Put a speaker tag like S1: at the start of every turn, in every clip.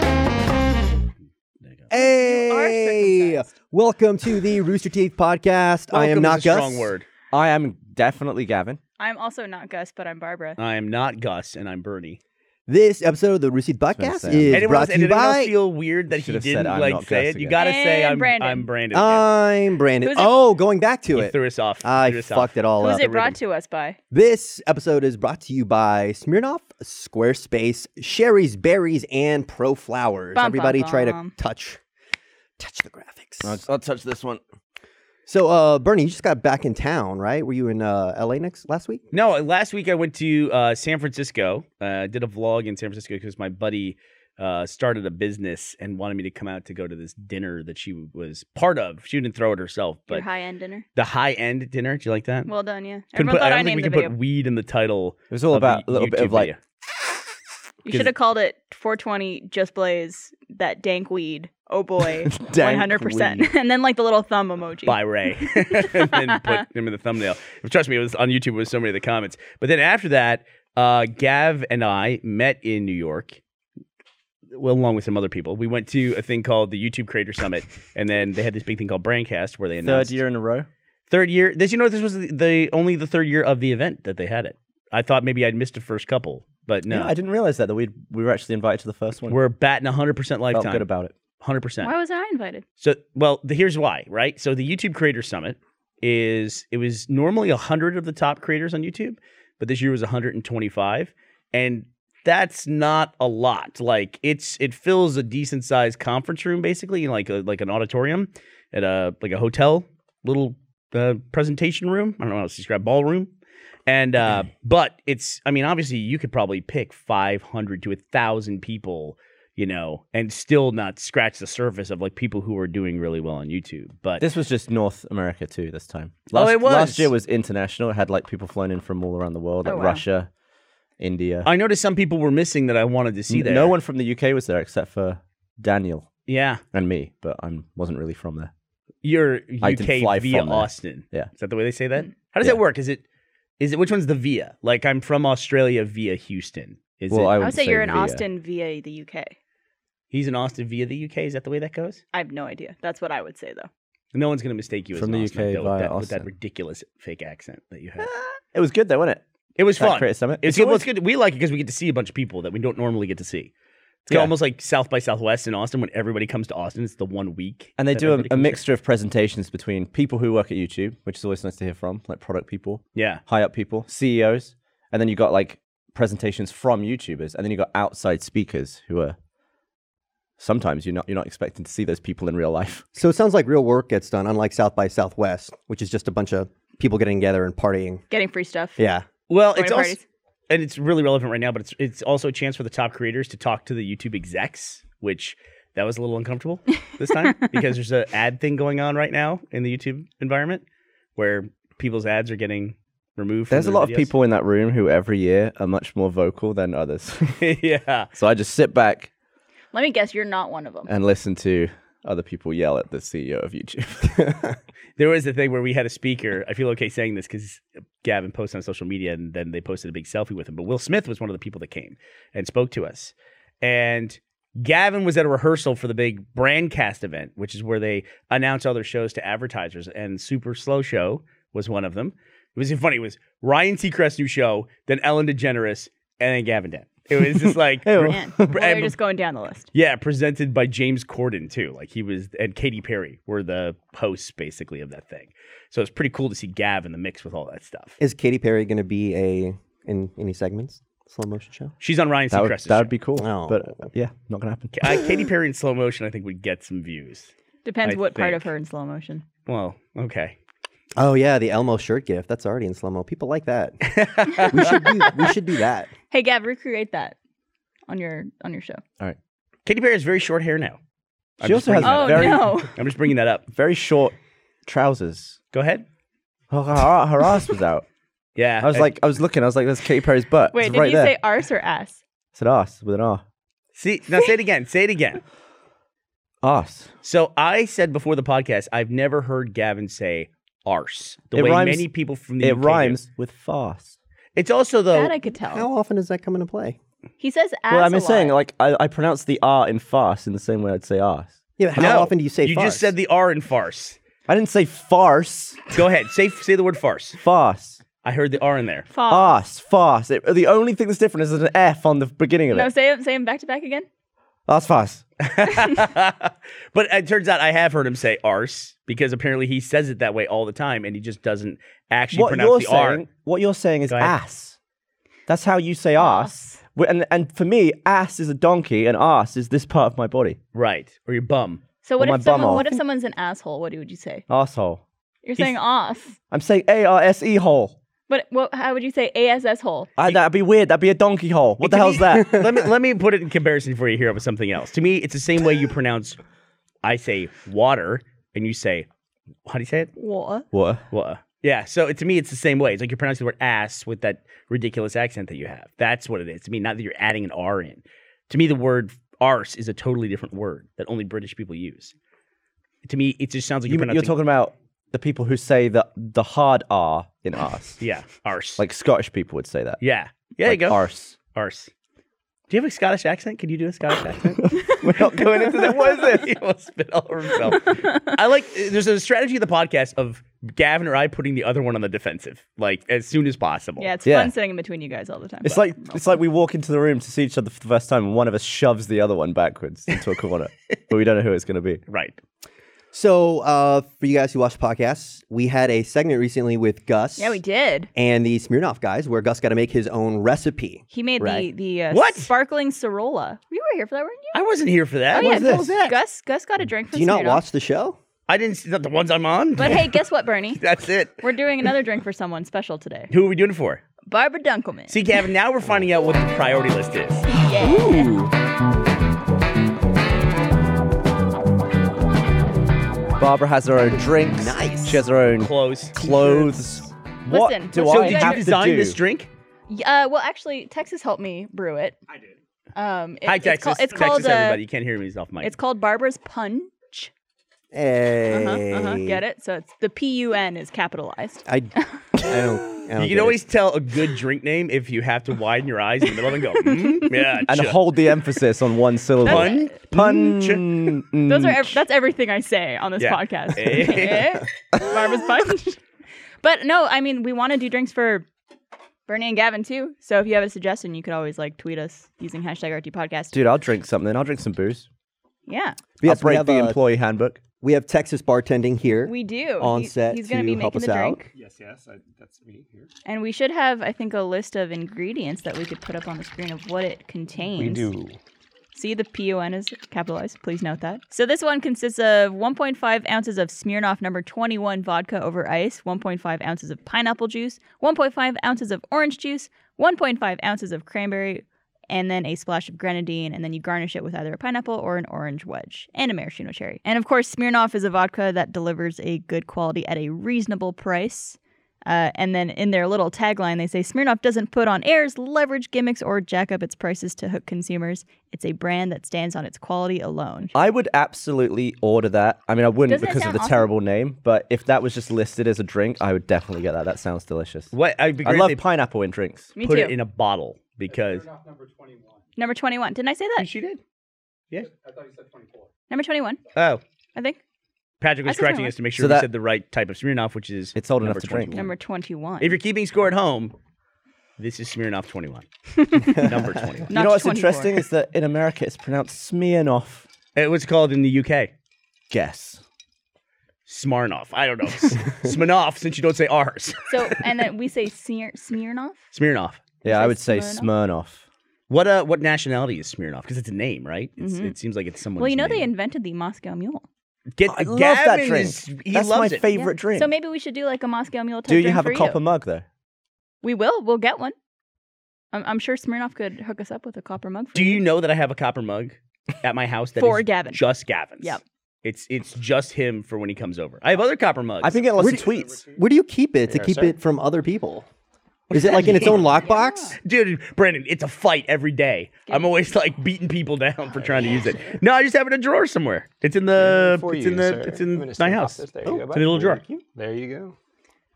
S1: There you go.
S2: Hey,
S3: circumcised.
S2: welcome to the Rooster Teeth podcast. I
S1: Welcome
S2: am not
S1: is a strong
S2: Gus.
S1: word.
S4: I am definitely Gavin.
S3: I'm also not Gus, but I'm Barbara.
S1: I am not Gus, and I'm Bernie.
S2: This episode of the Rooster Teeth
S4: what I'm
S2: podcast
S4: saying.
S2: is
S1: anyone
S2: brought
S1: else,
S2: to you
S1: did anyone else
S2: by
S1: feel weird that he
S4: Should've said
S1: didn't
S4: I'm
S1: like
S4: not
S1: say
S4: Gus
S1: it? You
S4: again.
S1: gotta say
S3: And
S1: I'm
S3: Brandon.
S1: I'm Brandon. again.
S2: I'm Brandon.
S3: Who's it-
S2: Oh, going back to
S1: He
S2: Uh, it.
S1: threw us off. He
S2: I
S1: threw us
S2: fucked it all
S3: Who's
S2: up.
S3: it brought to us by?
S2: This episode is brought to you by Smirnoff, Squarespace, Sherry's Berries, and Pro Flowers.
S3: Bum, bum,
S2: Everybody try to
S3: bum.
S2: touch, touch the graphics.
S4: I'll, I'll touch this one.
S2: So, uh, Bernie, you just got back in town, right? Were you in uh, LA next last week?
S1: No, last week I went to uh, San Francisco. Uh, I did a vlog in San Francisco because my buddy uh, started a business and wanted me to come out to go to this dinner that she was part of. She didn't throw it herself,
S3: Your
S1: but
S3: high end dinner.
S1: the high end dinner. Do you like that?
S3: Well done, yeah.
S1: Couldn't
S3: Everyone
S1: put- I
S3: thought I,
S1: don't think we
S3: named the
S1: can
S3: video.
S1: put weed in the title.
S4: It was all
S1: of the
S4: about a little bit
S1: YouTube
S4: of like,
S1: video.
S3: you
S1: 'cause-
S3: should have called it 420 Just Blaze that dank weed. Oh boy,
S4: Dank
S3: 100%.
S4: weed.
S3: and then like the little thumb emoji.
S1: by Ray and then put him in the thumbnail. Trust me, it was on YouTube it was so many of the comments. But then after that, uh, Gav and I met in New York. Well, along with some other people, we went to a thing called the YouTube Creator Summit, and then they had this big thing called Brandcast, where they
S4: third
S1: announced
S4: year in a row.
S1: Third year. This, you know, this was the, the only the third year of the event that they had it. I thought maybe I'd missed the first couple, but no,
S4: Yeah, I didn't realize that that we we were actually invited to the first one.
S1: we're batting hundred percent
S4: felt good
S1: lifetime,
S4: about it.
S1: hundred percent.
S3: Why was I invited?
S1: So, well, the, here's why, right? So, the YouTube Creator Summit is it was normally 100 of the top creators on YouTube, but this year was 125, and that's not a lot. Like it's it fills a decent sized conference room, basically, like a, like an auditorium at a like a hotel little uh, presentation room. I don't know how else to describe ballroom. And uh, but it's I mean obviously you could probably pick 500 to a thousand people you know, and still not scratch the surface of like people who are doing really well on YouTube. But
S4: This was just North America too this time.
S1: Oh,
S4: Last,
S1: it was.
S4: Last year was international. It had like people flown in from all around the world,
S3: Oh,
S4: like
S3: wow.
S4: Russia, India.
S1: I noticed some people were missing that I wanted to see
S4: N-
S1: there.
S4: No one from the UK was there except for Daniel
S1: Yeah,
S4: and me, but I wasn't really from there.
S1: you're
S4: I
S1: UK
S4: didn't fly
S1: via
S4: from there.
S1: Austin.
S4: Yeah. Mm-hmm.
S1: is that the way they say that? How does
S4: Yeah.
S1: that work? Is it is it which one's the via? Like I'm from Australia via Houston. Is
S4: well,
S1: it?
S4: I
S3: I
S4: would
S3: would say you're in
S4: via.
S3: Austin via the UK.
S1: He's in Austin via the UK. Is that the way that goes?
S3: I have no idea. That's what I would say though.
S1: No one's going to mistake you as
S4: From
S1: an
S4: the
S1: Austin,
S4: UK
S1: though,
S4: via
S1: with, that, with that
S4: Austin.
S1: ridiculous fake accent that you have.
S4: It was good though, wasn't it?
S1: It was
S4: That
S1: fun.
S4: Creator Summit.
S1: It's,
S4: It's
S1: good. Well,
S4: always-
S1: it's good. We like it because we get to see a bunch of people that we don't normally get to see. It's
S4: Yeah.
S1: almost like South by Southwest in Austin. When everybody comes to Austin, it's the one week.
S4: And they
S1: that
S4: do a,
S1: everybody
S4: a
S1: comes
S4: mixture of presentations between people who work at YouTube, which is always nice to hear from, like product people,
S1: to- Yeah.
S4: high up people, CEOs, and then you got like presentations from YouTubers, and then you got outside speakers who are sometimes you're not you're not expecting to see those people in real life.
S2: So it sounds like real work gets done, unlike South by Southwest, which is just a bunch of people getting together and partying.
S3: Getting free stuff.
S2: Yeah.
S1: Well,
S3: Going
S1: it's
S3: to
S1: also
S3: parties.
S1: and it's really relevant right now, but it's it's also a chance for the top creators to talk to the YouTube execs, which that was a little uncomfortable this time because there's an ad thing going on right now in the YouTube environment where people's ads are getting removed. From
S4: There's a
S1: their
S4: lot
S1: videos.
S4: of people in that room who every year are much more vocal than others.
S1: yeah.
S4: so I just sit back
S3: Let me guess, you're not one of them.
S4: and listen to other people yell at the CEO of YouTube.
S1: There was a thing where we had a speaker. I feel okay saying this because Gavin posted on social media and then they posted a big selfie with him. But Will Smith was one of the people that came and spoke to us. And Gavin was at a rehearsal for the big Brandcast event, which is where they announce other shows to advertisers. And Super Slow Show was one of them. It was funny. It was Ryan Seacrest's new show, then Ellen DeGeneres, and then Gavin Dent. It was just like,
S3: Man, well, they're just going down the list.
S1: yeah, presented by James Corden too. Like he was, and Katy Perry were the hosts basically of that thing. So it's pretty cool to see Gav in the mix with all that stuff.
S2: Is Katy Perry going to be a in any segments? Slow motion show?
S1: She's on Ryan
S4: That would,
S1: Seacrest's.
S4: that
S1: show.
S4: would be cool.
S2: Oh.
S4: But uh, yeah, not gonna happen.
S1: Ka- Katy Perry in slow motion, I think would get some views.
S3: Depends
S1: I
S3: what part of
S1: think.
S3: her in slow motion.
S1: Well, okay.
S2: Oh yeah, the Elmo shirt gift. That's already in slow mo. People like that. we should do, we should do that.
S3: Hey, Gav, recreate that on your on your show.
S1: Katy Perry has very short hair now. I'm
S4: She
S1: just
S4: also has
S1: bringing that
S3: Oh
S1: up.
S4: very-
S3: no!
S1: I'm just bringing that up.
S4: Very short trousers.
S1: Go ahead.
S4: Her, her, her ass was out.
S1: Yeah,
S4: I was like, I was looking. I was like, "That's Katy Perry's butt."
S3: Wait,
S4: it's
S3: did
S4: right
S3: you
S4: there.
S3: say arse or ass?
S4: it's an ass with an R.
S1: see, now say it again. Say it again.
S4: Ass.
S1: So I said before the podcast, I've never heard Gavin say arse the
S4: It
S1: way
S4: rhymes-
S1: many people from the
S4: It
S1: UK do.
S4: rhymes with fast.
S1: It's also though.
S3: that I could tell.
S2: How often does that come into play?
S3: He says ass.
S4: well,
S3: a
S4: I'm saying
S3: lot.
S4: like I, I pronounce the R in fast in the same way I'd say ass.
S2: Yeah, but how
S1: No,
S2: often do you say?
S1: You
S2: farce?
S1: just said the R in farce.
S4: I didn't say farce.
S1: Go ahead. Say say the word farce.
S4: Farce.
S1: I heard the R in there.
S3: Fall.
S4: Ass. Farce. It- the only thing that's different is there's an F on the beginning of
S3: No,
S4: it.
S3: say him, say him back to back again.
S4: That's fast.
S1: but it turns out I have heard him say arse because apparently he says it that way all the time and he just doesn't actually
S4: What you're
S1: pronounce the
S4: saying,
S1: R.
S4: what you're saying is
S1: Go ahead.
S4: ass. That's how you say ass. Wh- And and for me, ass is a donkey, and ass is this part of my body.
S1: Right. Or your bum.
S3: So what
S4: Well,
S3: if
S4: my bum
S3: someone, what
S4: off.
S3: if someone's an asshole? What would you say?
S4: Asshole.
S3: You're saying off.
S4: I'm saying A R S E hole.
S3: But what, how would you say ass hole?
S4: I, that'd be weird. That'd be a donkey hole. What the hell's that?
S1: let me let me put it in comparison for you here with something else. To me, it's the same way you pronounce I say water and you say how do you say it?
S3: What?
S4: What?
S1: Well, uh, yeah. So it, to me, it's the same way. It's like you're pronouncing the word ass with that ridiculous accent that you have. That's what it is. To me, not that you're adding an R in. To me, the word arse is a totally different word that only British people use. To me, it just sounds like
S4: You,
S1: you're,
S4: are
S1: pronouncing.
S4: talking about the people who say the the hard R in arse.
S1: Yeah, arse.
S4: Like Scottish people would say that.
S1: yeah, yeah.
S4: Like
S1: you go.
S4: Arse.
S1: Arse. Do you have a Scottish accent? Can you do a Scottish accent?
S4: We're not going into that. What is
S1: he
S4: it?
S1: almost spit all over himself. I like. uh, There's a strategy of the podcast of Gavin or I putting the other one on the defensive, like as soon as possible.
S3: Yeah, it's
S4: Yeah.
S3: fun sitting in between you guys all the time.
S4: It's like it's like we walk into the room to see each other for the first time, and one of us shoves the other one backwards into a corner, but we don't know who it's going to be.
S1: Right.
S2: So, uh, for you guys who watch podcasts, we had a segment recently with Gus.
S3: yeah, we did.
S2: And the Smirnoff guys, where Gus got to make his own recipe.
S3: He made
S2: Right.
S3: the the uh,
S1: What?
S3: sparkling Cirola. You were here for that, weren't you?
S1: I wasn't here for that.
S3: oh yeah,
S1: What the hell
S3: Gus,
S1: was that?
S3: Gus Gus got a drink for
S2: Do you not
S3: Smirnoff.
S2: watch the show?
S1: I didn't see that the ones I'm on.
S3: But hey, guess what, Bernie?
S1: That's it.
S3: We're doing another drink for someone special today.
S1: Who are we doing it for?
S3: Barbara Dunkelman.
S1: See, Gavin, now we're finding out what the priority list is.
S3: Yeah.
S4: Barbara has her own drinks.
S2: Nice.
S4: She has her own
S1: Close.
S4: clothes. What
S3: Listen,
S4: do
S3: listen,
S1: So
S4: I
S3: you
S1: did
S3: guys
S4: have
S1: you
S4: to
S1: design
S4: do?
S1: this drink?
S3: Y- Uh, well, actually, Texas helped me brew it. I did. Um, it-
S1: Hi,
S3: it's
S1: Texas.
S3: called- It's
S1: Texas,
S3: called. uh,
S1: everybody. You can't hear me. He's off mic.
S3: It's called Barbara's Punch.
S2: Hey.
S3: Uh-huh, uh-huh. Get it? So it's the P U N is capitalized.
S2: I, I don't. I don't
S1: you
S2: get
S1: can
S2: it.
S1: always tell a good drink name if you have to widen your eyes in the middle and go, mm, yeah,
S4: and
S1: chuck."
S4: hold the emphasis on one syllable.
S1: Pun?
S4: Punch.
S3: Those are ev- that's everything I say on this
S1: Mm. Yeah.
S3: podcast.
S1: Eh.
S3: Barbara's Punch. But no, I mean we want to do drinks for Bernie and Gavin too. So if you have a suggestion, you could always like tweet us using hashtag RT Podcast.
S4: Dude, I'll drink something. I'll drink some booze.
S3: Yeah,
S2: But yes,
S4: I'll break
S2: we have,
S4: the
S2: uh,
S4: employee handbook.
S2: we have Texas bartending here.
S3: we do.
S2: On
S3: He-
S2: set
S3: he's gonna
S2: to
S3: be making
S2: help us
S3: the
S2: out.
S3: drink,
S5: Yes, yes, I, that's me here.
S3: and we should have I think a list of ingredients that we could put up on the screen of what it contains. See, the PON is capitalized. Please note that. So, this one consists of 1.5 ounces of Smirnoff number 21 vodka over ice, 1.5 ounces of pineapple juice, 1.5 ounces of orange juice, 1.5 ounces of cranberry, and then a splash of grenadine. And then you garnish it with either a pineapple or an orange wedge and a maraschino cherry. And of course, Smirnoff is a vodka that delivers a good quality at a reasonable price. Uh, and then in their little tagline, they say Smirnoff doesn't put on airs, leverage gimmicks, or jack up its prices to hook consumers. It's a brand that stands on its quality alone.
S4: I would absolutely order that. I mean, I wouldn't
S3: Doesn't it
S4: because of
S3: sound
S4: the
S3: awesome?
S4: terrible name, but if that was just listed as a drink, I would definitely get that. That sounds delicious.
S1: What? I'd be
S4: I
S1: great
S4: love
S1: if they
S4: pineapple in drinks.
S3: Me
S1: put
S3: too.
S1: it in a bottle because.
S3: Number 21. Didn't I say that?
S1: She did? Yeah.
S3: Number 21,
S1: Oh.
S3: I think.
S1: Patrick
S3: I
S1: was
S3: said
S1: correcting
S3: twenty-one.
S1: us to make sure
S4: So
S1: we
S4: that-
S1: said the right type of Smirnoff, which is
S4: It's old
S1: number
S4: enough to drink.
S1: 21.
S3: Number 21.
S1: If you're keeping score at home, This is Smirnoff 21. Number 21.
S3: Not
S4: you know what's
S3: 24.
S4: interesting is that in America it's pronounced Smirnoff.
S1: It was called in the UK.
S4: Guess.
S1: Smarnoff. I don't know. S- Sminoff, since you don't say R's.
S3: So, and then we say Smear- Smirnoff.
S1: Smirnoff.
S4: Yeah,
S3: say
S4: I would say
S3: Smirnoff?
S4: Smirnoff.
S1: What uh, what nationality is Smirnoff? Because it's a name, right? It's,
S3: Mhm.
S1: It seems like it's someone's
S3: Well, you know they
S1: name.
S3: invented the Moscow Mule.
S1: Get,
S4: I love
S1: Gavin
S4: that drink.
S1: is- he
S4: That's my
S1: loves it.
S4: favorite
S3: Yeah.
S4: drink.
S3: So maybe we should do like a Moscow Mule. Type
S4: Do you
S3: drink
S4: have
S3: for
S4: a copper mug though?
S3: We will. We'll get one. I'm, I'm sure Smirnoff could hook us up with a copper mug. For
S1: Do you know that I have a copper mug at my house that
S3: For
S1: is
S3: Gavin.
S1: just Gavin's?
S3: Yep.
S1: It's it's just him for when he comes over. I have other copper mugs.
S4: I've been getting lots of
S2: Where do-
S4: tweets.
S2: Where do you keep it to
S5: Yeah,
S2: keep
S5: sorry.
S2: it from other people? Is it like in its own lockbox?
S1: Dude, Brandon, it's a fight every day. I'm always like beating people down
S5: Oh,
S1: for trying to use it. No, I just have it in a drawer somewhere. It's in the
S5: For
S1: uh, it's
S5: you,
S1: in the
S5: sir.
S1: it's
S5: I'm
S1: in
S5: gonna
S1: my
S5: snip off
S1: house.
S5: this. There
S1: Oh,
S5: you go,
S1: it's
S5: bud.
S1: in the little
S5: There
S1: drawer.
S5: you go. There you go.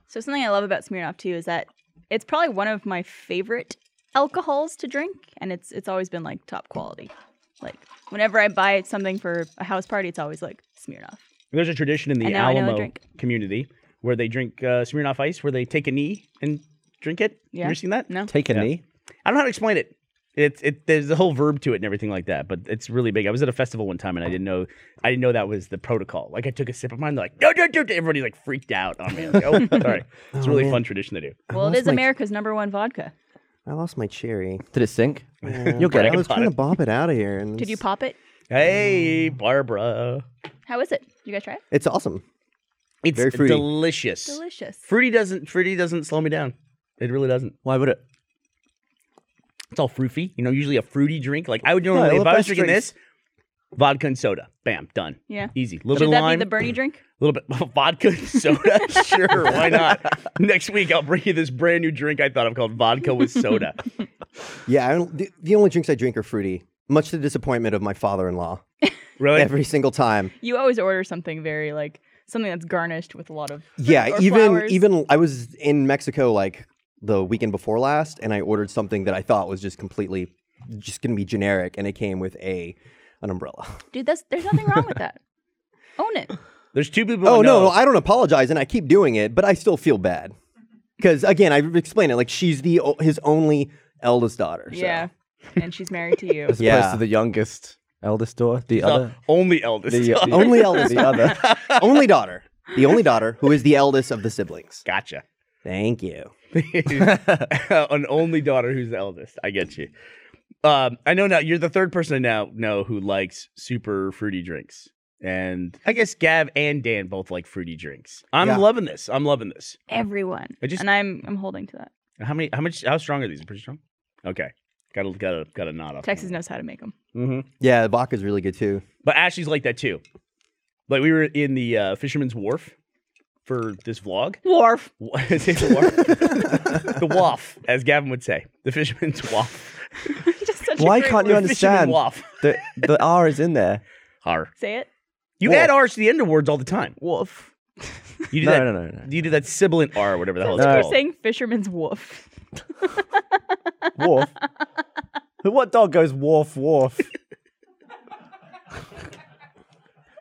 S3: So something I love about Smirnoff too is that it's probably one of my favorite alcohols to drink, and it's it's always been like top quality. Like whenever I buy something for a house party, it's always like Smirnoff.
S1: There's a tradition in
S3: And
S1: the
S3: now I know a
S1: Alamo
S3: drink.
S1: community where they drink uh, Smirnoff Ice, where they take a knee and drink it.
S3: Yeah.
S1: You ever seen that?
S3: No.
S4: Take a
S1: Yeah.
S4: knee.
S1: I don't know how to explain it. It's it there's a whole verb to it and everything like that, but it's really big. I was at a festival one time and I didn't know I didn't know that was the protocol. Like I took a sip of mine, they're like, no, no, no, everybody like freaked out on me. I'm Like, oh, sorry. It's a really fun tradition to do.
S3: Well, it
S2: lost
S3: is
S2: my-
S3: America's number one vodka.
S2: I lost my cherry.
S4: Did it sink?
S2: Yeah.
S4: You'll get
S2: I
S4: it.
S2: was trying to bob it out of here. And
S3: Did you
S2: it's-
S3: pop it?
S1: Hey,
S2: Mm.
S1: Barbara.
S3: How is it? You guys try it?
S2: It's awesome.
S1: It's
S2: Very fruity.
S1: delicious.
S3: Delicious.
S1: fruity doesn't fruity doesn't slow me down. It really doesn't.
S4: Why would it?
S1: It's all fruity. You know, usually a fruity drink. Like I would
S4: I
S1: normally if
S4: love
S1: I was
S4: best
S1: drinking
S4: drinks.
S1: this, vodka and soda. Bam, done.
S3: Yeah.
S1: Easy. little bit
S3: Should
S1: of
S3: that
S1: lime.
S3: be the Bernie drink?
S1: A little bit of vodka and soda. sure, why not? Next week I'll bring you this brand new drink I thought of called vodka with soda.
S2: Yeah, I don't, the, the only drinks I drink are fruity, much to the disappointment of my father-in-law.
S1: Really?
S2: Every single time.
S3: You always order something very like something that's garnished with a lot of
S2: Yeah,
S3: or
S2: even
S3: flowers.
S2: even I was in Mexico like the weekend before last, and I ordered something that I thought was just completely just going to be generic, and it came with a an umbrella.
S3: dude. That's there's nothing wrong with that. Own it.
S1: There's two people.
S2: Oh,
S1: I
S2: no,
S1: know.
S2: no, I don't apologize, and I keep doing it, but I still feel bad because again, I explained it like she's the o- his only eldest daughter. so-
S3: Yeah. And she's married to you.
S4: As
S2: Yeah.
S4: opposed to the youngest, eldest daughter, the
S1: The
S4: other,
S1: only eldest.
S4: the, uh, the
S2: only eldest,
S4: the other.
S2: only daughter, the only daughter who is the eldest of the siblings.
S1: gotcha.
S2: Thank you.
S1: An only daughter who's the eldest. I get you. Um, I know now you're the third person I now know who likes super fruity drinks. And I guess Gav and Dan both like fruity drinks. I'm
S2: Yeah.
S1: loving this. I'm loving this.
S3: Everyone.
S1: I just-
S3: and I'm I'm holding to that.
S1: How many? How much? How strong are these? Pretty strong. Okay. Got a got a got a nod off.
S3: Texas knows how to make them.
S1: Mm-hmm.
S2: Yeah, the vodka's really good too.
S1: But Ashley's like that too. Like we were in the uh, Fisherman's Wharf for this vlog.
S3: Wharf.
S1: What is it? Wharf? the Wharf, as Gavin would say, the Fisherman's Wharf.
S3: Just such a
S4: Why
S3: great
S4: can't you
S3: word.
S1: The Fisherman's
S4: understand?
S1: Wharf.
S4: The, the R is in there.
S1: Har.
S3: Say it.
S1: You add R's to the end of words all the time. Woof. You do
S4: No,
S1: that.
S4: no, no, no.
S1: You do that sibilant R, whatever the hell
S3: Sounds
S1: it's
S3: like you're
S1: called.
S3: saying fisherman's woof.
S4: Wharf. Who- what dog goes wharf wharf?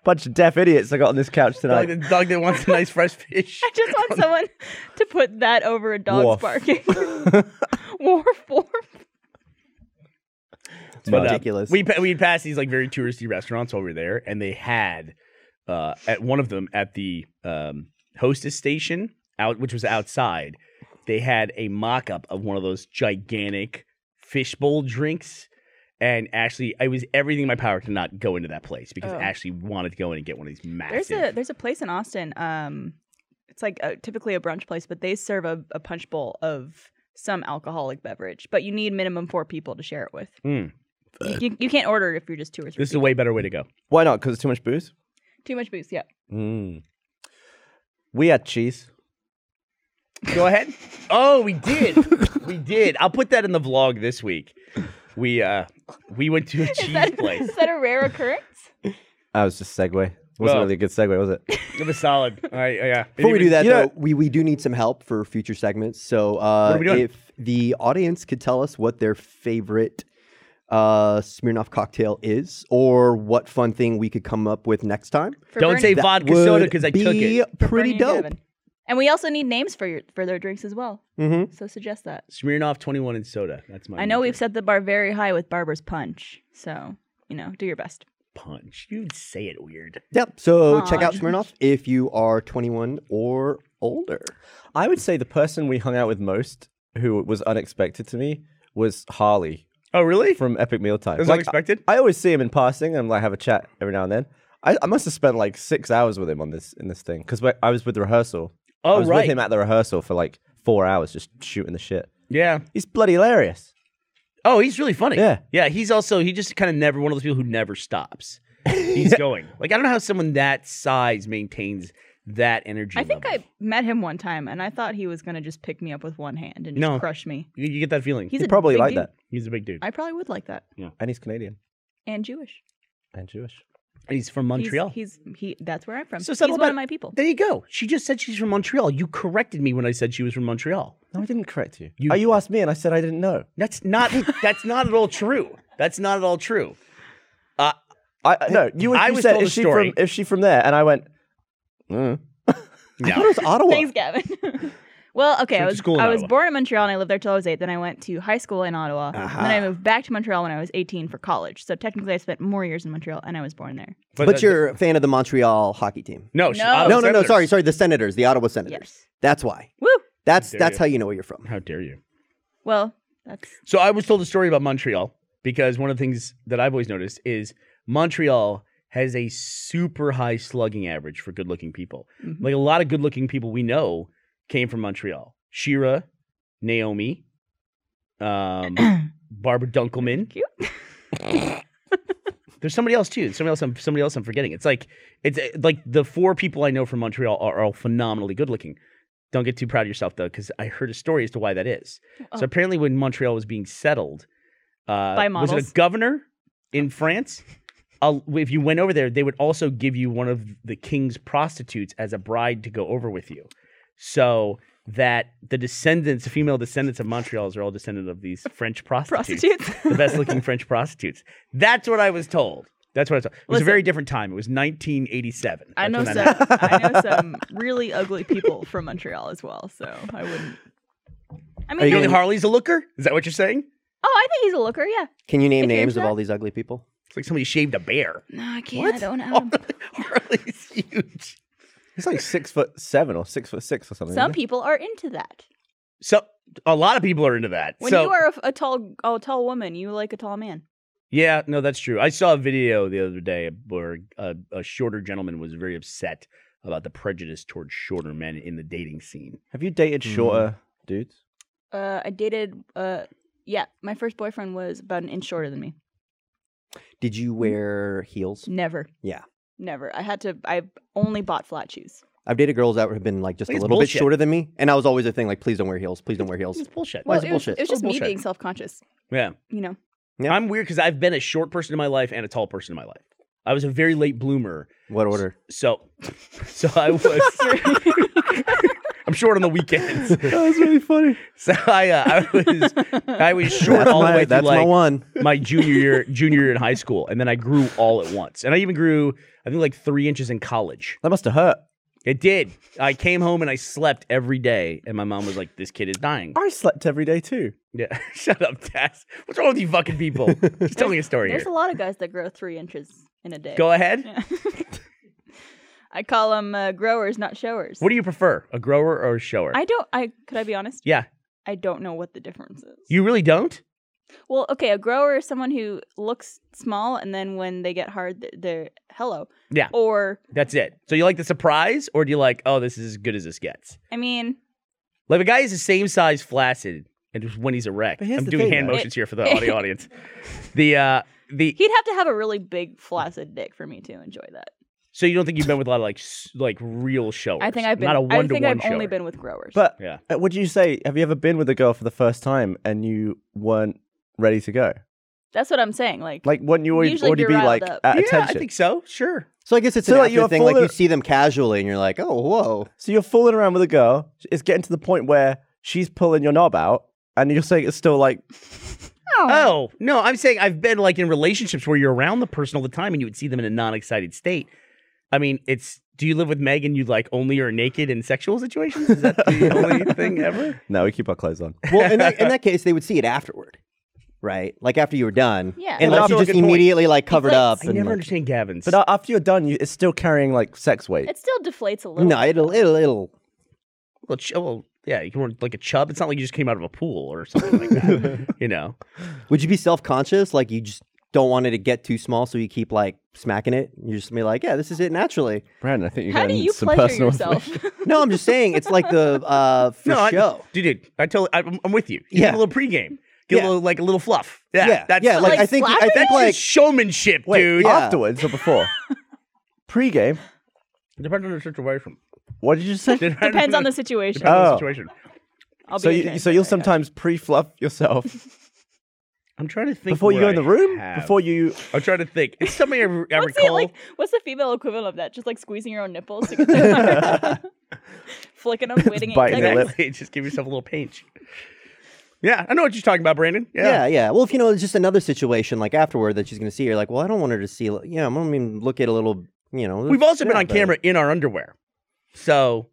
S4: Bunch of deaf idiots I got on this couch
S1: dog,
S4: tonight.
S1: that- dog that wants a nice fresh fish.
S3: I just want someone to put that over a dog's
S4: Wharf.
S3: barking. wharf, wharf.
S1: But, uh,
S2: ridiculous.
S1: we pa- we passed these like very touristy restaurants while we were there, and they had uh, at one of them at the um, hostess station out, which was outside. They had a mock up of one of those gigantic fishbowl drinks, and Ashley, I was everything in my power to not go into that place because
S3: Oh.
S1: Ashley wanted to go in and get one of these massive.
S3: There's a there's a place in Austin. Um, it's like a, typically a brunch place, but they serve a, a punch bowl of some alcoholic beverage. But you need minimum four people to share it with.
S1: Mm.
S3: You- You, you can't order if you're just two or three.
S1: this is a way better way to go.
S4: Why not? Because it's too much booze?
S3: Too much booze. Yeah.
S4: Mm. We had cheese.
S1: Go ahead. Oh, we did. we did. I'll put that in the vlog this week. We uh we went to a
S3: Is
S1: cheese
S3: that,
S1: place.
S3: is that a rare occurrence?
S4: That was just segue. Wasn't
S1: Well-
S4: really a good segue, was it?
S1: It was solid. All right, yeah.
S2: Before we do that,
S4: you know-
S2: though, we, we do need some help for future segments. So, uh,
S1: What are we doing?
S2: if the audience could tell us what their favorite uh, Smirnoff cocktail is, or what fun thing we could come up with next time,
S3: For
S1: Don't
S3: Bernie-
S1: say vodka soda
S2: would
S1: because I took
S2: be
S1: it.
S3: for Bernie
S2: Pretty
S3: and
S2: dope.
S3: Gavin. And we also need names for your for their drinks as well.
S2: Mm-hmm.
S3: So suggest that.
S1: Smirnoff 21 and soda. That's my.
S3: I know
S1: new
S3: we've
S1: drink.
S3: set the bar very high with Barber's Punch. So, you know, do your best.
S1: punch. You say it weird.
S2: Yep. So
S3: Aw.
S2: check out Smirnoff if you are 21 or older.
S4: I would say the person we hung out with most, who was unexpected to me, was Harley
S1: Oh really?
S4: from Epic Mealtime.
S1: It was
S4: Like,
S1: unexpected.
S4: I always see him in passing and like have a chat every now and then. I, I must have spent like six hours with him on this in this thing because I was with the rehearsal. I
S1: Oh
S4: was
S1: right.
S4: with him at the rehearsal for like four hours just shooting the shit.
S1: yeah.
S4: He's bloody hilarious.
S1: Oh, he's really funny.
S4: Yeah.
S1: Yeah. He's also he just kind of never one of those people who never stops. He's going. Like I don't know how someone that size maintains that energy.
S3: I think
S1: level.
S3: I met him one time and I thought he was going to just pick me up with one hand and just
S1: No.
S3: crush me.
S1: You, you get that feeling.
S3: He's
S4: He
S3: a
S4: probably
S3: big
S4: liked
S3: dude.
S4: that.
S1: He's a big dude.
S3: I probably would like that.
S4: And he's Canadian
S3: And Jewish.
S4: and Jewish.
S1: And he's from
S3: He's-
S1: Montreal.
S3: He's, he that's where I'm from.
S1: So
S3: he's
S1: settle
S3: one of
S1: back-
S3: my people.
S1: there you go. She just said she's from Montreal. You corrected me when I said she was from Montreal.
S4: No, I didn't correct you.
S1: You-
S4: Oh, you asked me and I said I didn't know.
S1: That's not. that's not at all true. That's not at all true.
S4: I I- no. You,
S1: I
S4: you
S1: was
S4: said
S1: told
S4: is
S1: a
S4: she
S1: story.
S4: from is she from there? And I went. "Mm."
S1: No.
S4: I thought it was Ottawa.
S3: Thanks, Gavin. well, okay, I
S1: Went to
S3: was
S1: school in
S3: I was
S1: Ottawa.
S3: born in Montreal and I lived there till I was eight. Then I went to high school in Ottawa. And then
S1: Uh-huh.
S3: I moved back to Montreal when I was 18 for college. So technically, I spent more years in Montreal and I was born there.
S2: But,
S1: that-
S2: you're a fan of the Montreal hockey team.
S1: no.
S3: No.
S1: Ottawa
S2: no, no, no.
S1: Senators.
S2: Sorry, sorry. The Senators, the Ottawa Senators.
S3: Yes.
S2: That's why.
S3: Woo.
S2: That's
S1: Dare
S2: that's
S1: you.
S2: how you know where you're from.
S1: How dare you?
S3: Well, that's
S1: So I was told a story about Montreal because one of the things that I've always noticed is Montreal has a super high slugging average for good looking people.
S3: Mhm.
S1: Like a lot of good looking people we know came from Montreal. Shira, Naomi, um, Barbara Dunkelman.
S3: Cute.
S1: There's somebody else too. Somebody else. I'm, somebody else. I'm forgetting. It's like it's uh, like the four people I know from Montreal are all phenomenally good looking. Don't get too proud of yourself though, because I heard a story as to why that is. So
S3: Oh.
S1: apparently, when Montreal was being settled, uh,
S3: By
S1: was it
S3: models? Oh.
S1: a governor in France? Uh, if you went over there, they would also give you one of the king's prostitutes as a bride to go over with you, so that the descendants, female descendants of Montreal's, are all descendant of these French prostitutes
S3: prostitutes.
S1: the best looking French prostitutes. That's what I was told. That's what I was told. It was a
S3: Listen.
S1: very different time. It was 1987.
S3: I
S1: That's
S3: know
S1: when that
S3: some.
S1: happened.
S3: I know some really ugly people from Montreal as well. So I wouldn't. I mean,
S1: You
S3: I-
S1: think Harley's a looker? Is that what you're saying?
S3: oh, I think he's a looker. Yeah.
S2: Can you name
S3: If you're
S2: names of
S3: not-
S2: all these ugly people?
S1: It's like somebody shaved a bear.
S3: No, I can't.
S1: What?
S3: I don't have.
S1: Harley's huge.
S4: He's like six foot seven or six foot six or
S1: Oh.
S4: something.
S3: Some
S4: isn't he?
S3: people are into that.
S1: So a lot of people are into that.
S3: When
S1: so
S3: you are a, a tall, a tall woman, you like a tall man.
S1: yeah, no, that's true. I saw a video the other day where a, a shorter gentleman was very upset about the prejudice towards shorter men in the dating scene.
S4: Have you dated shorter dudes?
S3: Uh, I dated. Uh, yeah, my first boyfriend was about an inch shorter than me.
S2: Did
S1: Mm.
S2: you wear heels?
S3: Never.
S2: Yeah.
S3: Never. I had to. I only bought flat shoes.
S2: I've dated girls that have been like just a
S1: It's
S2: little
S1: bullshit.
S2: bit shorter than me, and I was always a thing like, please don't wear heels, please don't wear heels.
S1: It's bullshit.
S2: Why
S3: Well,
S2: is it
S3: it was,
S2: bullshit?
S3: it was
S1: It's
S3: just
S1: all
S3: me
S1: bullshit.
S3: being self-conscious.
S1: Yeah.
S3: You know.
S2: Yeah.
S1: I'm weird because I've been a short person in my life and a tall person in my life. I was a very late bloomer.
S2: What order?
S1: So, so I was. I'm short on the weekends.
S4: That's really funny.
S1: So I, uh, I was, I was short all the way through
S2: that's my
S1: like
S2: one.
S1: my junior year, junior year in high school, and then I grew all at once. And I even grew, I think, like three inches in college.
S4: That must have hurt.
S1: It did. I came home and I slept every day, and my mom was like, "This kid is dying."
S4: I slept every day too.
S1: Yeah, shut up, Tess. What's wrong with you fucking people? Just telling a story
S3: There's
S1: here.
S3: a lot of guys that grow three inches in a day.
S1: Go ahead.
S3: Yeah. I call them uh, growers, not showers.
S1: What do you prefer, a grower or a shower?
S3: I don't. I could I be honest?
S1: yeah,
S3: I don't know what the difference is.
S1: you really don't.
S3: well, okay, a grower is someone who looks small, and then when they get hard, th- they're hello.
S1: Yeah.
S3: Or
S1: That's it. So you like the surprise, or do you like, oh, this is as good as this gets?
S3: I mean,
S1: Like if a guy is the same size flaccid, and just when he's erect,
S4: But here's
S1: I'm
S4: the
S1: doing
S4: thing,
S1: hand
S4: though.
S1: motions here for the audio audience. The uh, the
S3: he'd have to have a really big flaccid dick for me to enjoy that.
S1: so you don't think you've been with a lot of like s- like real showers?
S3: I think I've been.
S1: not a
S3: I
S1: one to
S3: think
S1: one
S3: I've
S1: shower.
S3: only been with growers.
S4: But
S1: Yeah.
S4: uh, would you say have you ever been with a girl for the first time and you weren't ready to go?
S3: that's what I'm saying. Like,
S4: Like wouldn't you already,
S3: Usually
S4: already
S3: you're
S4: be
S3: riled
S4: like
S3: up.
S4: at
S1: yeah,
S4: Uh, attention?
S1: I think so. Sure.
S2: So I guess it's
S4: So,
S2: an
S4: like,
S2: after
S4: you're a
S2: thing. Like
S4: full
S2: you
S4: of-
S2: see them casually, and you're like, oh, whoa.
S4: so you're fooling around with a girl. It's getting to the point where she's pulling your knob out, and you're saying it's still like
S1: Oh no, I'm saying I've been like in relationships where you're around the person all the time and you would see them in a non-excited state. I mean, it's do you live with Meg and you like only are naked in sexual situations? Is that the only thing ever?
S4: No, we keep our clothes on.
S2: Well, in that, in that case, they would see it afterward, right? Like after you were done.
S3: Yeah. That's
S2: Unless
S1: also
S2: you
S1: a
S2: just
S1: good point.
S2: immediately like covered
S3: like,
S2: up.
S1: I
S2: and,
S1: never
S2: like-
S1: understand Gavin's.
S2: uh,
S4: But a- after you're done, you, it's still carrying like sex weight.
S3: It still deflates a little.
S2: no,
S3: bit.
S2: it'll it'll it'll.
S1: well, ch- well, yeah, you can wear like a chub. It's not like you just came out of a pool or something like that. you know,
S2: Would you be self conscious? Like you just don't want it to get too small, so you keep like smacking it. You just be like, yeah, this is it naturally.
S4: Brandon, I think you're
S3: How do
S4: getting
S3: you
S4: some
S3: pleasure
S4: personal
S3: yourself?
S2: No, I'm just saying it's like the uh for
S1: no,
S2: show.
S1: I, dude, dude, I totally, I'm, I'm with you. You
S2: Yeah.
S1: get a little pregame, get
S2: Yeah.
S1: a little like a little fluff. Yeah,
S2: yeah,
S1: that's
S2: yeah. Like,
S3: Like
S2: I think I
S3: slapping
S2: think
S1: that's
S2: like
S1: just showmanship, dude.
S4: Wait,
S2: Yeah.
S4: afterwards or before? Pre-game.
S1: Depends on the situation.
S4: What did you say?
S3: Depends on the situation.
S1: Depends on the
S4: Oh.
S1: situation.
S3: I'll be
S4: so
S3: your
S4: you,
S3: judge,
S4: so you'll
S3: but I got-
S4: sometimes pre-fluff yourself
S1: I'm trying to think
S4: before you
S1: where
S4: go in the
S1: I
S4: room.
S1: have-
S4: Before you,
S1: I'm trying to think. It's something I, re- I
S3: What's the
S1: recall.
S3: like? What's the female equivalent of that? Just like squeezing your own nipples to get them, flicking them, waiting. at
S4: biting the
S3: seconds.
S4: lip.
S1: Exactly. Just give yourself a little pinch. Yeah, I know what you're talking about, Brandon.
S2: yeah,
S1: Yeah.
S2: yeah. Well, if you know, it's just another situation like afterward that she's gonna see. You're like, well, I don't want her to see. You know, I'm gonna even look at a little. You know,
S1: We've also been
S2: yeah,
S1: on
S2: but-
S1: camera in our underwear. So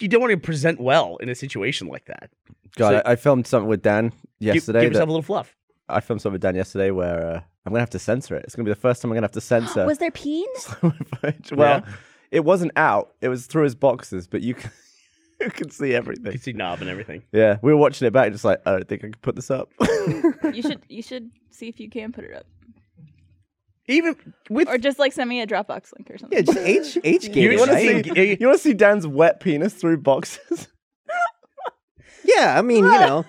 S1: you don't want to present well in a situation like that.
S4: God,
S1: So-
S4: I, I filmed something with Dan
S1: Give-
S4: yesterday.
S1: give
S4: that-
S1: yourself a little fluff.
S4: I filmed something with Dan yesterday where uh, I'm gonna have to censor it. It's gonna be the first time I'm gonna have to censor.
S3: Was there peen?
S4: slow footage. Well, it wasn't out. It was through his boxes, but you can, you can see
S1: You
S4: everything.
S1: see knob and everything.
S4: Yeah, we were watching it back, just like "Oh, I don't think I can put this up.
S3: You should you should see if you can put it up,
S1: Even with
S3: or just like send me a Dropbox link or something.
S2: Yeah, just H H
S1: you
S2: game,
S1: want to
S2: right?
S1: see? you-
S4: you want to see Dan's wet penis through boxes?
S2: Yeah, I mean, you know,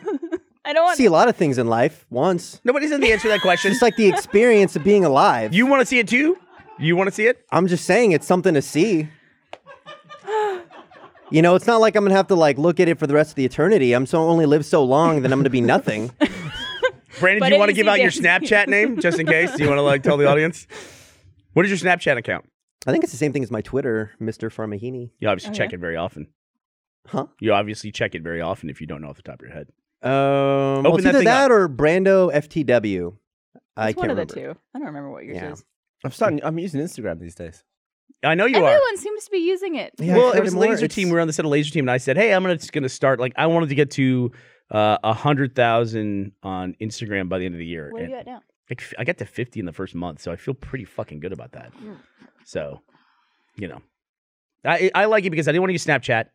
S3: I don't want.
S2: see a lot of things in life once.
S1: no, but isn't the answer to that question?
S2: Just like the experience of being alive.
S1: you want to see it too? You want to see it?
S2: I'm just saying it's something to see. You know, it's not like I'm gonna have to like look at it for the rest of the eternity. I'm so only live so long that I'm gonna be nothing.
S1: Brandon,
S3: But
S1: do you
S3: if
S1: want to
S3: you
S1: give
S3: see
S1: out your
S3: Dan's-
S1: Snapchat name just in case? Do you want to like tell the audience? What is your Snapchat account?
S2: I think it's the same thing as my Twitter, Mr. Farmahini.
S1: You obviously
S3: Oh,
S1: check
S3: yeah?
S1: it very often.
S2: Huh?
S1: You obviously check it very often if you don't know off the top of your head.
S2: Um, well,
S1: Open
S2: it's
S1: that
S2: either
S1: thing
S2: that or Brando FTW. I
S3: it's one
S2: can't
S3: of the
S2: remember.
S3: two. I don't remember what yours
S2: Yeah.
S3: is.
S4: I'm starting. I'm using Instagram these days.
S1: I know you are.
S3: Everyone seems to be using it.
S2: Yeah, I
S1: well, it
S2: started
S1: was
S2: more,
S1: Laser
S2: it's-
S1: Team. We were on the set of Laser Team, and I said, "Hey, I'm gonna, just going to start. Like, I wanted to get to uh, a hundred thousand on Instagram by the end of the year.
S3: Where are
S1: And,
S3: you at now?
S1: like, f- I got to fifty in the first month, so I feel pretty fucking good about that.
S3: Mm.
S1: So, you know, I I like it because I didn't want to use Snapchat.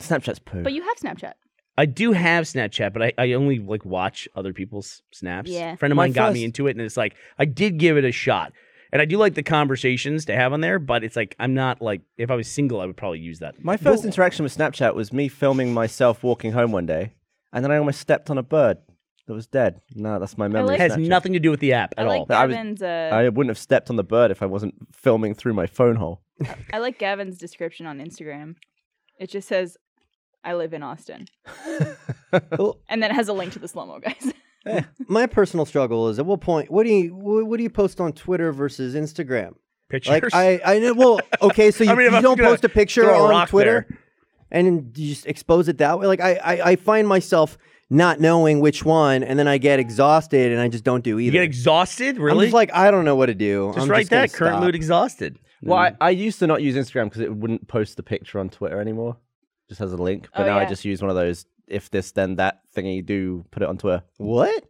S4: Snapchat's poo.
S3: But you have Snapchat.
S1: I do have Snapchat, but I, I only like watch other people's snaps.
S3: Yeah.
S1: A friend of
S4: My
S1: mine got me
S4: first-
S1: into it, and it's like I did give it a shot, and I do like the conversations to have on there. But it's like I'm not like if I was single, I would probably use that.
S4: my first interaction with Snapchat was me filming myself walking home one day, and then I almost stepped on a bird that was dead. No, that's my memory.
S3: like-
S4: of
S1: It has
S4: Snapchat.
S1: nothing to do with the app
S3: I
S1: at all.
S3: like
S4: No, I was-
S3: Gavin's. uh,
S4: I wouldn't have stepped on the bird if I wasn't filming through my phone hole.
S3: I like Gavin's description on Instagram. It just says, "I live in Austin,"
S2: Well,
S3: and then it has a link to the slow mo guys.
S2: my personal struggle is at what point? What do you what, what do you post on Twitter versus Instagram?
S1: Pictures.
S2: Like I I know. Well, okay, so you,
S1: mean, if
S2: you
S1: I'm
S2: don't
S1: gonna
S2: post a picture
S1: throw a
S2: on
S1: rock
S2: Twitter and then you just expose it that way. Like I, I I find myself not knowing which one, and then I get exhausted and I just don't do
S1: you
S2: either.
S1: get exhausted,
S2: I'm
S1: really?
S2: just like I don't know what to do.
S1: Just
S2: I'm
S1: write
S2: gonna
S1: that current
S2: stop.
S1: mood exhausted.
S4: Well, I, I used to not use Instagram because it wouldn't post the picture on Twitter anymore. It just has a link. But
S3: Oh,
S4: now I
S3: yeah.
S4: just use one of those if this then that thingy do put it on Twitter.
S2: What?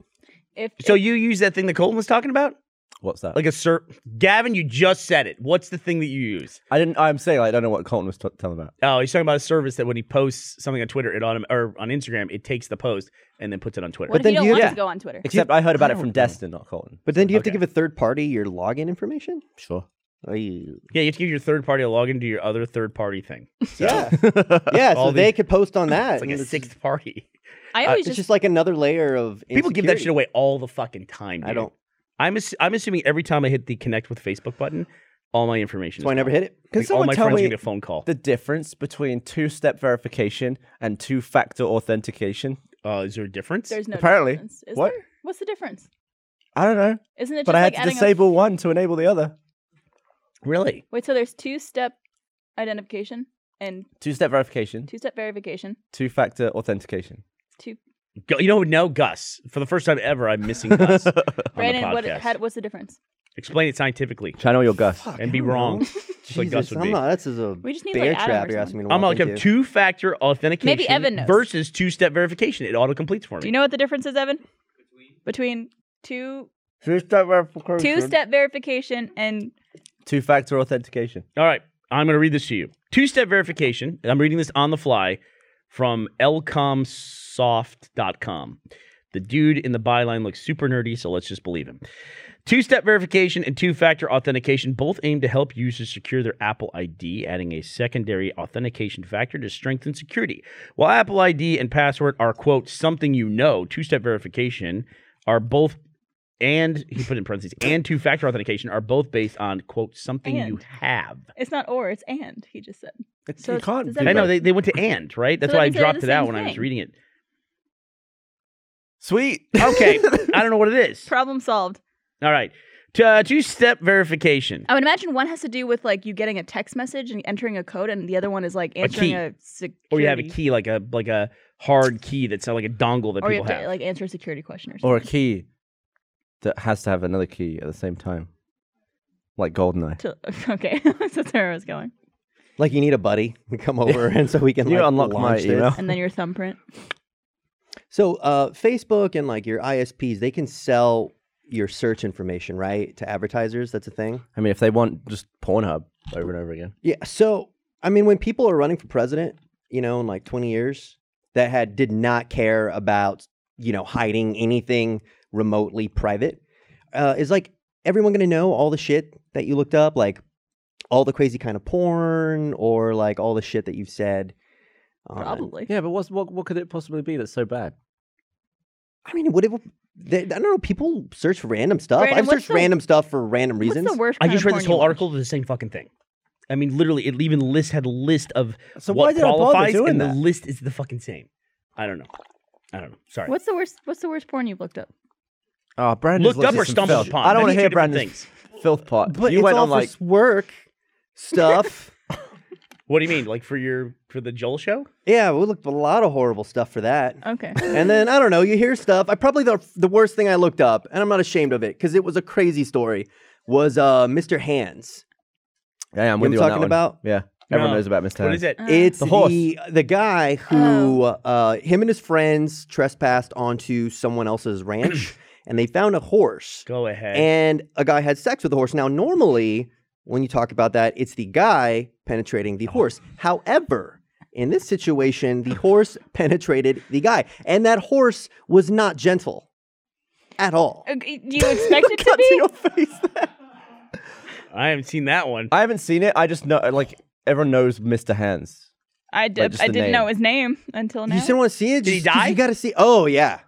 S3: If
S1: so
S3: if-
S1: you use that thing that Colton was talking about,
S4: What's that?
S1: like a cert. Gavin, you just said it. What's the thing that you use?
S4: I didn't. I'm saying like, I don't know what Colton was t- telling about.
S1: Oh, he's talking about a service that when he posts something on Twitter, it autom- or on Instagram, it takes the post and then puts it on Twitter.
S3: what if
S2: then
S3: you don't
S2: you-
S3: want
S4: yeah.
S3: to go on Twitter?
S4: Except I heard about it
S1: I don't
S4: from
S1: know.
S4: Destin, not Colton.
S2: But then do you have to
S1: Okay.
S2: give a third party your login information?
S4: Sure.
S2: Ew.
S1: Yeah, you have to give your third party a login to your other third party thing.
S2: Yeah, yeah.
S1: All
S2: so
S1: the-
S2: they could post on that.
S1: It's like
S2: and
S1: a sixth party.
S3: I always
S2: It's just,
S3: just,
S2: like another layer of
S1: People give that
S2: insecurity.
S1: shit away all the fucking time.
S2: I
S1: dude.
S2: don't.
S1: I'm ass- I'm assuming every time I hit the connect with Facebook button, all my information.
S2: That's why I
S1: is
S2: never
S1: gone.
S2: hit it.
S4: Can
S1: Like, all
S4: someone
S1: my
S4: tell
S1: friends
S4: me
S1: get a phone call.
S4: the difference between two-step verification and two-factor authentication?
S1: uh, is there a difference?
S3: there's no
S4: apparently.
S3: difference. Is
S4: What?
S3: there? What's the difference?
S4: I don't know,
S3: Isn't it just
S4: but I
S3: like
S4: had to
S3: adding
S4: disable one to enable the other.
S1: really?
S3: a wait? So there's two step identification and
S4: Two-step verification,
S3: two step verification.
S4: two-factor authentication.
S3: Two
S1: Go, you know, no, Gus. For the first time ever, I'm missing Gus on the
S3: Brandon, what
S1: podcast.
S3: how, what's the difference?
S1: Explain it scientifically
S4: Channel your Gus.
S1: and be wrong.
S2: Jesus,
S1: like Gus would
S2: I'm
S1: be.
S2: not. This is a
S3: We just need,
S2: bear
S3: like, Adam
S2: trap
S3: or
S2: you're asking me
S3: something.
S2: to walk
S1: I'm like
S2: into.
S1: have two-factor authentication
S3: Maybe Evan knows.
S1: versus two-step verification. It auto completes for me.
S3: Do you know what the difference is, Evan? Between two
S4: Two step verification.
S3: two step verification and
S4: Two factor authentication.
S1: All right, I'm going to read this to you. Two-step verification. and I'm reading this on the fly from lcomsoft.com. The dude in the byline looks super nerdy, so let's just believe him. Two step verification and two factor authentication both aim to help users secure their Apple ID, adding a secondary authentication factor to strengthen security. While Apple ID and password are, quote, something you know, two step verification are both, and he put in parentheses, and two factor authentication are both based on, quote, something you
S3: And.
S1: have.
S3: it's not or, it's and, he just said.
S4: It's,
S3: So
S4: you
S3: it's-
S4: can't
S3: does
S4: do
S3: that
S1: I know
S4: that.
S1: they, they went to and, right? That's
S3: So
S1: why I
S3: that means they're
S1: dropped
S3: the
S1: it out
S3: same
S1: when I was
S3: thing.
S1: reading it.
S4: Sweet.
S1: Okay, I don't know what it is.
S3: Problem solved.
S1: All right. T- uh, two step verification.
S3: I would imagine one has to do with like you getting a text message and entering a code, and the other one is like
S1: key.
S3: answering a, security
S1: Or you have a key, like a like a hard key that's uh, like a dongle that
S3: or you
S1: people
S3: have to
S1: have.
S3: like answer a security question or something.
S4: or a key that has to have another key at the same time. Like Goldeneye.
S3: To- okay, so that's where I was going.
S2: Like you need a buddy to come over, and so we can
S4: You
S2: like,
S4: unlock my
S2: launch this.
S4: email.
S3: And then your thumbprint.
S2: So uh, Facebook and like your ISPs, they can sell your search information, right, to advertisers. That's a thing.
S4: I mean, if they want just Pornhub over and over again.
S2: Yeah. So I mean, when people are running for president, you know, in like 20 years, that had did not care about you know hiding anything remotely private, uh, is like everyone going to know all the shit that you looked up, like all the crazy kind of porn, or like all the shit that you've said. on-
S3: Probably.
S4: Yeah, but what's, what what could it possibly be that's so bad?
S2: I mean, what if they, I don't know? People search for random stuff.
S3: Brandon,
S2: I've
S3: what's
S2: searched
S3: the-
S2: random stuff for random reasons.
S3: What's the worst?
S1: I
S3: kind
S1: just
S3: of
S1: read
S3: porn
S1: this
S3: you
S1: whole
S3: watch?
S1: article to the same fucking thing. I mean, literally, it even list had a list of
S4: So why
S1: what
S4: did I bother
S1: qualifies,
S4: doing
S1: and the
S4: that?
S1: list is the fucking same. I don't know. I don't know. Sorry.
S3: What's the worst? What's the worst porn you've looked up?
S4: Oh, Brandon's
S1: Looked up
S4: listed
S1: or
S4: some
S1: stumbled
S4: filth.
S1: upon.
S4: I don't
S1: They're
S4: want
S1: two
S4: to hear
S1: different
S4: Brandon's
S1: things.
S4: filth pot.
S2: But
S4: Uh, you
S2: it's
S4: went
S2: all
S4: on
S2: for
S4: like
S2: s- work stuff.
S1: What do you mean? Like for your for the Joel show?
S2: yeah, we looked at a lot of horrible stuff for that.
S3: Okay.
S2: And then I don't know. You hear stuff. I probably the the worst thing I looked up, and I'm not ashamed of it because it was a crazy story. Was uh, Mr. Hands?
S4: Yeah, yeah, I'm
S2: You
S4: with
S2: know
S4: you
S2: what
S4: on
S2: I'm
S4: that
S2: talking
S4: one.
S2: about?
S4: Yeah, everyone
S1: No.
S4: knows about Mr.
S1: What
S4: Hands.
S1: is it?
S3: Uh,
S2: It's
S4: The
S2: the,
S4: horse.
S2: the guy who uh, him and his friends trespassed onto someone else's ranch, and they found a horse.
S1: Go ahead.
S2: and a guy had sex with the horse. Now, normally, when you talk about that, it's the guy penetrating the horse.
S4: Uh-huh.
S2: However, in this situation, the horse penetrated the guy, and that horse was not gentle at all.
S3: Uh, Do you expect it to
S2: Cut
S3: be?
S2: your face.
S1: I haven't seen that one.
S4: I haven't seen it. I just know, like, everyone knows Mr. Hands.
S3: I, d-
S4: Like, just
S3: I
S4: the
S3: didn't know
S4: name.
S3: his name until now.
S2: You just didn't want to see it.
S1: Did he
S2: just 'cause
S1: die?
S2: You got to see. Oh yeah.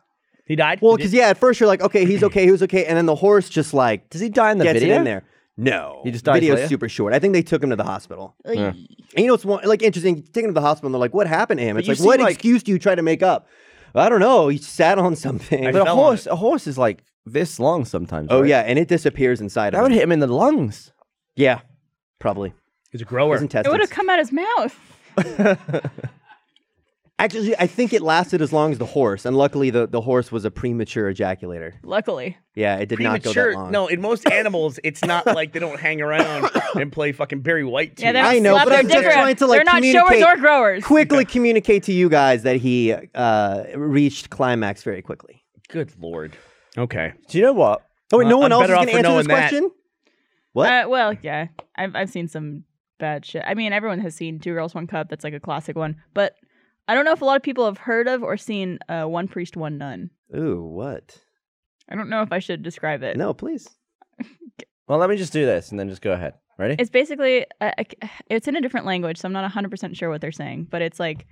S1: He died.
S2: Well, because yeah, at first you're like, okay, he's okay, he was okay, and then the horse just like
S4: Does he die in the
S2: gets
S4: video?
S2: it in there. No,
S4: He just dies
S2: Video's
S4: later?
S2: super short. I think they took him to the hospital.
S3: Ugh.
S4: Yeah.
S2: And you know what's one, like interesting? Taking him to the hospital, and they're like, "What happened to him?" It's
S4: you
S2: like,
S4: see,
S2: "What
S4: like-
S2: excuse do you try to make up?" I don't know. He sat on something.
S1: I
S4: But a
S1: fell on
S4: horse,
S1: it.
S4: a horse is like this long sometimes.
S2: oh
S4: right?
S2: yeah, and it disappears inside
S4: that
S2: of
S4: would
S2: him.
S4: hit him in the lungs.
S2: Yeah, probably.
S1: He's a grower.
S2: His
S3: It would
S2: intestines.
S3: have come out his mouth.
S2: Actually, I think it lasted as long as the horse, and luckily the, the horse was a premature ejaculator.
S3: Luckily,
S2: Yeah, it did not go
S1: Premature.
S2: that long.
S1: No, in most animals, it's not like they don't hang around and play fucking Barry White. to
S3: yeah,
S1: you.
S3: they
S2: I
S3: don't
S2: know,
S3: slap
S2: but
S3: their
S2: I'm just
S3: dick around.
S2: trying to, like,
S3: They're not showers
S2: communicate
S3: or growers.
S2: Quickly communicate to you guys that he uh, reached climax very quickly.
S1: Good lord. Okay.
S4: Do you know what?
S2: Oh wait,
S1: Well,
S2: no one
S1: I'm
S2: else is
S1: better off
S2: going to
S1: for
S2: answer this
S1: knowing that.
S2: question. What?
S3: Uh, well, yeah, I've I've seen some bad shit. I mean, everyone has seen Two Girls One Cup. That's like a classic one, but I don't know if a lot of people have heard of or seen uh, One Priest One Nun.
S2: Ooh, what?
S3: I don't know if I should describe it.
S2: No, please.
S4: Well, let me just do this and then just go ahead. Ready?
S3: It's basically uh, I- it's in a different language, so I'm not 100% sure what they're saying, but it's like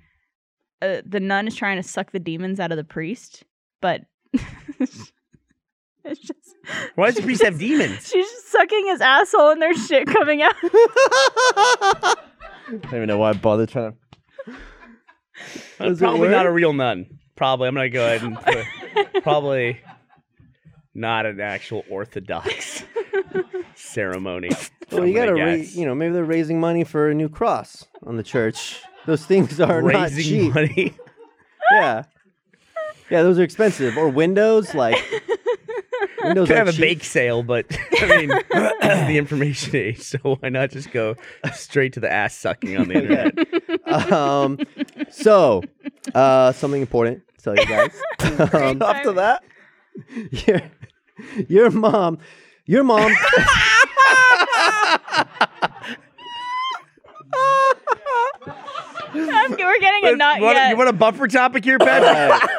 S3: uh, the nun is trying to suck the demons out of the priest, but it's just
S1: Why does the priest have demons?
S3: she's just sucking his asshole and there's shit coming out.
S4: I don't even know why I bothered trying to.
S1: Uh, probably not a real nun. Probably. I'm gonna go ahead and put, probably not an actual Orthodox ceremony.
S2: Well, you
S1: I'm
S2: gotta,
S1: gonna
S2: ra-
S1: guess.
S2: you know, maybe they're raising money for a new cross on the church. Those things are not
S1: raising
S2: cheap.
S1: money.
S2: Yeah, yeah, those are expensive. Or windows, like Windows
S1: Could
S2: are
S1: have a
S2: cheap.
S1: bake sale, but I mean, it's the information age, so why not just go straight to the ass sucking on the
S2: Yeah.
S1: internet?
S2: um, so, uh, something important to tell you guys. um,
S4: After that,
S2: your, your mom, your mom.
S3: I'm- we're getting it not
S1: you, want
S3: yet.
S1: A, you want a buffer topic here, Pat?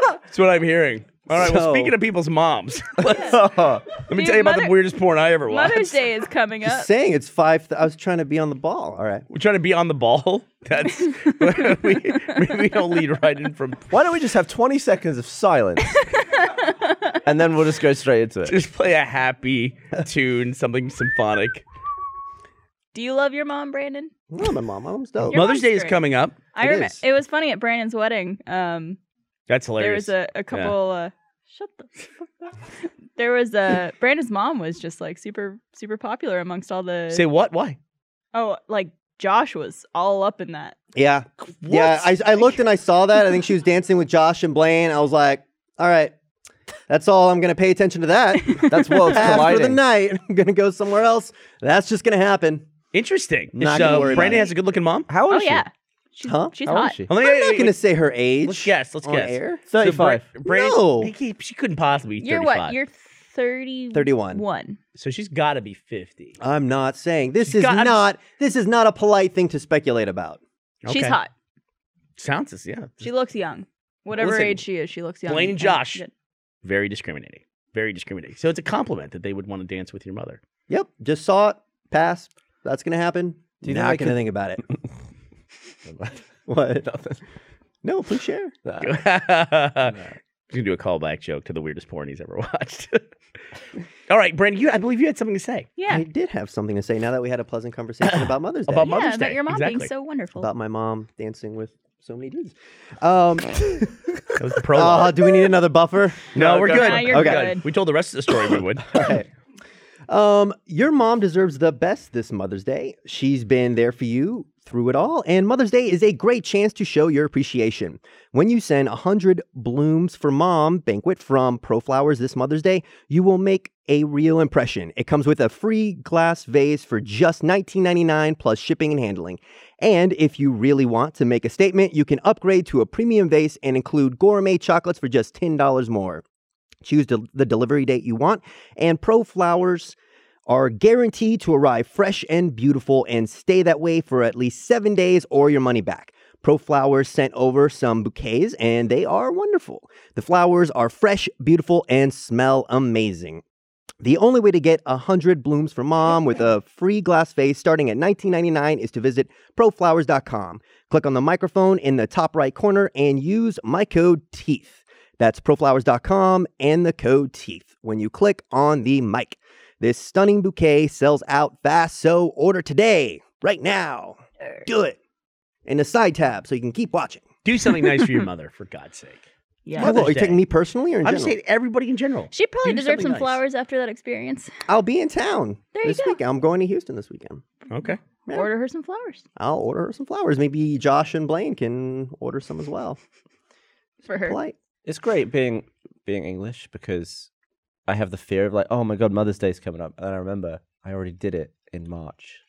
S1: That's what I'm hearing. All right.
S2: So-
S1: well, speaking of people's moms, let's- let me
S3: Dude,
S1: tell you about the
S3: mother-
S1: weirdest porn I ever watched.
S3: Mother's Day is coming
S2: Just
S3: up.
S2: saying, it's five. Th- I was trying to be on the ball. All right.
S1: We're trying to be on the ball. That's we, we, we don't lead right in from
S4: why don't we just have 20 seconds of silence, and then we'll just go straight into it.
S1: just play a happy tune, something symphonic.
S3: Do you love your mom, Brandon?
S2: No, my mom. My mom's dope.
S3: Your
S1: Mother's
S3: mom's
S1: Day is
S3: great.
S1: coming up.
S3: I
S2: It
S3: remember
S2: is.
S3: it was funny at Brandon's wedding. Um,
S1: That's
S3: there
S1: hilarious.
S3: was a, a couple. Uh, shut the. fuck up. There was a Brandon's mom was just like super super popular amongst all the
S1: Say what? Why?
S3: oh like Josh was all up in that.
S2: Yeah. Yeah. I, I looked and I saw that. I think she was dancing with Josh and Blaine. I was like, all right, that's all. I'm going to pay attention to that.
S4: That's worlds
S2: After the
S4: colliding.
S2: night, I'm going to go somewhere else. That's just going to happen.
S1: Interesting.
S2: Not
S1: Is,
S2: gonna
S1: uh,
S2: worry about
S1: Brandon
S2: it.
S1: has a good looking mom.
S4: How old
S3: Oh
S4: is she?
S3: yeah, she's
S2: Huh?
S3: she's
S4: How old
S3: hot.
S4: is she?
S1: I'm
S2: I'm not going to say her age.
S1: Let's guess. Let's
S2: on
S1: guess.
S2: air?
S1: So Bra-
S4: 35.
S1: Brandon,
S2: No.
S1: I keep- she couldn't possibly be
S3: You're
S1: 35.
S3: what? You're thirty.
S2: 31.
S3: One.
S1: so she's got to be 50.
S2: I'm not saying this
S1: She's
S2: is
S1: got- I'm-
S2: not this is not a polite thing to speculate about.
S3: She's
S1: Okay.
S3: hot.
S1: Sounds as yeah.
S3: She looks young. Whatever
S1: Listen,
S3: age she is, she looks young.
S1: Blaine and
S3: And
S1: Josh.
S3: good.
S1: Very discriminating. Very discriminating. So it's a compliment that they would want to dance with your mother.
S2: Yep, just saw it pass. That's going to happen.
S4: Do you think
S2: not
S4: I
S2: going to
S4: could-
S2: think about it. what? No, please share.
S4: Nah.
S1: He's gonna do a callback joke to the weirdest porn he's ever watched. All right, Brandon, you I believe you had something to say
S3: Yeah.
S2: I did have something to say now that we had a pleasant conversation about Mother's Day.
S1: about
S3: yeah,
S1: Mother's
S3: about
S1: Day.
S3: your mom
S1: exactly.
S3: being so wonderful.
S2: about my mom dancing with so many dudes. Um,
S1: that was the
S2: uh,
S1: prologue.
S2: do we need another buffer?
S1: no, we're good.
S3: Nah, you're
S1: okay.
S3: good.
S1: We told the rest of the story we would.
S2: Okay. Um, your mom deserves the best this Mother's Day. She's been there for you through it all, and Mother's Day is a great chance to show your appreciation. When you send 100 blooms for mom banquet from ProFlowers this Mother's Day, you will make a real impression. It comes with a free glass vase for just $19.99 plus shipping and handling. And if you really want to make a statement, you can upgrade to a premium vase and include gourmet chocolates for just $10 more. Choose del- the delivery date you want, and Pro Flowers are guaranteed to arrive fresh and beautiful and stay that way for at least seven days or your money back. Pro Flowers sent over some bouquets, and they are wonderful. The flowers are fresh, beautiful, and smell amazing. The only way to get 100 blooms for mom with a free glass vase starting at $19.99 is to visit proflowers.com. Click on the microphone in the top right corner and use my code TEETH. That's proflowers.com and the code TEETH when you click on the mic. This stunning bouquet sells out fast, so order today, right now. Do it. In the side tab so you can keep watching.
S1: do something nice for your mother, for God's sake.
S3: yeah.
S2: Oh,
S1: Mother's
S2: are you
S1: Day.
S2: taking me personally or in
S1: I'm just
S2: general?
S1: saying everybody in general.
S3: She probably
S1: Do
S3: deserves
S1: something
S3: some
S1: nice.
S3: flowers after that experience.
S2: I'll be in town
S3: There you
S2: this
S3: go.
S2: weekend. I'm going to Houston this weekend.
S1: Okay.
S2: Yeah.
S3: Order her some flowers
S2: I'll order her some flowers. Maybe Josh and Blaine can order some as well.
S3: for her.
S2: Polite.
S4: It's great being being English because I have the fear of like, oh my god, Mother's Day's coming up, and I remember I already did it in March.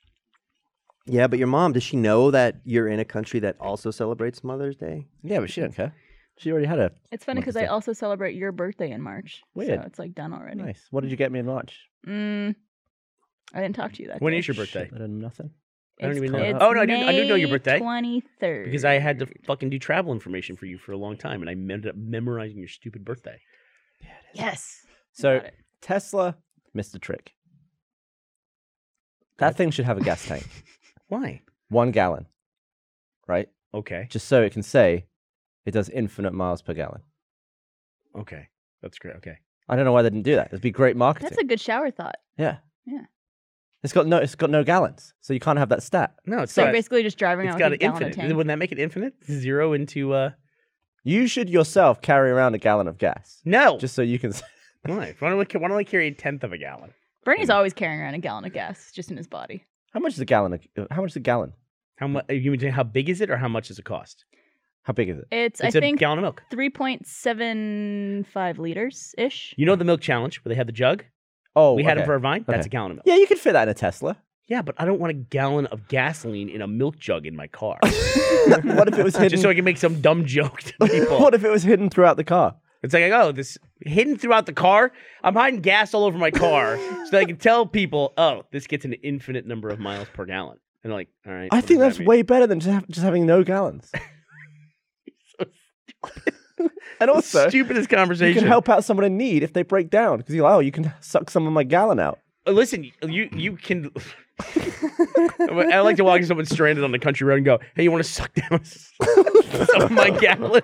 S2: Yeah, but your mom, does she know that you're in a country that also celebrates Mother's Day?
S4: Yeah, but she don't care. She already had a
S3: It's funny because I
S4: Wonderful.
S3: also celebrate your birthday in March.
S4: Weird.
S3: So it's like done already.
S4: nice. What did you get me in March?
S3: Mm, I didn't talk to you that
S1: When
S3: day.
S1: is your birthday?
S4: Shit, I didn't nothing.
S1: I don't
S3: It's-
S1: even know.
S3: it's
S1: Oh, no, I didn't- I didn't know your
S3: May
S1: birthday.
S3: 23rd.
S1: Because I had to fucking do travel information for you for a long time and I ended up memorizing your stupid birthday.
S3: Yes.
S4: So
S3: Got it.
S4: Tesla missed a trick. That thing should have a gas tank,
S1: Why?
S4: one gallon, right?
S1: Okay.
S4: Just so it can say it does infinite miles per gallon.
S1: Okay. That's great. Okay.
S4: I don't know why they didn't do that. It'd be great marketing.
S3: That's a good shower thought.
S4: Yeah.
S3: Yeah.
S4: It's got no. It's got no gallons, so you can't have that stat.
S1: No, it's
S3: So
S1: not.
S3: you're basically just driving
S1: It's
S3: out
S1: got
S3: with a
S1: an
S3: gallon of
S1: infinite.
S3: tank.
S1: Wouldn't that make it infinite? Zero into uh
S4: You should yourself carry around a gallon of gas,
S1: no.
S4: just so you can.
S1: Why? Why don't, I, why don't I carry a tenth of a gallon?
S3: Bernie's
S1: Mm.
S3: always carrying around a gallon of gas just in his body.
S4: How much is a gallon? of- How much is a gallon?
S1: How much? You mean how big is it, or how much does it cost?
S4: How big is it?
S3: It's,
S1: It's
S3: I
S1: a
S3: think
S1: gallon of milk.
S3: 3.75 liters ish.
S1: You know the milk challenge where they have the jug?
S4: Oh,
S1: we had them
S4: okay.
S1: for our vine. That's
S4: Okay.
S1: a gallon of milk.
S4: Yeah, you could fit that in a Tesla.
S1: Yeah, but I don't want a gallon of gasoline in a milk jug in my car.
S4: what if it was hidden?
S1: just so I can make some dumb joke to people.
S4: what if it was hidden throughout the car?
S1: It's like, oh, this hidden throughout the car. I'm hiding gas all over my car so that I can tell people, oh, this gets an infinite number of miles per gallon. And they're like, all right.
S4: I
S1: what
S4: think
S1: does that
S4: that's
S1: mean?
S4: way better than just, have, just having no gallons. and
S1: The
S4: also,
S1: stupidest
S4: you
S1: conversation.
S4: can help out someone in need if they break down because you're like, oh, you can suck some of my gallon out.
S1: Uh, Listen, you you can. I like to walk to someone stranded on the country road and go, "Hey, you want to suck down some of my gallon?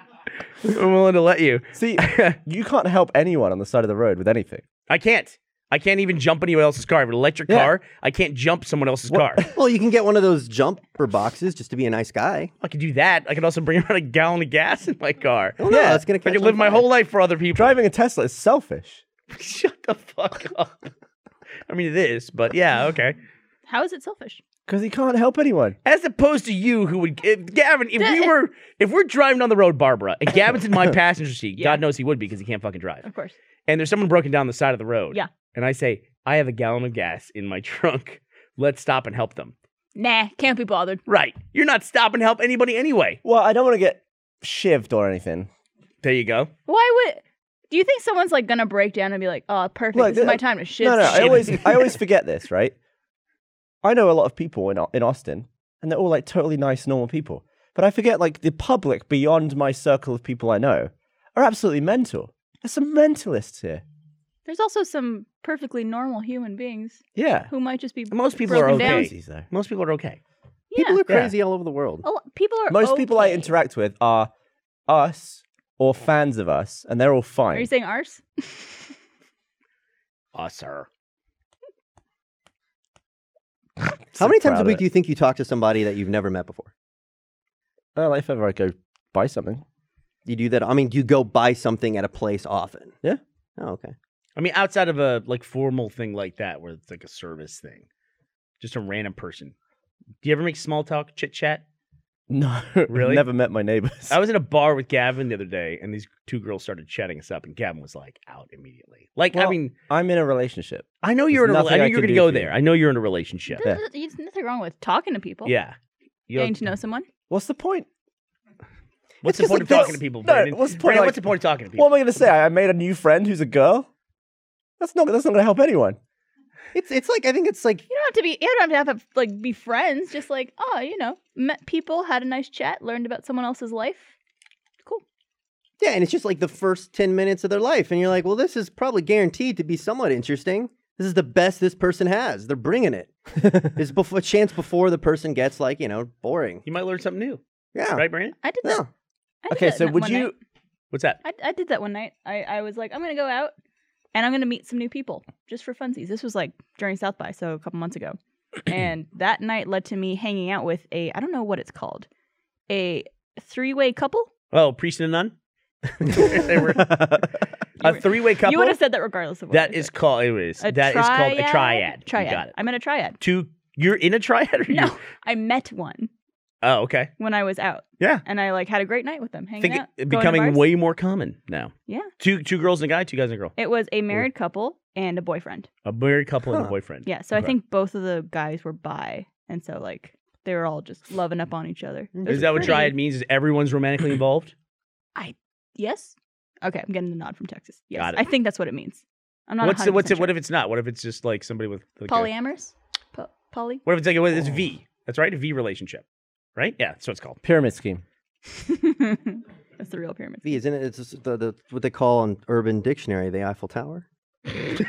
S1: I'm willing to let you."
S4: See, you can't help anyone on the side of the road with anything.
S1: I can't. I can't even jump anyone else's car. I have an electric
S4: Yeah.
S1: car. I can't jump someone else's car.
S2: Well, you can get one of those jumper boxes just to be a nice guy.
S1: I could do that. I could also bring around a gallon of gas in my car.
S2: Oh, no, that's gonna
S1: I
S2: catch
S1: could
S2: on
S1: live my
S2: fire.
S1: whole life for other people.
S4: Driving a Tesla is selfish.
S1: Shut the fuck up. I mean, it is, but yeah, okay.
S3: How is it selfish?
S4: Because he can't help anyone.
S1: As opposed to you, who would if, Gavin? If
S3: Duh.
S1: we were, if we're driving down the road, Barbara, and Gavin's in my passenger seat,
S3: Yeah.
S1: God knows he would be because he can't fucking drive.
S3: Of course.
S1: And there's someone broken down the side of the road.
S3: Yeah.
S1: And I say, I have a gallon of gas in my trunk. Let's stop and help them.
S3: Nah, can't be bothered.
S1: Right. You're not stopping to help anybody anyway.
S4: Well, I don't want to get shivved or anything.
S1: There you go.
S3: Why would. Do you think someone's like gonna break down and be like, oh, perfect,
S4: Look,
S3: this is
S4: uh,
S3: my time to shit?
S4: no, no, I
S1: shit.
S4: always, I always forget this, right? I know a lot of people in, Au- in Austin, and they're all like totally nice, normal people. But I forget, like, the public beyond my circle of people I know are absolutely mental. There's some mentalists here.
S3: There's also some perfectly normal human beings
S4: Yeah.
S3: who might just be.
S1: Most people
S3: Broken
S1: are okay.
S3: down.
S4: Crazies, though.
S1: Most people are okay.
S3: Yeah. Oh.
S2: People are
S1: Yeah.
S2: crazy all over the world.
S3: A lo- people are.
S4: Most people I
S3: okay.
S4: interact with are us or fans of us, and they're all fine.
S3: Are you saying ours?
S1: Oh, sir.
S2: How many times a
S4: proud of
S2: week
S4: it.
S2: do you think you talk to somebody that you've never met before?
S4: Well, if ever I go buy something.
S2: You do that? I mean, do you go buy something at a place often?
S4: Yeah.
S2: Oh, okay.
S1: I mean, outside of a like formal thing like that, where it's like a service thing, just a random person. Do you ever make small talk, chit chat?
S4: No,
S1: Really?
S4: Never met my neighbors.
S1: I was in a bar with Gavin the other day, and these two girls started chatting us up, and Gavin was like out immediately. Like, I
S4: Well-
S1: mean,
S4: I'm in a relationship.
S1: I know you're in
S4: There's
S1: a. rela- I
S4: nothing
S1: know
S4: I
S1: you're
S4: can
S1: gonna
S4: do
S1: go
S4: for you.
S1: there. I know you're in a relationship.
S3: There's, there's nothing wrong with talking to people.
S1: Yeah. You know,
S3: Getting to know someone.
S4: What's the point?
S1: what's the
S4: It's 'cause,
S1: point
S4: like,
S1: of talking
S4: this-
S1: to people?
S4: no,
S1: Brandon?
S4: what's the point,
S1: Brandon,
S4: like-
S1: what's the point of talking to
S4: What
S1: people?
S4: am I going to say? I made a new friend who's a girl. That's not. That's not going to help anyone.
S2: It's it's like I think it's like
S3: You don't have to be. You don't have to have like be friends. Just like oh, you know, met people, had a nice chat, learned about someone else's life. Cool.
S2: yeah, and it's just like the first ten minutes of their life, and you're like, well, this is probably guaranteed to be somewhat interesting. This is the best this person has. They're bringing it. It's before a chance before the person gets like you know boring.
S1: You might learn something new,
S2: Yeah.
S1: right, Brandon?
S3: I did
S2: Yeah.
S3: that. I did
S4: Okay,
S3: that
S4: so
S3: n-
S4: would
S3: one
S4: you?
S3: night.
S1: What's that?
S3: I, I did that one night. I, I was like, I'm gonna go out and I'm gonna meet some new people just for funsies. This was like during South by, so a couple months ago, and that night led to me hanging out with a I don't know what it's called, a three way couple.
S1: Oh, priest and a nun. they were
S3: You
S1: a
S3: were-
S1: three way couple.
S3: You would have said that regardless of what
S1: That
S3: I
S1: is
S3: said.
S1: called. Anyways,
S3: A
S1: that is called a triad. You
S3: Triad.
S1: Got it.
S3: I'm in a triad.
S1: Two. You're in a triad, or you?
S3: No, I met one
S1: Oh, okay.
S3: when I was out.
S1: Yeah.
S3: and I like had a great night with them, hanging
S1: Think
S3: out,
S1: it,
S3: going to
S1: becoming
S3: bars.
S1: way more common now.
S3: Yeah.
S1: Two two girls and a guy, two guys and a girl,
S3: It was a married couple and a boyfriend.
S1: a married couple and a
S2: Huh.
S1: boyfriend.
S3: Yeah, so I
S1: Okay.
S3: think both of the guys were bi, and so like they were all just loving up on each other. It
S1: Is
S3: was
S1: that what
S3: pretty.
S1: triad means? Is everyone's romantically involved?
S3: Yes. Okay, I'm getting the nod from Texas. Yes,
S1: Got it.
S3: I think that's what it means. I'm not.
S1: what's
S3: 100%
S1: the, what's it?
S3: sure.
S1: What if it's not? What if it's just like somebody with like a-
S3: polyamorous? Po- poly?
S1: what if it's like a, what- it's V? That's right, a V relationship, right? Yeah, that's what it's called.
S4: Pyramid scheme.
S3: that's the real pyramid.
S2: V, isn't it? It's just the, the what they call in Urban Dictionary the Eiffel Tower. Just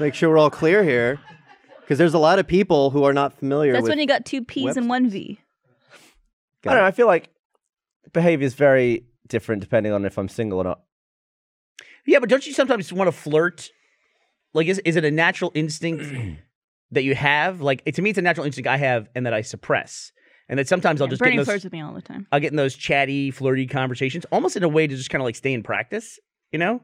S2: make sure we're all clear here, because there's a lot of people who are not familiar.
S3: That's
S2: with,
S3: when you got two P's and one V.
S4: I don't know. I feel like behavior is very different depending on if I'm single or not.
S1: Yeah, but don't you sometimes want to flirt? Like, is is it a natural instinct that you have? Like, it- to me, it's a natural instinct I have and that I suppress, and that sometimes I'll
S3: Yeah,
S1: just get in
S3: Bernie
S1: those,
S3: flirts with me all the time.
S1: I'll get in those chatty, flirty conversations, almost in a way to just kind of like stay in practice, you know?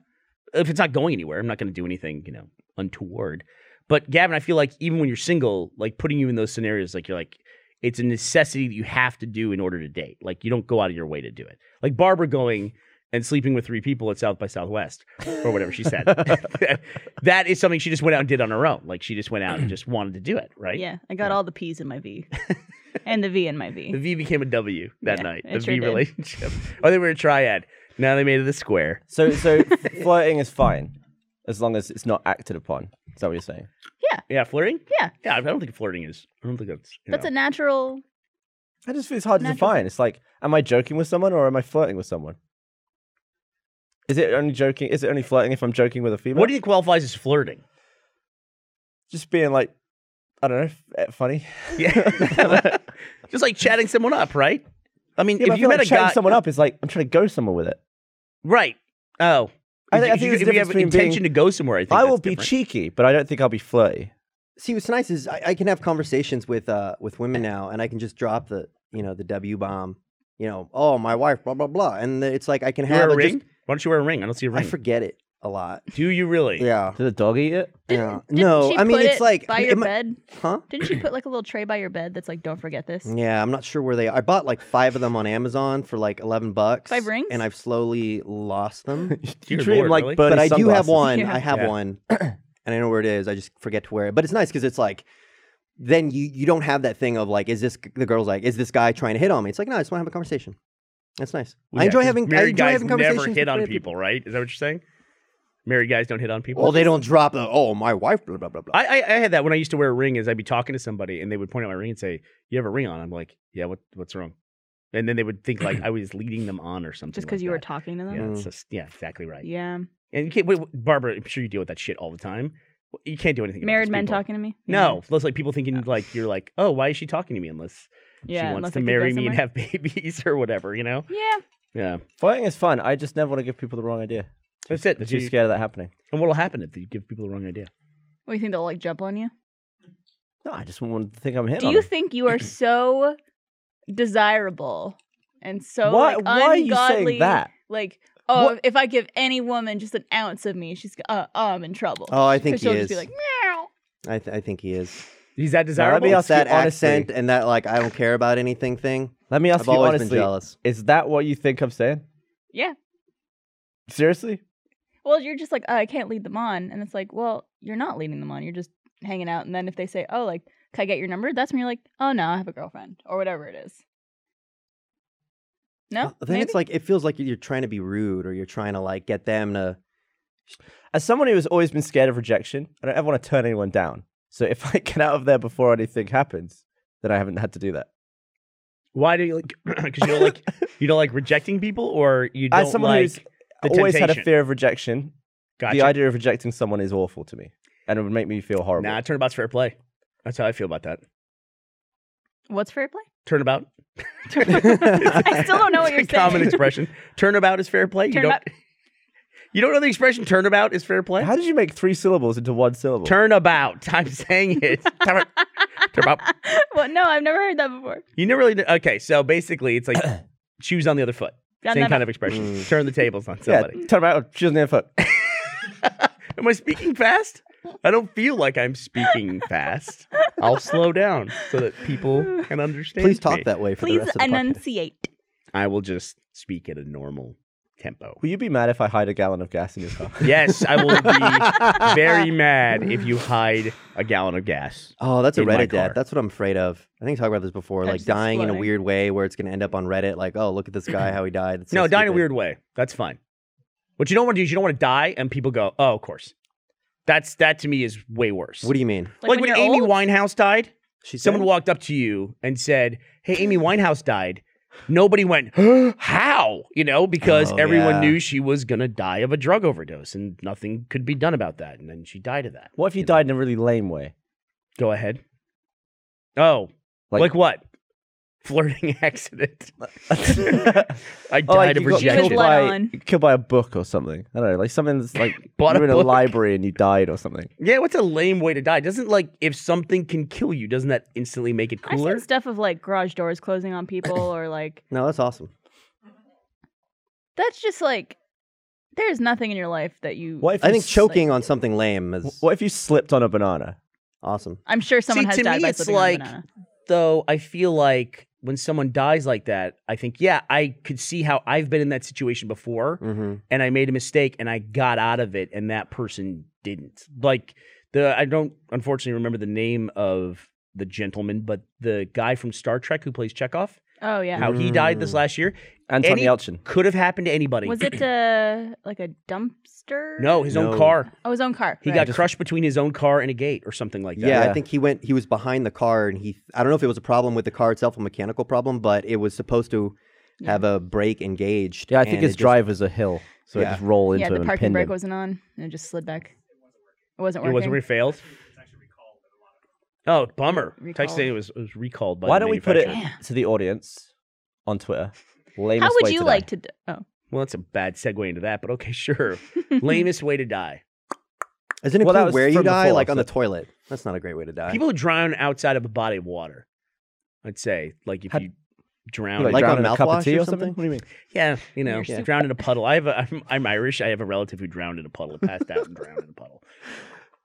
S1: If it's not going anywhere, I'm not going to do anything, you know, untoward. But Gavin, I feel like even when you're single, like putting you in those scenarios, like you're like, It's a necessity that you have to do in order to date. Like you don't go out of your way to do it. Like Barbara going and sleeping with three people at South by Southwest or whatever she said. that is something she just went out and did on her own. Like she just went out and just wanted to do it, right?
S3: Yeah, I got all the P's in my V, and the V in my
S1: The
S3: V.
S1: V became a W that
S3: Yeah,
S1: night.
S3: it
S1: The
S3: sure
S1: V
S3: did.
S1: relationship. oh, they were a triad. Now they made it a square.
S4: So so flirting is fine as long as it's not acted upon. Is that what you're saying?
S1: Yeah, flirting?
S3: Yeah.
S1: Yeah, I don't think flirting is. I don't think that's. You
S3: That's
S1: know.
S3: a natural.
S4: I just feel it's hard to
S3: Natural.
S4: define. It's like, am I joking with someone or am I flirting with someone? Is it only joking? Is it only flirting if I'm joking with a female?
S1: What do you qualifies as flirting?
S4: just being like, I don't know, f- eh, funny.
S1: Yeah. just like chatting someone up, right? I mean,
S4: Yeah, but I
S1: if you
S4: feel
S1: met
S4: like
S1: a
S4: chatting
S1: guy,
S4: someone up is like I'm trying to go somewhere with it.
S1: right? Oh,
S4: I
S1: If
S4: think- I
S1: you-
S4: think
S1: if
S4: there's a
S1: you, if you have
S4: difference between
S1: intention to go somewhere, I think
S4: I
S1: that's
S4: will be
S1: different.
S4: cheeky, but I don't think I'll be flirty.
S2: See, what's nice is I, I can have conversations with uh, with women now, and I can just drop the you know the W bomb. You know, oh my wife, blah blah blah, and it's like I can
S1: You wear
S2: have
S1: a
S2: a just-
S1: ring? Why don't you wear a ring? I don't see a
S2: I
S1: ring.
S2: forget it a lot.
S1: do you really?
S2: Yeah.
S4: Did the dog eat it?
S3: Didn't,
S2: Yeah.
S3: didn't
S2: No,
S3: she
S2: I mean,
S3: put
S2: it's
S3: it
S2: like,
S3: by
S2: am
S3: your
S2: I-
S3: bed.
S2: Huh?
S3: Didn't she put like a little tray by your bed that's like, don't forget this?
S2: Yeah, I'm not sure where they. Are. I bought like five of them on Amazon for like eleven bucks.
S3: Five rings?
S2: and I've slowly lost them.
S4: You
S1: Dear
S4: treat him
S1: Lord,
S4: like
S1: really?
S4: Bernie
S2: but I do have
S4: sunglasses.
S2: one.
S3: Yeah.
S2: I have
S1: Yeah.
S2: one, and I know where it is. I just forget to wear it. But it's nice because it's like, then you you don't have that thing of like, is this the girl's like, is this guy trying to hit on me? It's like, no, I just want to have a conversation. That's nice. I
S1: Yeah,
S2: enjoy
S1: 'cause
S2: having I
S1: married
S2: enjoy
S1: guys
S2: having conversations.
S1: never
S2: with
S1: hit on
S2: creative
S1: people, right? Is that what you're saying? Married guys don't hit on people.
S2: Well, they don't drop the oh my wife blah blah blah blah.
S1: I, I I had that when I used to wear a ring. Is I'd be talking to somebody and they would point at my ring and say, "You have a ring on." I'm like, "Yeah, what what's wrong?" And then they would think like I was leading them on or something.
S3: Just because
S1: like
S3: you were
S1: that.
S3: talking to them?
S1: Yeah,
S2: Mm.
S1: it's just- yeah, exactly right.
S3: Yeah.
S1: And you can't, wait, wait, Barbara, I'm sure you deal with that shit all the time. You can't do anything. about
S3: Married
S1: those
S3: men
S1: people.
S3: talking to me?
S1: No, unless like people thinking like you're like, oh, why is she talking to me unless
S3: Yeah.
S1: she wants
S3: unless
S1: to
S3: I could go
S1: marry me
S3: somewhere.
S1: and have babies or whatever, you know?
S3: Yeah.
S1: Yeah,
S4: Flirting is fun. I just never want to give people the wrong idea.
S1: that's it.
S4: I'm
S1: That's
S4: too
S1: you-
S4: scared of that happening.
S1: And what'll happen if you give people the wrong idea?
S3: What, you think they'll like jump on you?
S4: No, I just want to think I'm him.
S3: Do you think you are so desirable and so
S4: why?
S3: like,
S4: why are you
S3: ungodly?
S4: saying that?
S3: Like, oh,
S4: What-
S3: if I give any woman just an ounce of me, she's uh, oh, I'm in trouble.
S2: Oh, I think
S3: 'Cause
S2: he
S3: she'll
S2: is.
S3: just be like, "Hmm." meow.
S2: I, th- I think he is.
S1: He's that
S4: Now, let
S1: desirable?
S4: me ask
S2: It's
S4: you
S2: that
S4: honestly-
S2: accent and that like I don't care about anything thing.
S4: Let me ask
S2: I've
S4: you
S2: always
S4: honestly.
S2: been jealous.
S4: Is that what you think I'm saying?
S3: Yeah.
S4: Seriously?
S3: Well, you're just like, oh, I can't lead them on, and it's like, well, you're not leading them on. You're just hanging out, and then if they say, oh, like, can I get your number? That's when you're like, oh no, I have a girlfriend or whatever it is. No,
S2: I think
S3: Maybe?
S2: it's like it feels like you're trying to be rude or you're trying to like get them to.
S4: As someone who has always been scared of rejection, I don't ever want to turn anyone down. So if I get out of there before anything happens, then I haven't had to do that.
S1: Why do you like? Because you don't like you don't like rejecting people, or you don't
S4: As someone
S1: like
S4: who's
S1: the
S4: always had a
S1: temptation.
S4: fear of rejection,
S1: Gotcha.
S4: the idea of rejecting someone is awful to me. And it would make me feel horrible.
S1: Nah, turnabout's fair play. That's how I feel about that.
S3: What's fair play?
S1: Turnabout.
S3: I still don't know what
S1: It's a
S3: you're saying.
S1: Common expression. Turnabout is fair play. You
S3: Turnabout-
S1: don't. You don't know the expression turnabout is fair play.
S4: How did you make three syllables into one syllable?
S1: Turnabout. I'm saying it. Turnabout. Turnabout.
S3: well, no, I've never heard that before.
S1: You never really. Okay, so basically, it's like shoes on the other foot.
S3: Done
S1: Same
S3: that-
S1: kind of expression.
S2: Mm.
S1: Turn the tables on
S4: yeah,
S1: somebody.
S4: turnabout. She doesn't have a foot.
S1: Am I speaking fast? I don't feel like I'm speaking fast. I'll slow down so that people can understand.
S2: Please talk
S1: me.
S2: that way for the
S3: Please
S2: rest of the podcast.
S3: enunciate.
S1: I will just speak at a normal tempo.
S4: Will you be mad if I hide a gallon of gas in your car?
S1: Yes, I will be very mad if you hide a gallon of gas.
S2: Oh, that's a
S1: in my
S2: Reddit death.
S1: car.
S2: That's what I'm afraid of. I think I talked about this before,
S3: That's
S2: like
S3: just
S2: dying in a
S3: exploding.
S2: weird way where it's going to end up on Reddit. Like, oh, look at this guy, how he died. It's so
S1: no, die in a
S2: stupid.
S1: weird way. That's fine. What you don't want to do is you don't want to die and people go, "Oh, of course." That's that to me is way worse.
S2: What do you mean?
S1: like, when,
S3: you're
S1: Amy
S3: old?
S1: Winehouse died?
S2: She
S1: someone
S2: said-
S1: walked up to you and said, "Hey, Amy Winehouse died." Nobody went, "How?" You know, because
S2: Oh,
S1: everyone
S2: yeah.
S1: knew she was going to die of a drug overdose, and nothing could be done about that. And then she died of that.
S4: What if you
S1: You know.
S4: died in a really lame way?
S1: Go ahead. Oh, like,
S4: Like-
S1: what? Flirting accident. I died
S4: Or, Oh, like,
S1: of
S4: you got
S3: She was
S1: rejection.
S4: killed
S3: blood
S4: by,
S3: on.
S4: killed by a book or something. I don't know, like something that's like
S1: Bought a
S4: you're in a
S1: book.
S4: library and you died or something.
S1: Yeah, what's a lame way to die? Doesn't like if something can kill you, doesn't that instantly make it
S3: I've seen
S1: cooler?
S3: stuff of like garage doors closing on people, or like
S2: No, that's awesome.
S3: that's just like there's nothing in your life that you.
S4: What if
S2: I
S4: you
S2: think
S4: s-
S2: choking on something lame is
S4: What if you slipped on a banana?
S2: awesome.
S3: I'm sure someone
S1: See,
S3: has
S1: to
S3: died
S1: me,
S3: by
S1: it's
S3: slipping on a
S1: like
S3: banana.
S1: though I feel like when someone dies like that, I think, yeah, I could see how I've been in that situation before
S2: Mm-hmm.
S1: and I made a mistake and I got out of it and that person didn't. Like the I don't unfortunately remember the name of the gentleman, but the guy from Star Trek who plays Chekhov,
S3: Oh yeah.
S1: how he died
S2: Mm.
S1: this last year,
S4: Anton
S1: Any-
S4: Yelchin.
S1: could have happened to anybody.
S3: Was it uh, like a dumpster?
S1: no, his
S2: No.
S1: own car.
S3: Oh, his own car.
S1: He
S3: right.
S1: got crushed between his own car and a gate or something like that.
S2: Yeah, I
S4: Yeah.
S2: think he went. He was behind the car, and he. I don't know if it was a problem with the car itself, a mechanical problem, but it was supposed to have a brake engaged.
S4: Yeah, I think
S2: and
S4: his
S2: it just-
S4: driver's a hill, so
S2: Yeah.
S4: it just roll into
S3: Yeah,
S4: him
S3: the
S4: and
S3: parking
S4: pinned
S3: brake
S4: him.
S3: wasn't on, and it just slid back. It wasn't
S1: It
S3: working.
S1: wasn't where he failed. Oh, bummer.
S3: Recalled.
S1: Texas it was, it was recalled by
S4: Why
S1: the
S4: don't we put it
S1: manufacturer.
S4: to the audience on Twitter? Lamest
S3: How would
S4: way
S3: you
S4: to
S3: like
S4: die.
S3: to? D- oh,
S1: Well, that's a bad segue into that, but okay, sure. Lamest way to die.
S2: Doesn't it
S4: Well, that
S2: include
S4: was
S2: where you
S4: from
S2: die,
S4: before,
S2: like on the
S4: so-
S2: toilet? That's not a great way
S4: Uh,
S2: to die.
S1: People who drown outside of a body of water. I'd say, like if
S4: Had-
S1: you drown,
S4: You like,
S2: Like
S4: drown
S2: on
S4: in a cup
S2: mouthwash
S4: of tea
S2: or
S4: or something?
S2: something?
S4: What do you mean?
S1: yeah, you know,
S3: You're Yeah.
S1: drown in a puddle. I have, a, I'm, I'm Irish. I have a relative who drowned in a puddle, passed out and drowned in a puddle,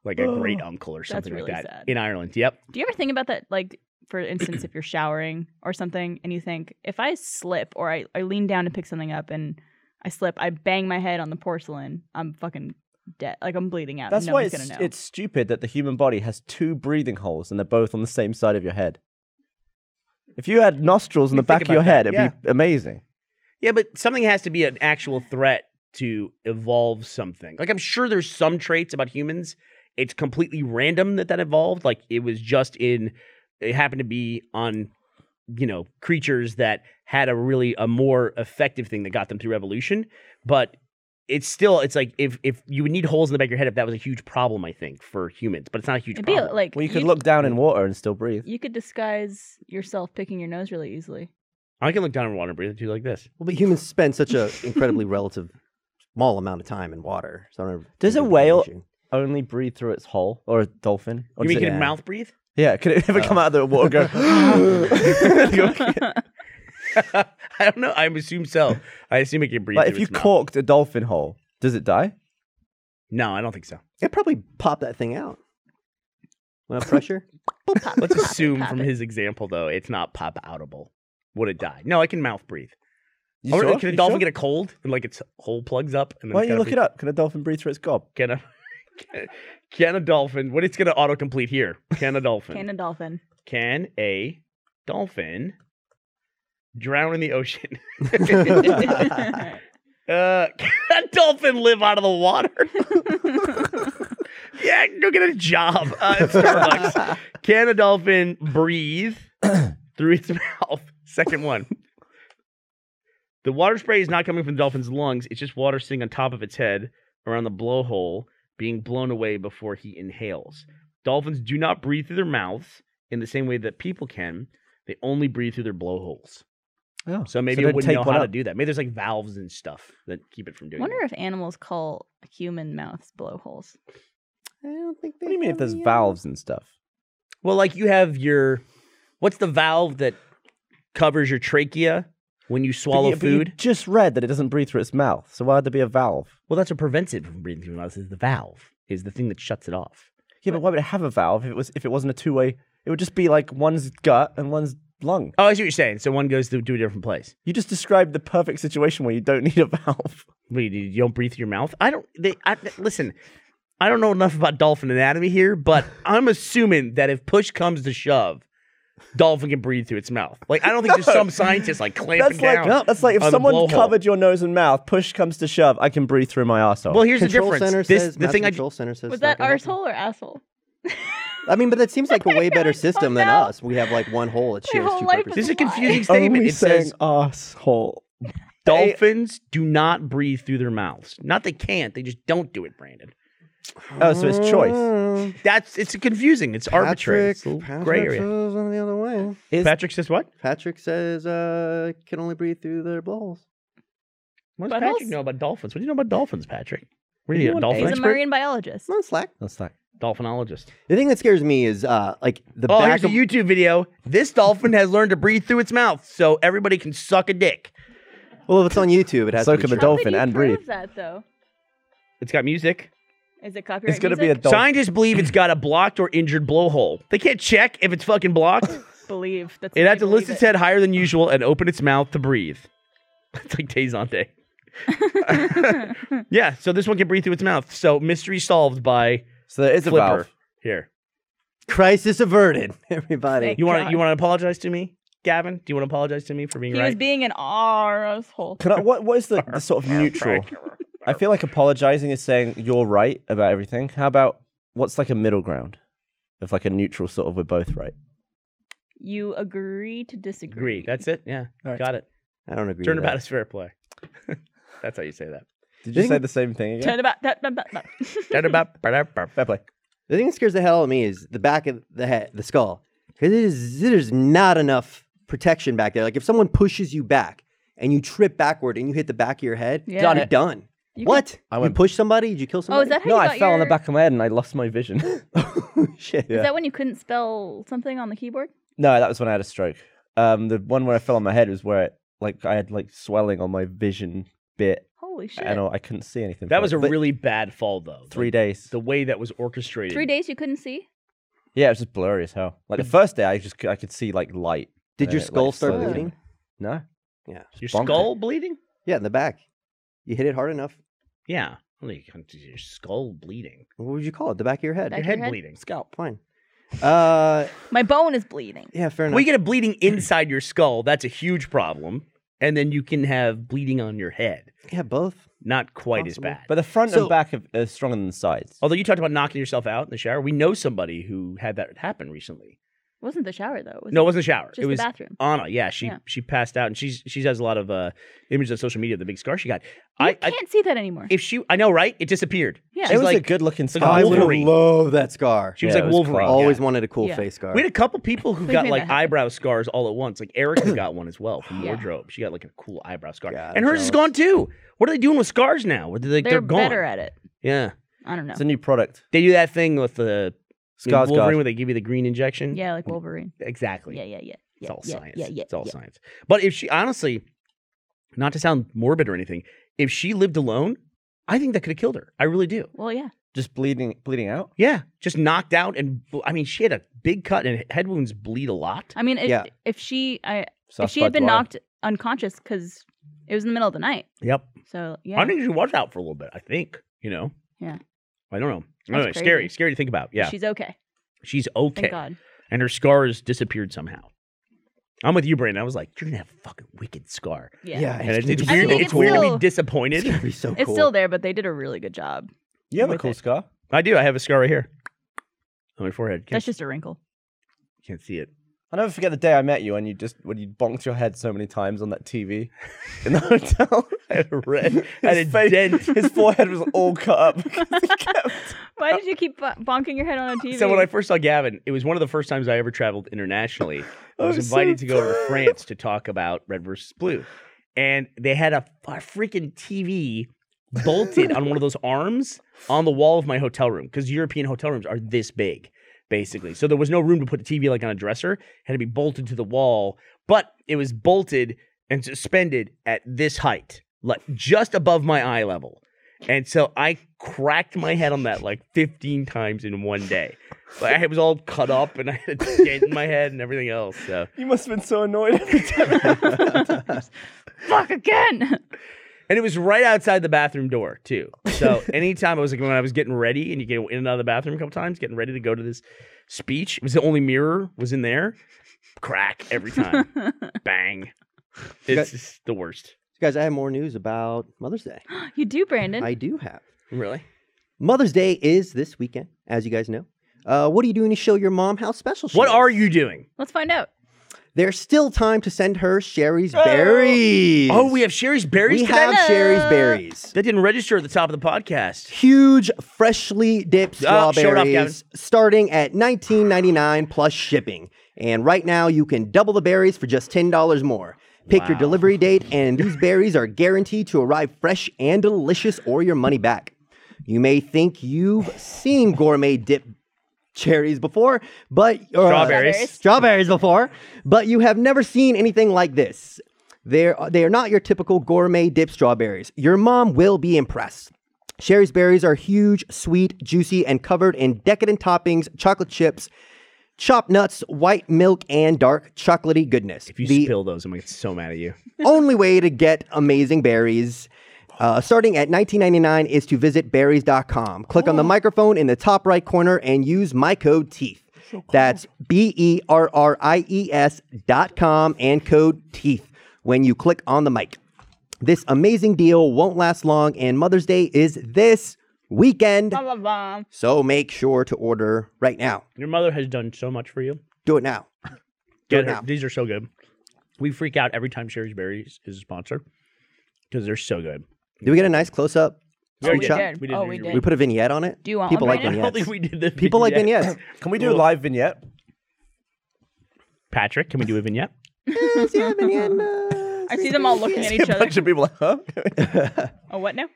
S1: like a great
S4: Oh,
S1: uncle or
S3: That's
S1: something
S3: really
S1: like that
S3: sad.
S1: in Ireland. Yep.
S3: do you ever think about that? Like, for instance, if you're showering or something, and you think, if I slip or I, I lean down to pick something up and I slip, I bang my head on the porcelain, I'm fucking dead. Like I'm bleeding out.
S4: That's
S3: Uh, no
S4: why
S3: one's
S4: it's,
S3: gonna know.
S4: it's stupid that the human body has two breathing holes and they're both on the same side of your head. If you had nostrils in
S1: You
S4: the back
S1: think
S4: of your
S1: about
S4: head,
S1: that,
S4: it'd be amazing.
S1: Yeah, but something has to be an actual threat to evolve something. Like I'm sure there's some traits about humans. It's completely random that that evolved. Like it was just in. It happened to be on, you know, creatures that had a really a more effective thing that got them through evolution. But it's still it's like if if you would need holes in the back of your head if that was a huge problem. I think for humans, but it's not a huge
S3: It'd be
S1: problem.
S3: like
S4: Well, you could look down in water and still breathe.
S3: You could disguise yourself picking your nose really easily.
S1: I can look down in water and breathe and do like this.
S2: well, but humans spend such an incredibly relative small amount of time in water. So I don't
S4: Does a
S2: think it'd be an
S4: whale-
S2: issue.
S4: Only breathe through its hole, or a dolphin. Or does
S1: you mean
S4: it-
S1: you can mouth breathe?
S4: Yeah, could it ever come out of the water and go?
S1: I don't know. I assume so. I assume it can breathe.
S4: like
S1: through
S4: if you
S1: its mouth.
S4: corked a dolphin hole, does it die?
S1: No, I don't think so.
S2: It'd probably pop that thing out. Well, pressure.
S1: Let's assume from his example though, it's not pop outable. Would it die? No, I can mouth breathe.
S4: You
S1: Or uh,
S4: sure?
S1: Can a
S4: You
S1: dolphin
S4: sure?
S1: get a cold and like its hole plugs up? And then
S4: Why
S1: it's
S4: don't you
S1: gotta
S4: look it up? Can a dolphin breathe through its gob?
S1: breathe? Can a can, can a dolphin? What it's gonna autocomplete here? Can a dolphin?
S3: Can a
S1: can,
S3: dolphin.
S1: a dolphin drown in the ocean? Uh, can a dolphin live out of the water? yeah, go get a job uh, at Starbucks. Can a dolphin breathe through its mouth? Second one. The water spray is not coming from the dolphin's lungs. It's just water sitting on top of its head around the blowhole being blown away before he inhales. Dolphins do not breathe through their mouths in the same way that people can. They only breathe through their blowholes.
S4: Oh,
S1: So maybe
S4: don't
S1: it wouldn't
S4: take
S1: know
S4: one
S1: how to
S4: up.
S1: do that. Maybe there's like valves and stuff that keep it from doing
S3: wonder
S1: that.
S3: if animals call human mouths blowholes.
S2: I don't think.
S4: What do you mean if there's valves and stuff?
S1: Well, like you have your what's the valve that covers your trachea when you
S4: But
S1: swallow
S4: you- but you
S1: food?
S4: just read that it doesn't breathe through its mouth, so why would there be a valve?
S1: Well, that's what prevents it from breathing through your mouth is the valve, is the thing that shuts it off.
S4: Yeah, but why would it have a valve if it was if it wasn't a two way? It would just be like one's gut and one's lung.
S1: Oh, I see what you're saying. So one goes to, to a different place.
S4: You just described the perfect situation where you don't need a valve.
S1: What do you, do? you don't breathe through your mouth. I don't. They I, listen. I don't know enough about dolphin anatomy here, but I'm assuming that if push comes to shove, dolphin can breathe through its mouth. Like I don't think there's some scientist like clamping
S4: That's like
S1: down.
S4: that's like if
S1: on the
S4: someone
S1: blowhole.
S4: covered your nose and mouth, push comes to shove, I can breathe through my asshole.
S1: Well, here's
S2: control
S1: the difference.
S2: center
S1: This-
S2: says
S1: the thing I
S2: control center says
S3: Was
S2: it's not
S3: that
S2: gonna happen.
S3: arsehole or asshole?
S4: Uh,
S2: I mean, but that seems like a way better
S3: I don't
S2: system than
S3: know.
S2: us. We have like one hole that
S3: My
S2: shares
S3: whole
S2: two
S3: life
S1: This is
S2: purposes.
S1: a confusing
S4: Are
S1: statement.
S4: we
S1: It
S4: saying
S1: says
S4: asshole.
S1: dolphins do not breathe through their mouths. Not they can't, they just don't do it, Brandon.
S4: Oh, so it's choice.
S1: That's it's confusing. It's arbitrary. It's a
S2: Mm-hmm. Patrick,
S1: little
S2: Patrick
S1: gray area.
S2: says on the other way.
S4: Is,
S1: Patrick says what?
S2: Patrick says uh, can only breathe through their balls.
S1: What
S3: Buttholes?
S1: does Patrick know about dolphins? What do you know about dolphins, Patrick? What are you,
S4: Anyone
S1: a dolphin
S4: An
S3: He's a
S1: expert?
S3: marine biologist.
S2: Come on, slack.
S4: that's like
S1: Dolphinologist.
S2: The thing that scares me is uh, like the
S1: oh,
S2: back
S1: here's a
S2: of
S1: YouTube video. This dolphin has learned to breathe through its mouth, so everybody can suck a dick.
S2: well, if it's on YouTube, it has
S4: So
S2: to be
S4: can the
S2: true.
S3: How
S4: dolphin
S3: could you
S4: and
S3: prove
S4: breathe.
S3: That though,
S1: It's got music.
S3: is it copyright?
S4: it's gonna be a
S3: music?
S4: dolphin.
S1: Scientists believe it's got a blocked or injured blowhole. They can't check if it's fucking blocked.
S3: believe. That's
S1: It
S3: the
S1: had to
S3: way
S1: lift
S3: believe
S1: its
S3: it.
S1: head higher than usual and open its mouth to breathe. It's like days on day. yeah, so this one can breathe through its mouth. So mystery solved by
S4: So there is a
S1: Flipper.
S4: valve.
S1: Here.
S2: Crisis averted, everybody.
S3: Thank
S1: You want to
S3: God.
S1: you want to apologize to me, Gavin? Do you want to apologize to me for being
S3: He was
S1: right?
S3: being an arsehole.
S4: Can I, what, what is the, the sort of neutral? I feel like apologizing is saying you're right about everything. How about what's like a middle ground? Of like a neutral sort of we're both right.
S3: You agree to disagree.
S1: Agree. That's it. Yeah.
S4: Alright.
S1: Got it.
S2: I don't agree.
S1: Turnabout
S2: with
S1: is fair play. That's how you say that.
S4: Did you
S2: Didn't-
S4: say the same thing again?
S3: Turn about. That, that, that, that.
S1: Turnabout.
S4: Fair play.
S2: that. The thing that scares the hell out of me is the back of the head, the skull, because it is there's not enough protection back there. Like if someone pushes you back and you trip backward and you hit the back of your head,
S3: Yeah.
S2: you're done.
S3: You
S2: what?
S4: I
S2: you
S4: went-
S2: push somebody? Did you kill
S3: Could... Oh,
S2: somebody?
S3: is that how
S4: No,
S3: you
S4: I
S3: got
S4: fell on the
S3: your-
S4: back of my head and I lost my vision.
S2: shit?
S4: Yeah.
S3: Is that when you couldn't spell something on the keyboard?
S4: no, that was when I had a stroke. Um, the one where I fell on my head was where it, like I had like swelling on my vision bit,
S3: Holy shit!
S4: and I I couldn't see anything.
S1: That
S4: for
S1: was a
S4: but
S1: really bad fall though.
S4: three
S1: Like,
S4: days.
S1: The way that was orchestrated.
S3: Three days you couldn't see.
S4: Yeah, it was just blurry as hell. Like the
S1: Mm.
S4: first day, I just cou- I could see like light.
S2: Did
S4: and
S2: your
S4: then it,
S2: skull
S4: like,
S2: start
S4: slowly came
S2: bleeding?
S4: back. No,
S1: Your
S4: bonkers.
S1: skull bleeding?
S2: Yeah, in the back. You hit it hard enough.
S1: Yeah. Like, Your skull bleeding.
S2: What would you call it? The back of your head.
S3: Back-
S1: Your
S3: your
S1: head
S3: head?
S1: bleeding.
S2: Scalp. Fine. Uh,
S3: My bone is bleeding.
S2: yeah, fair enough.
S1: Well, you get a bleeding inside your skull. That's a huge problem. And then you can have bleeding on your head.
S2: yeah, both.
S1: Not quite
S2: Possible.
S1: as bad.
S4: but the front
S2: So-
S4: and back of, are stronger than the sides.
S1: Although you talked about knocking yourself out in the shower, we know somebody who had that happen recently.
S3: Wasn't the shower though? Was
S1: no, it wasn't a shower.
S3: Just
S1: It was
S3: the bathroom.
S1: Anna. Yeah, she
S3: Yeah.
S1: she passed out, and she's she has a lot of uh, images of social media of the big scar she got.
S3: I
S1: I, I
S3: can't see that anymore.
S1: if she I know right, it disappeared.
S3: Yeah.
S1: She
S4: it was a
S1: like-
S4: good looking
S1: like a
S4: scar.
S2: I would
S1: Wolverine.
S2: love that scar.
S1: She was
S4: Yeah,
S1: like
S4: it was
S1: Wolverine.
S4: class.
S1: yeah.
S2: Always wanted a cool
S3: Yeah.
S2: face scar.
S1: We had a couple people who
S3: We've
S1: got
S3: made
S1: like
S3: that happen.
S1: eyebrow scars all at once. Like Erica got one as well from
S3: Yeah.
S1: wardrobe. She got like a cool eyebrow scar,
S2: Yeah,
S1: and
S2: I'm
S1: hers is
S2: jealous.
S1: gone too. What are they doing with scars now? Where they, like,
S3: they're,
S1: they're, gone.
S3: better at it.
S1: yeah,
S3: I don't know.
S4: It's a new product.
S1: they do that thing with the in
S4: Scar's
S1: Wolverine
S4: guard.
S1: where they give you the green injection.
S3: Yeah, like Wolverine.
S1: exactly.
S3: Yeah, yeah, yeah.
S1: It's
S3: yeah,
S1: all
S3: yeah,
S1: science.
S3: Yeah, yeah.
S1: it's all
S3: yeah.
S1: science. But if she honestly, not to sound morbid or anything, if she lived alone, I think that could have killed her. I really do.
S3: Well, yeah.
S4: Just bleeding, bleeding out.
S1: Yeah, just knocked out, and bl- I mean, she had a big cut, and head wounds bleed a lot.
S3: I mean, if,
S2: Yeah.
S3: if she, I, if
S4: Soft
S3: she had been
S4: bud wire.
S3: knocked unconscious because it was in the middle of the night,
S1: Yep.
S3: so yeah.
S1: I think she was out for a little bit. I think you know.
S3: Yeah.
S1: I don't know.
S3: That's
S1: Anyway, scary,
S3: crazy.
S1: scary to think about. Yeah,
S3: She's okay.
S1: she's
S3: Thank
S1: okay,
S3: God.
S1: and her scars disappeared somehow. I'm with you, Brandon. I was like, you're gonna have a fucking wicked scar,
S3: Yeah.
S1: and it's, it's
S3: I
S1: weird.
S3: think
S1: It's,
S3: it's
S1: weird to be
S3: still-
S2: It's
S1: disappointed.
S2: gonna be so
S3: It's
S2: cool.
S3: still there, but they did a really good job.
S4: You have a
S3: with
S4: cool
S3: it.
S4: scar.
S1: I do. I have a scar right here on my forehead. Can't,
S3: That's just a wrinkle.
S1: can't see it.
S4: I'll never forget the day I met you and you just when you bonked your head so many times on that TV in the hotel.
S1: I had a red. I had a
S4: His face-
S1: dent.
S4: His forehead was all cut up. because he kept-
S3: Why did you keep bo- bonking your head on a TV?
S1: So when I first saw Gavin, it was one of the first times I ever traveled internationally. I was
S4: I'm so
S1: invited to go over to
S4: proud.
S1: France to talk about Red versus Blue, and they had a, a freaking TV bolted on one of those arms on the wall of my hotel room because European hotel rooms are this big, basically. So there was no room to put the TV like on a dresser; It had to be bolted to the wall. But it was bolted and suspended at this height, like just above my eye level. And so I cracked my head on that like 15 times in one day. Like it was all cut up and I had a dent in my head and everything else. So
S4: You must have been so annoyed every time.
S3: fuck again.
S1: and it was right outside the bathroom door too. So anytime I was like when I was getting ready and you get in and out of the bathroom a couple times, getting ready to go to this speech, it was the only mirror was in there. Crack every time. Bang. It's just the worst.
S2: Guys, I have more news about Mother's Day.
S3: you do, Brandon.
S2: I do have.
S1: Really?
S2: Mother's Day is this weekend, as you guys know. Uh, what are you doing to show your mom how special she
S1: What
S2: is?
S1: are you doing?
S3: Let's find out.
S2: There's still time to send her Sherry's berries.
S1: Oh, we have Sherry's berries
S2: We
S1: today?
S2: have Sherry's berries.
S1: That didn't register at the top of the podcast.
S2: Huge, freshly dipped
S1: Oh, show it off, Gavin.
S2: strawberries starting at $19.99 plus shipping. And right now, you can double the berries for just $10 more. Pick your
S1: Wow.
S2: delivery date, and these berries are guaranteed to arrive fresh and delicious or your money back. You may think you've seen gourmet dip cherries before, but or, uh,
S1: Strawberries.
S2: strawberries before, but you have never seen anything like this. They're, they are not your typical gourmet dip strawberries. Your mom will be impressed. Sherry's berries are huge, sweet, juicy, and covered in decadent toppings, chocolate chips, chopped nuts, white milk, and dark chocolatey goodness.
S1: If you
S2: the
S1: spill those, I'm gonna get so mad at you.
S2: only way to get amazing berries. Uh, starting at 19.99 is to visit berries.com. Click on the
S3: Oh.
S2: microphone in the top right corner and use my code teeth. That's b e r r i e s dot com and code teeth when you click on the mic. This amazing deal won't last long, and Mother's Day is this weekend.
S3: Blah, blah, blah.
S2: So make sure to order right now.
S1: Your mother has done so much for you.
S2: Do it now.
S1: Get
S2: it
S1: her.
S2: now.
S1: These are so good. We freak out every time Sherry's Berries is a sponsor because they're so good.
S2: Did we get a nice close up?
S1: Yeah, we
S2: screenshot?
S3: did.
S1: We did
S3: oh,
S1: do
S3: we
S1: your-
S3: did.
S2: We put a vignette on it.
S3: Do you want
S2: People
S3: one
S2: like
S3: right
S1: I
S3: now?
S1: don't think
S2: vignettes.
S1: we did the
S2: People like
S1: vignette.
S2: vignettes.
S4: Can we do a live vignette?
S1: Patrick, can we do a vignette?
S3: I see them all looking at each
S4: a
S3: other.
S4: bunch of people like, huh?
S3: Oh, what now?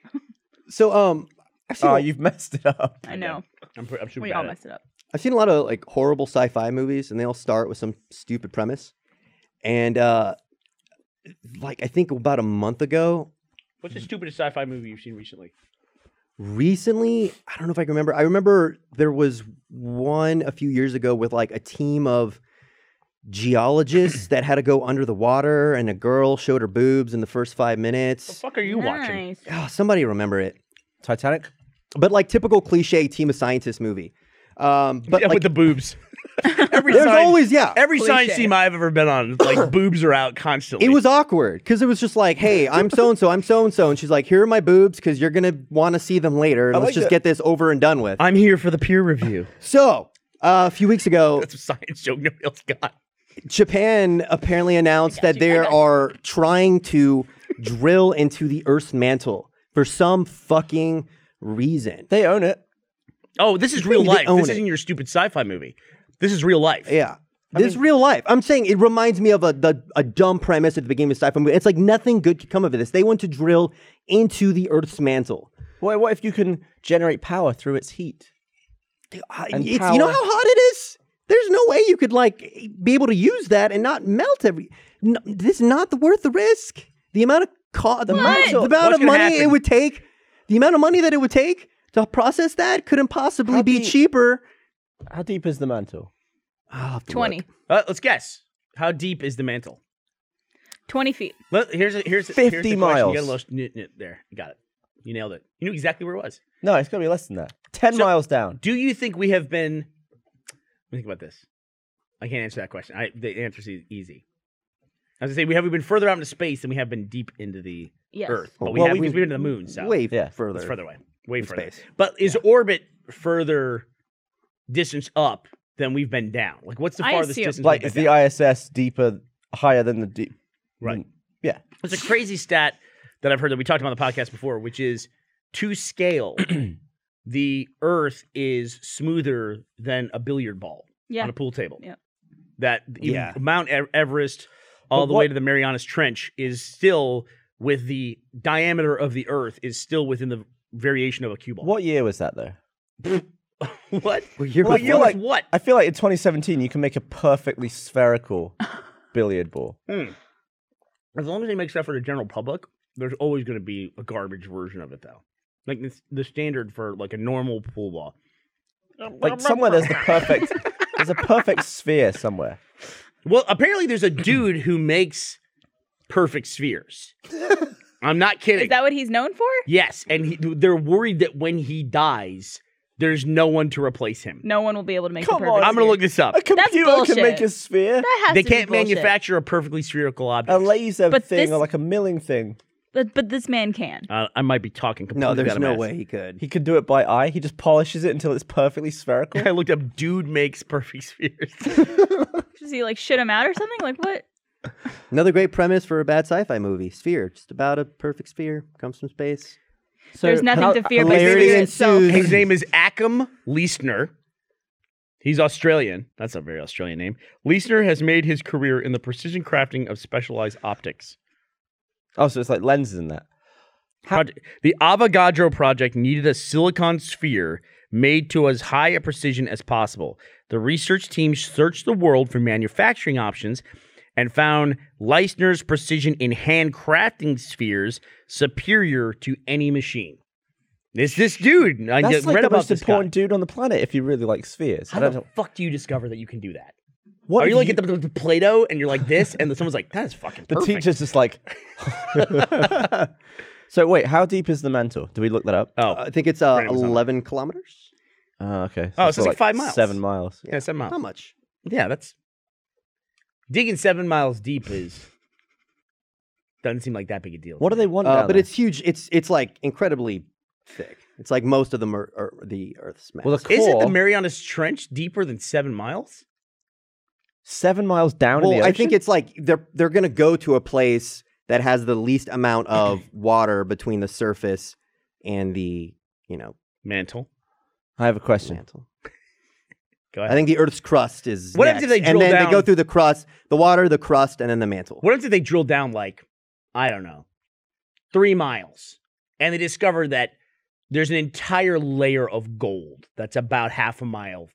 S2: So um, I've seen,
S4: oh,
S2: a-
S4: you've messed it up.
S3: I know.
S1: I'm, pre- I'm super
S3: We
S1: bad
S3: all
S1: at
S3: messed it up.
S2: I've seen a lot of like horrible sci-fi movies, and they all start with some stupid premise. And uh, like I think about a month ago,
S1: it. What's the stupidest sci-fi movie you've seen recently?
S2: recently, I don't know if I can remember. I remember there was one a few years ago with like a team of geologists that had to go under the water, and a girl showed her boobs in the first five
S1: The
S2: minutes.
S1: fuck are you watching?
S3: Nice.
S2: Oh, somebody remember it.
S4: Titanic?
S2: But like typical cliche team of scientists movie. Um, but
S1: Yeah,
S2: like,
S1: with the boobs. every
S2: there's
S1: sign,
S2: always yeah.
S1: every
S3: Cliche.
S1: science team I've ever been on, it's like boobs are out constantly.
S2: It was awkward because it was just like, "Hey, I'm so and so, I'm so and so," and she's like, "Here are my boobs because you're gonna want to see them later, and
S4: I
S2: let's
S4: like
S2: just
S4: that-
S2: get this over and done with."
S1: I'm here for the peer review.
S2: so, uh, a few weeks ago,
S1: That's a science joke nobody else got.
S2: Japan apparently announced that they are trying to drill into the Earth's mantle for some fucking reason.
S4: They own it.
S1: Oh, this is real
S2: they
S1: life.
S2: own
S1: This
S2: it.
S1: is isn't your stupid sci-fi movie. This is real life.
S2: Yeah. this is real life. I'm saying it reminds me of a the, a dumb premise at the beginning of sci-fi movie. It's like nothing good could come of this. They want to drill into the Earth's mantle.
S4: Why, what if you can generate power through its heat?
S2: I-
S4: and
S2: it's, you know
S4: power.
S2: how hot it is. There's no way you could like be able to use that and not melt every. No, this is not the worth the risk. The amount of co- the amount, the amount
S1: What's
S2: of
S1: gonna
S2: money it
S1: happen?
S2: would take, the amount of money that it would take to process that couldn't possibly
S4: How
S2: be
S4: deep?
S2: cheaper. Ah,
S4: How deep is the mantle?
S2: I'll have to look.
S3: 20.
S1: Uh, let's guess. How deep is the mantle?
S3: 20 feet.
S1: Let, here's a, here's a-
S4: 50
S1: here's the question.
S4: miles.
S1: You got a little, n- n- there, you got it. You nailed it. You knew exactly where it was.
S4: No, it's going to be less than that. 10
S1: So-
S4: miles down.
S1: Do you think we have been? Let me think about this. I can't answer that question. I, the answer is easy. I was gonna say we have we've been further out into space than we have been deep into the
S3: Yes.
S1: Earth, but we
S4: Well,
S1: have
S4: we-
S1: because we've been to the moon. So
S2: Way
S4: Yeah, it's
S2: further.
S1: it's further away, way
S2: in
S1: further.
S2: space.
S1: But is orbit further distance up than we've been down? Like what's the
S3: I
S1: farthest
S3: assume-
S1: distance? we've
S4: Like,
S1: been
S4: is the
S1: down?
S4: ISS deeper, higher than the deep?
S1: Right.
S4: Yeah.
S1: It's a crazy stat that I've heard that we talked about on the podcast before, which is to scale, the Earth is smoother than a billiard ball
S3: Yeah.
S1: on a pool table.
S3: Yeah.
S1: That even
S2: Yeah.
S1: Mount E- Everest, all
S4: But
S1: the
S4: what-
S1: way to the Marianas Trench, is still with the diameter of the Earth is still within the variation of a cue ball.
S4: What year was that, though?
S1: what?
S2: Well, you're
S4: Well, I
S1: What
S4: you're
S1: year
S2: right.
S4: feel
S1: was
S4: like-
S1: what?
S4: I feel like in 2017, you can make a perfectly spherical billiard ball.
S1: Hmm. As long as it makes sense for the general public, there's always going to be a garbage version of it, though. Like the, the standard for like a normal pool ball.
S4: Like, somewhere there's the perfect, there's a perfect sphere somewhere.
S1: Well, apparently there's a dude who makes perfect spheres. I'm not kidding.
S3: Is that what he's known for?
S1: yes, and he, they're worried that when he dies, there's no one to replace him.
S3: No one will be able to make
S4: Come
S3: the
S4: on,
S3: perfect
S1: I'm going to look this up.
S4: A computer can
S3: bullshit.
S4: make a sphere.
S3: That has
S1: They
S3: to be
S1: can't
S3: bullshit.
S1: manufacture a perfectly spherical
S4: A
S1: object.
S4: laser
S3: But
S4: thing or
S3: this-
S4: like a milling thing.
S3: But, but this man can.
S1: Uh, I might be talking completely
S2: Oh. No,
S1: out
S2: there's
S1: of
S2: no
S1: my-
S2: way he could.
S4: He could do it by eye. He just polishes it until it's perfectly spherical.
S1: I looked up dude makes perfect spheres.
S3: Does he like shit him out or something? Like what?
S2: Another great premise for a bad sci-fi movie. Sphere, just about a perfect sphere, comes from space.
S3: There's nothing
S4: how-
S3: to fear but
S2: hilarity
S3: fear itself.
S2: ensues.
S1: His name is Ackham Leisner. He's Australian. That's a very Australian name. Leisner has made his career in the precision crafting of specialized optics.
S4: Oh, so it's like lenses in that.
S1: Project- the Avogadro project needed a silicon sphere made to as high a precision as possible. The research team searched the world for manufacturing options and found Leisner's precision in handcrafting spheres superior to any machine. It's this dude. I
S4: That's
S1: just
S4: like
S1: read
S4: the
S1: about
S4: most
S1: this guy.
S4: important dude on the planet if you really like spheres. I
S1: How
S4: don't
S1: the
S4: know.
S1: fuck do you discover that you can do that?
S4: What
S1: Are you
S4: if
S1: like at the, the Play-Doh and you're like this, and then someone's like, "That is fucking
S4: The
S1: perfect."
S4: teacher's just like. so wait, how deep is the mantle? Do we look that up?
S1: Oh,
S2: I think it's uh,
S1: Brandon was on it.
S2: 11 kilometers.
S4: Oh, okay.
S1: Oh,
S4: it's
S1: so it's like five miles.
S4: Seven miles.
S1: yeah, seven miles.
S2: Not much.
S1: Yeah, that's digging seven miles deep is doesn't seem like that big a deal.
S4: What do
S1: to
S4: they
S1: me.
S4: want?
S2: Uh,
S4: down
S2: but
S4: there?
S2: it's huge. It's it's like incredibly thick. It's like most of the mer- er, the Earth's mass.
S4: well, the core
S1: Isn't the Marianas Trench deeper than seven miles?
S4: seven miles down in the
S2: Well,
S4: ocean.
S2: I think it's like they're they're gonna go to a place that has the least amount of water between the surface and the you know
S1: Mantle.
S4: I have a question.
S2: mantle.
S1: Go
S2: I
S1: ahead.
S2: think the Earth's crust is.
S1: What
S2: next.
S1: happens if they drill
S2: and then
S1: down-
S2: they go through the crust, the water, the crust, and then the mantle.
S1: What if they drill down like I don't know, three miles, and they discover that there's an entire layer of gold that's about half a mile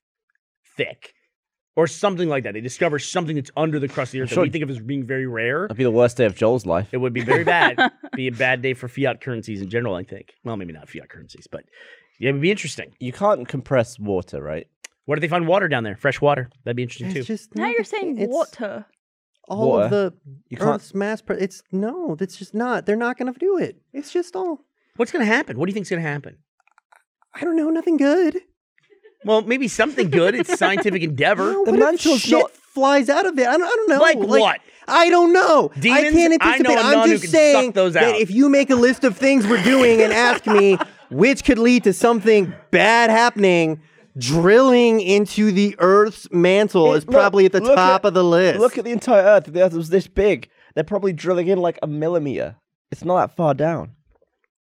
S1: thick, or something like that? They discover something that's under the crust of the earth
S4: Sure.
S1: that we think of as being very rare.
S4: That'd be the worst day of Joel's life.
S1: It would be very bad. be a bad day for fiat currencies in general, I think. Well, maybe not fiat currencies, but yeah, it would be interesting.
S4: You can't compress water, right?
S1: What if they find water down there? Fresh water. That'd be interesting too.
S2: It's just
S3: Now
S2: not
S3: you're
S2: the thing.
S3: saying
S2: It's
S3: water.
S2: All
S4: Water.
S2: of the
S4: You can't.
S2: Earth's mass. Pre- it's no. That's just not. They're not gonna do it. It's just all.
S1: What's going to happen? What do you think's going to happen?
S2: I don't know. Nothing good.
S1: Well, maybe something good. It's scientific endeavor.
S2: No,
S4: The
S2: what if
S4: mantle's
S2: shit
S4: not-
S2: flies out of it. I don't, I don't know.
S1: Like what?
S2: I don't know. I
S1: Demons?
S2: can't
S1: I know
S2: anticipate.
S1: a nun
S2: I'm
S1: who
S2: just
S1: can suck
S2: saying
S1: those
S2: that
S1: out.
S2: if you make a list of things we're doing and ask me which could lead to something bad happening, drilling into the Earth's mantle
S4: It-
S2: is probably
S4: look-
S2: at the
S4: look
S2: top
S4: at-
S2: of the list.
S4: Look at the entire Earth. If the Earth was this big, they're probably drilling in like a millimeter. It's not that far down.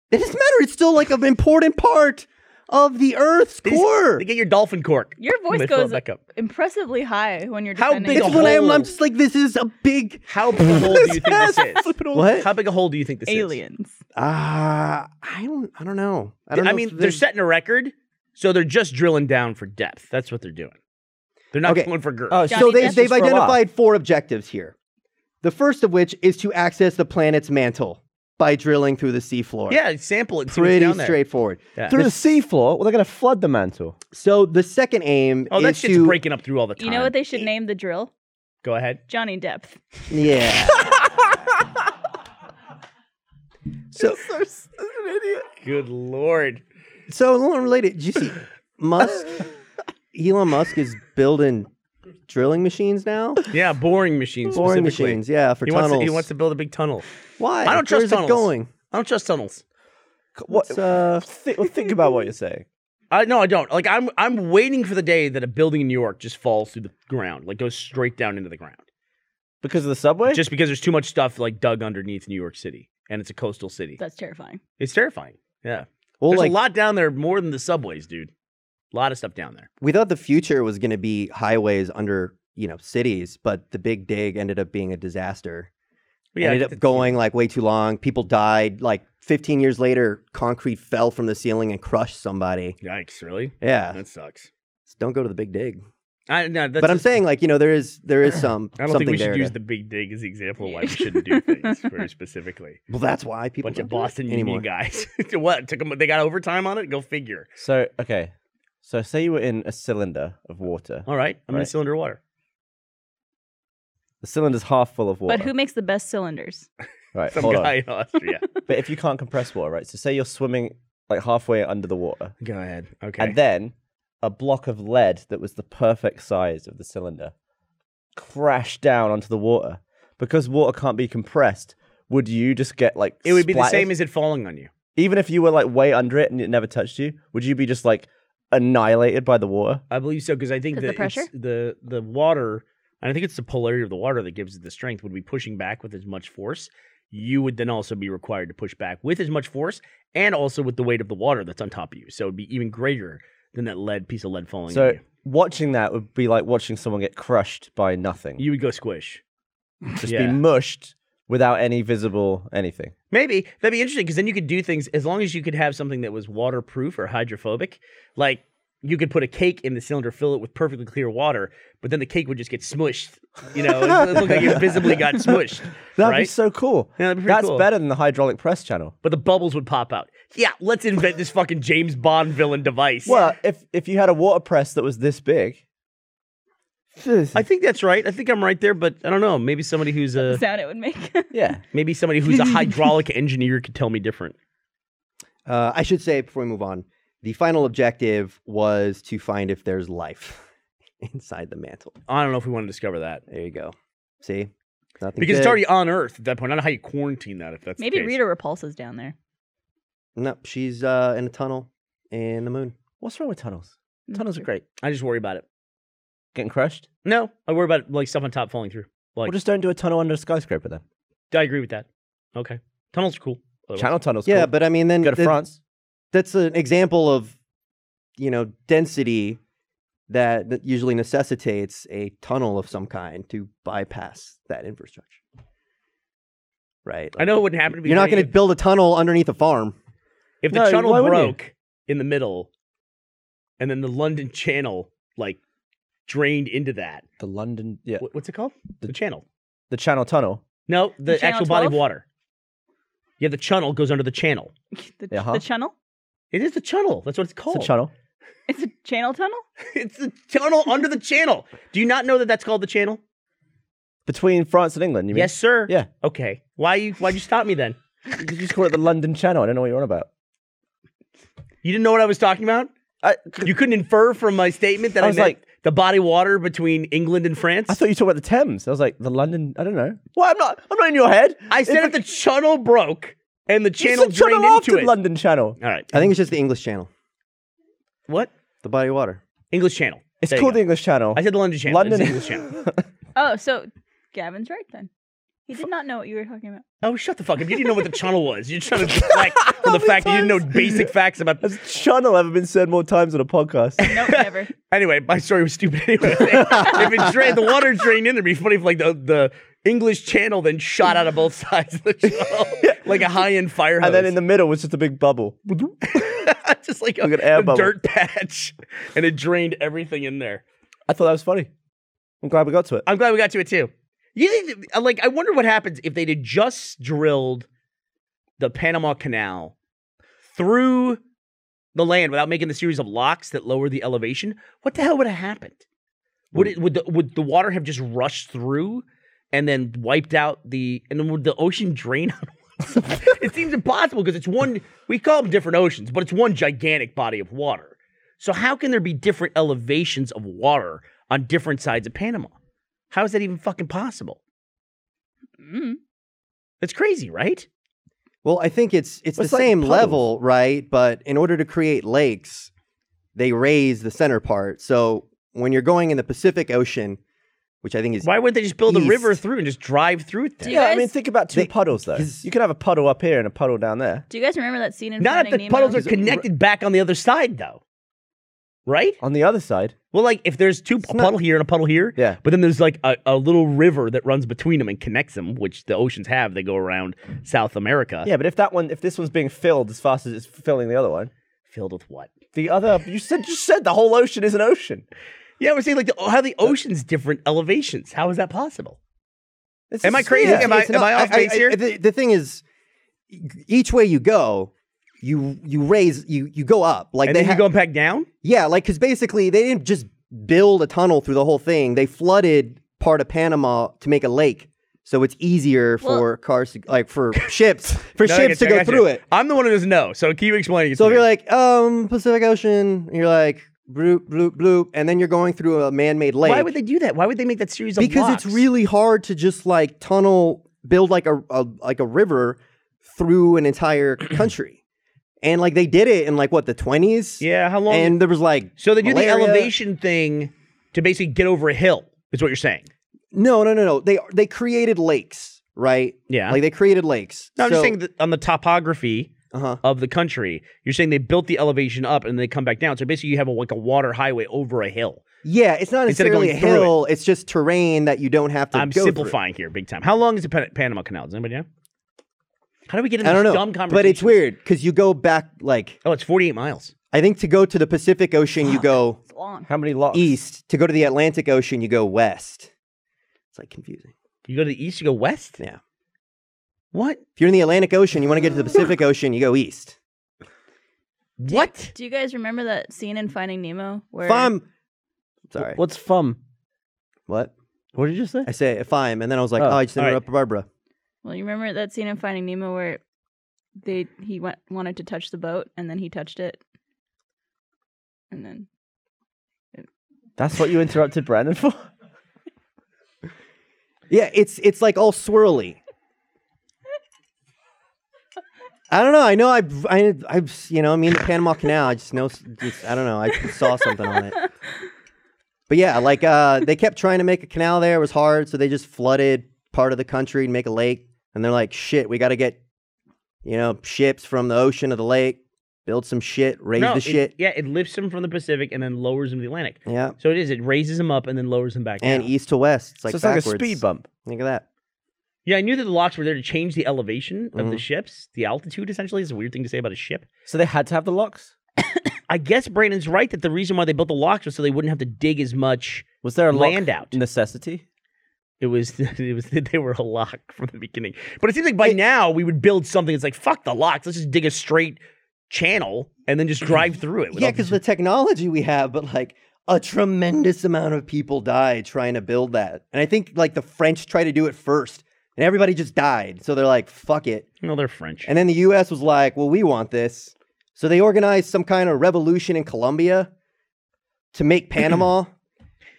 S2: it doesn't matter. It's still like an important part of the Earth's
S1: They just-
S2: core.
S1: They get your dolphin cork.
S3: Your voice
S1: They fill it
S3: goes-
S1: back up.
S3: Impressively high when you're
S1: How
S3: defending
S1: big
S2: It's
S1: a
S3: it.
S2: when I'm,
S1: hole.
S2: I'm just like, this is a big.
S1: How big a hole do you think this is?
S2: What?
S1: How big a hole do you think this is?
S3: aliens.
S2: Ah, I don't. I don't know. I don't.
S1: I
S2: know
S1: mean,
S2: if
S1: they're
S2: there's-
S1: setting a record, so they're just drilling down for depth. That's what they're doing. They're not
S2: Okay.
S1: going for girth.
S4: Oh,
S3: Johnny
S2: so
S4: shit,
S2: they,
S4: that's
S3: Depp.
S2: they've
S4: just for a laugh.
S2: identified four objectives here. The first of which is to access the planet's mantle by drilling through the seafloor.
S1: yeah, sample it. see what's
S2: pretty
S1: down there.
S2: straightforward.
S1: Yeah.
S4: through the seafloor. Well, they're gonna flood the mantle.
S2: So the second aim
S1: Oh,
S2: is
S1: that shit's
S2: to
S1: breaking up through all the time.
S3: You know what they should name the drill?
S1: Go ahead.
S3: Johnny Depth.
S2: yeah. so
S1: Good lord.
S2: so a little related. Did you see Musk? Elon Musk is building drilling machines now.
S1: Yeah, boring machines.
S2: Boring
S1: specifically.
S2: machines, yeah, for
S1: he
S2: tunnels.
S1: Wants to, he wants to build a big tunnel.
S2: Why?
S1: I don't trust
S2: Where's
S1: tunnels.
S2: it going?
S1: I don't trust tunnels.
S4: What?
S2: It's, uh,
S4: thi- well, think about what you're saying.
S1: I no, I don't. Like I'm I'm waiting for the day that a building in New York just falls through the ground, like goes straight down into the ground.
S4: Because of the subway.
S1: Just because there's too much stuff like dug underneath New York City. And it's a coastal city.
S3: That's terrifying.
S1: It's terrifying. Yeah.
S2: well,
S1: there's
S2: like
S1: a lot down there, more than the subways, dude. A lot of stuff down there.
S2: we thought the future was going to be highways under you know cities but the big dig ended up being a disaster
S1: But
S2: yeah,
S1: yeah,
S2: ended
S1: it's-
S2: up going like way too long people died like 15 years later concrete fell from the ceiling and crushed somebody
S1: Yikes, really?
S2: yeah
S1: That sucks.
S2: So don't go to the big dig
S1: I, no, that's
S2: but i'm
S1: just-
S2: saying like you know there is there is some
S1: I don't
S2: something
S1: think we should
S2: there to-
S1: use the big dig as the example of why we shouldn't do things very specifically.
S2: well that's why people
S1: bunch of
S2: don't do it
S1: Boston
S2: anymore
S1: Union guys. what took 'em- They got overtime on it. Go figure.
S4: So okay. So say you were in a cylinder of water.
S1: All right, I'm in a
S4: Right.
S1: cylinder of water.
S4: The cylinder's half full of water.
S3: But who makes the best cylinders?
S4: Right.
S1: Some
S4: hold
S1: guy
S4: on.
S1: in Austria.
S4: But if you can't compress water, right? So say you're swimming like halfway under the water,
S1: go ahead. Okay.
S4: and then a block of lead that was the perfect size of the cylinder crashed down onto the water because water can't be compressed. Would you just get like?
S1: it would be the
S4: splattered?
S1: same as it falling on you.
S4: even if you were like way under it and it never touched you. Would you be just like annihilated by the water?
S1: I believe so because I think
S3: 'Cause the
S1: that it's-
S3: pressure?
S1: the the water, and I think it's the polarity of the water that gives it the strength. Would be pushing back with as much force. You would then also be required to push back with as much force and also with the weight of the water that's on top of you. So it'd be even greater than that lead piece of lead falling
S4: So
S1: on you.
S4: watching that would be like watching someone get crushed by nothing.
S1: You would go squish.
S4: just
S1: yeah.
S4: be mushed without any visible anything.
S1: Maybe that'd be interesting because then you could do things as long as you could have something that was waterproof or hydrophobic. Like you could put a cake in the cylinder, fill it with perfectly clear water, but then the cake would just get smushed. You know, it, it looked like it visibly got smushed.
S4: That'd be
S1: right?
S4: so cool.
S1: Yeah, that'd be pretty
S4: That's
S1: cool.
S4: better than the hydraulic press channel.
S1: but the bubbles would pop out. Yeah, let's invent this fucking James Bond villain device.
S4: Well, if if you had a water press that was this big,
S1: I think that's right. I think I'm right there, but I don't know. Maybe somebody who's a
S3: sound it would make.
S4: yeah,
S1: maybe somebody who's a hydraulic engineer could tell me different.
S2: Uh, I should say before we move on, the final objective was to find if there's life inside the mantle.
S1: I don't know if we want to discover that
S2: There you go. See, nothing
S1: because it's
S2: good.
S1: already on Earth at that point. I don't know how you quarantine that if that's the
S3: Maybe
S1: case.
S3: Rita Repulsa's down there.
S2: Nope, she's uh, in a tunnel in the moon.
S4: what's wrong with tunnels?
S3: Mm.
S4: Tunnels are great.
S1: I just worry about it.
S4: Getting crushed.
S1: No, I worry about like stuff on top falling through. Like
S4: well, just don't do a tunnel under a skyscraper then.
S1: I agree with that. Okay, tunnels are cool. otherwise.
S4: Channel tunnels.
S2: Yeah,
S4: cool.
S2: but I mean, then
S4: go to
S2: th-
S4: France.
S2: that's an example of you know density that that usually necessitates a tunnel of some kind to bypass that infrastructure. Right.
S1: I
S2: like,
S1: know it wouldn't happen to be.
S2: You're not
S1: funny
S2: going to build a tunnel underneath a farm.
S1: if, if the
S4: No, why
S1: tunnel
S4: wouldn't you?
S1: broke in the middle, and then the London Channel like drained into that.
S4: The London. Yeah,
S1: What, what's it called? The, channel.
S4: the Channel Tunnel.
S1: No, the,
S3: Channel
S1: actual body of
S3: 12?
S1: water. Yeah, the channel goes under the channel.
S3: The,
S4: Yeah, huh?
S1: Uh-huh.
S3: the channel?
S1: It is the channel. That's what it's
S4: It's
S1: called.
S4: a channel.
S3: It's a channel tunnel?
S1: It's the tunnel under the channel. Do you not know that that's called the channel?
S4: Between France and England, you mean?
S1: Yes, sir.
S4: Yeah.
S1: Okay. Why you why'd you stop me then?
S4: You just call it the London Channel. I don't know what you're on about.
S1: You didn't know what I was talking about?
S4: I,
S1: You couldn't infer from my statement that
S4: I
S1: I,
S4: was
S1: meant
S4: like-
S1: the body of water between England and France?
S4: I thought you talked about the Thames. I was like the London. I don't know. Well, I'm not. I'm not in your head.
S1: I said if the channel broke and the
S4: You
S1: channel
S4: said
S1: drained
S4: channel after
S1: into it.
S4: London Channel.
S1: All right.
S2: I think it's just the English Channel,
S1: What?
S2: the body of water.
S1: English Channel.
S4: It's
S1: There you
S4: called
S1: go.
S4: the English Channel.
S1: I said the London Channel.
S4: London
S1: It's the English Channel.
S3: Oh, so Gavin's right then. He did not know what you were talking about.
S1: Oh, shut the fuck up. You didn't know what the channel was. You're trying to deflect from the fact that you didn't know basic facts about
S4: Has channel ever been said more times on a podcast?
S3: Nope, never.
S1: Anyway, my story was stupid anyway. if it drained, the water drained in, it'd be funny if like the, the English channel then shot out of both sides of the channel. like a high end fire hose.
S4: and then in the middle was just a big bubble.
S1: just like a,
S4: Like an air
S1: a
S4: bubble.
S1: dirt patch. And it drained everything in there.
S4: I thought that was funny. I'm glad we got to it.
S1: I'm glad we got to it too. You think, uh, like I wonder what happens if they'd have just drilled the Panama Canal through the land without making the series of locks that lower the elevation. What the hell would have happened? Would it would the, would the water have just rushed through and then wiped out the and then would the ocean drain on one side? it seems impossible because it's one we call them different oceans, but it's one gigantic body of water. So how can there be different elevations of water on different sides of Panama? How is that even fucking possible?
S3: Mm.
S1: It's crazy, right?
S2: Well, I think it's
S4: It's
S2: it's the
S4: like
S2: same
S4: puddles.
S2: level, right? But in order to create lakes, they raise the center part. So when you're going in the Pacific Ocean, which I think is
S1: Why wouldn't they just build a river
S2: East.
S1: through and just drive through it then?
S3: Do you
S4: Yeah, I
S3: guys-
S4: mean, think about two
S2: They-
S4: puddles though.
S2: his-
S4: You could have a puddle up here and a puddle down there.
S3: Do you guys remember that scene in
S1: Not if
S3: Finding
S1: the
S3: Nemo?
S1: puddles are connected back on the other side, though. Right?
S4: On the other side,
S1: Well, like if there's two a
S2: not-
S1: puddle here and a puddle here,
S4: Yeah.
S1: But then there's like a, a little river that runs between them and connects them, which the oceans have. They go around South America,
S4: yeah. But if that one, if this one's being filled as fast as it's filling the other one,
S1: filled with what?
S4: the other, you said, you said the whole ocean is an ocean.
S1: Yeah, we're saying like the, how the
S2: Uh,
S1: ocean's different elevations. How is that possible?
S4: It's
S1: Am I
S4: just-
S1: crazy?
S4: yeah.
S1: Am I-
S2: it's not-
S1: off base here?
S2: the, the thing is, each way you go, you you raise you you go up. Like
S1: and
S2: they
S1: then
S2: ha-
S1: you go back down.
S2: yeah, like because basically they didn't just build a tunnel through the whole thing. They flooded part of Panama to make a lake. So it's easier
S3: Well-
S2: for cars, to, like for ships, for
S1: No, I
S2: ships
S1: get you,
S2: to
S1: I
S2: go
S1: got you.
S2: through it.
S1: I'm the one who doesn't know. So keep explaining. it
S2: So
S1: to
S2: if
S1: me.
S2: you're like, um, Pacific Ocean, and you're like, bloop, bloop, bloop, and then you're going through a man-made lake.
S1: why would they do that? Why would they make that series of
S2: because it's
S1: locks?
S2: really hard to just like tunnel, build like a, a like a river through an entire country, and like they did it in like what the 20s.
S1: Yeah, how long?
S2: and there was like
S1: so they do the
S2: malaria.
S1: elevation thing to basically get over a hill, is what you're saying.
S2: No, no, no, no. They they created lakes, right?
S1: Yeah.
S2: Like they created lakes.
S1: no, I'm just
S2: So-
S1: saying that on the topography
S2: Uh-huh.
S1: of the country, you're saying they built the elevation up and they come back down. So basically, you have a, like a water highway over a hill.
S2: Yeah, it's not
S1: Instead of going
S2: necessarily a
S1: through it.
S2: hill. It's just terrain that you don't have to.
S1: I'm
S2: go through.
S1: simplifying here big time. How long is the Pan- Panama Canal? Does anybody know? How do we get into
S2: I don't
S1: this
S2: know,
S1: dumb conversation?
S2: but it's weird because you go back like
S1: Oh, it's 48 miles.
S2: I think to go to the Pacific Ocean, you go
S3: It's long.
S4: How many
S1: E-
S4: locks?
S2: east. To go to the Atlantic Ocean, you go west. It's like confusing.
S1: You go to the east, you go west?
S2: Yeah.
S1: What?
S2: If you're in the Atlantic Ocean, you want to get to the Pacific Ocean, you go east.
S1: What?
S3: Do you guys remember that scene in Finding Nemo where
S2: If I'm sorry,
S4: What's fum?
S2: what?
S4: What did you say?
S2: I say if I'm, and then I was like,
S4: Oh,
S2: oh, I just
S1: all right.
S2: interrupt Barbara.
S3: Well, you remember that scene in Finding Nemo where they he went wanted to touch the boat and then he touched it, and then
S4: That's what you interrupted Brandon for?
S2: Yeah, it's it's like all swirly. I don't know. I know. I I I you know. I mean, the Panama Canal. I just know. Just, I don't know. I saw something on it. But yeah, like uh, they kept trying to make a canal there. It was hard, so they just flooded part of the country and make a lake. And they're like, shit, we got to get, you know, ships from the ocean to the lake, build some shit, raise
S1: No,
S2: the
S1: it-
S2: shit.
S1: Yeah, it lifts them from the Pacific and then lowers them to the Atlantic.
S2: yeah.
S1: So it is. It raises them up and then lowers them back
S2: And e-
S1: down.
S2: east to west. It's like
S4: so it's
S2: backwards.
S4: like a speed bump.
S2: Think of that.
S1: yeah, I knew that the locks were there to change the elevation of the
S2: Mhm.
S1: ships. The altitude, essentially, is a weird thing to say about a ship.
S4: So they had to have the locks?
S1: I guess Brandon's right that the reason why they built the locks was so they wouldn't have to dig as much
S4: Was there a lock
S1: land out.
S4: necessity?
S1: It was it was that they were a lock from the beginning. But it seems like by
S2: It-
S1: now we would build something that's like fuck the locks. Let's just dig a straight channel and then just drive through it. with
S2: Yeah,
S1: all
S2: because
S1: these-
S2: the technology we have, but like a tremendous amount of people died trying to build that. And I think like the French tried to do it first, and everybody just died. So they're like, fuck it.
S1: no, they're French.
S2: And then the US was like, well, we want this. So they organized some kind of revolution in Colombia to make Panama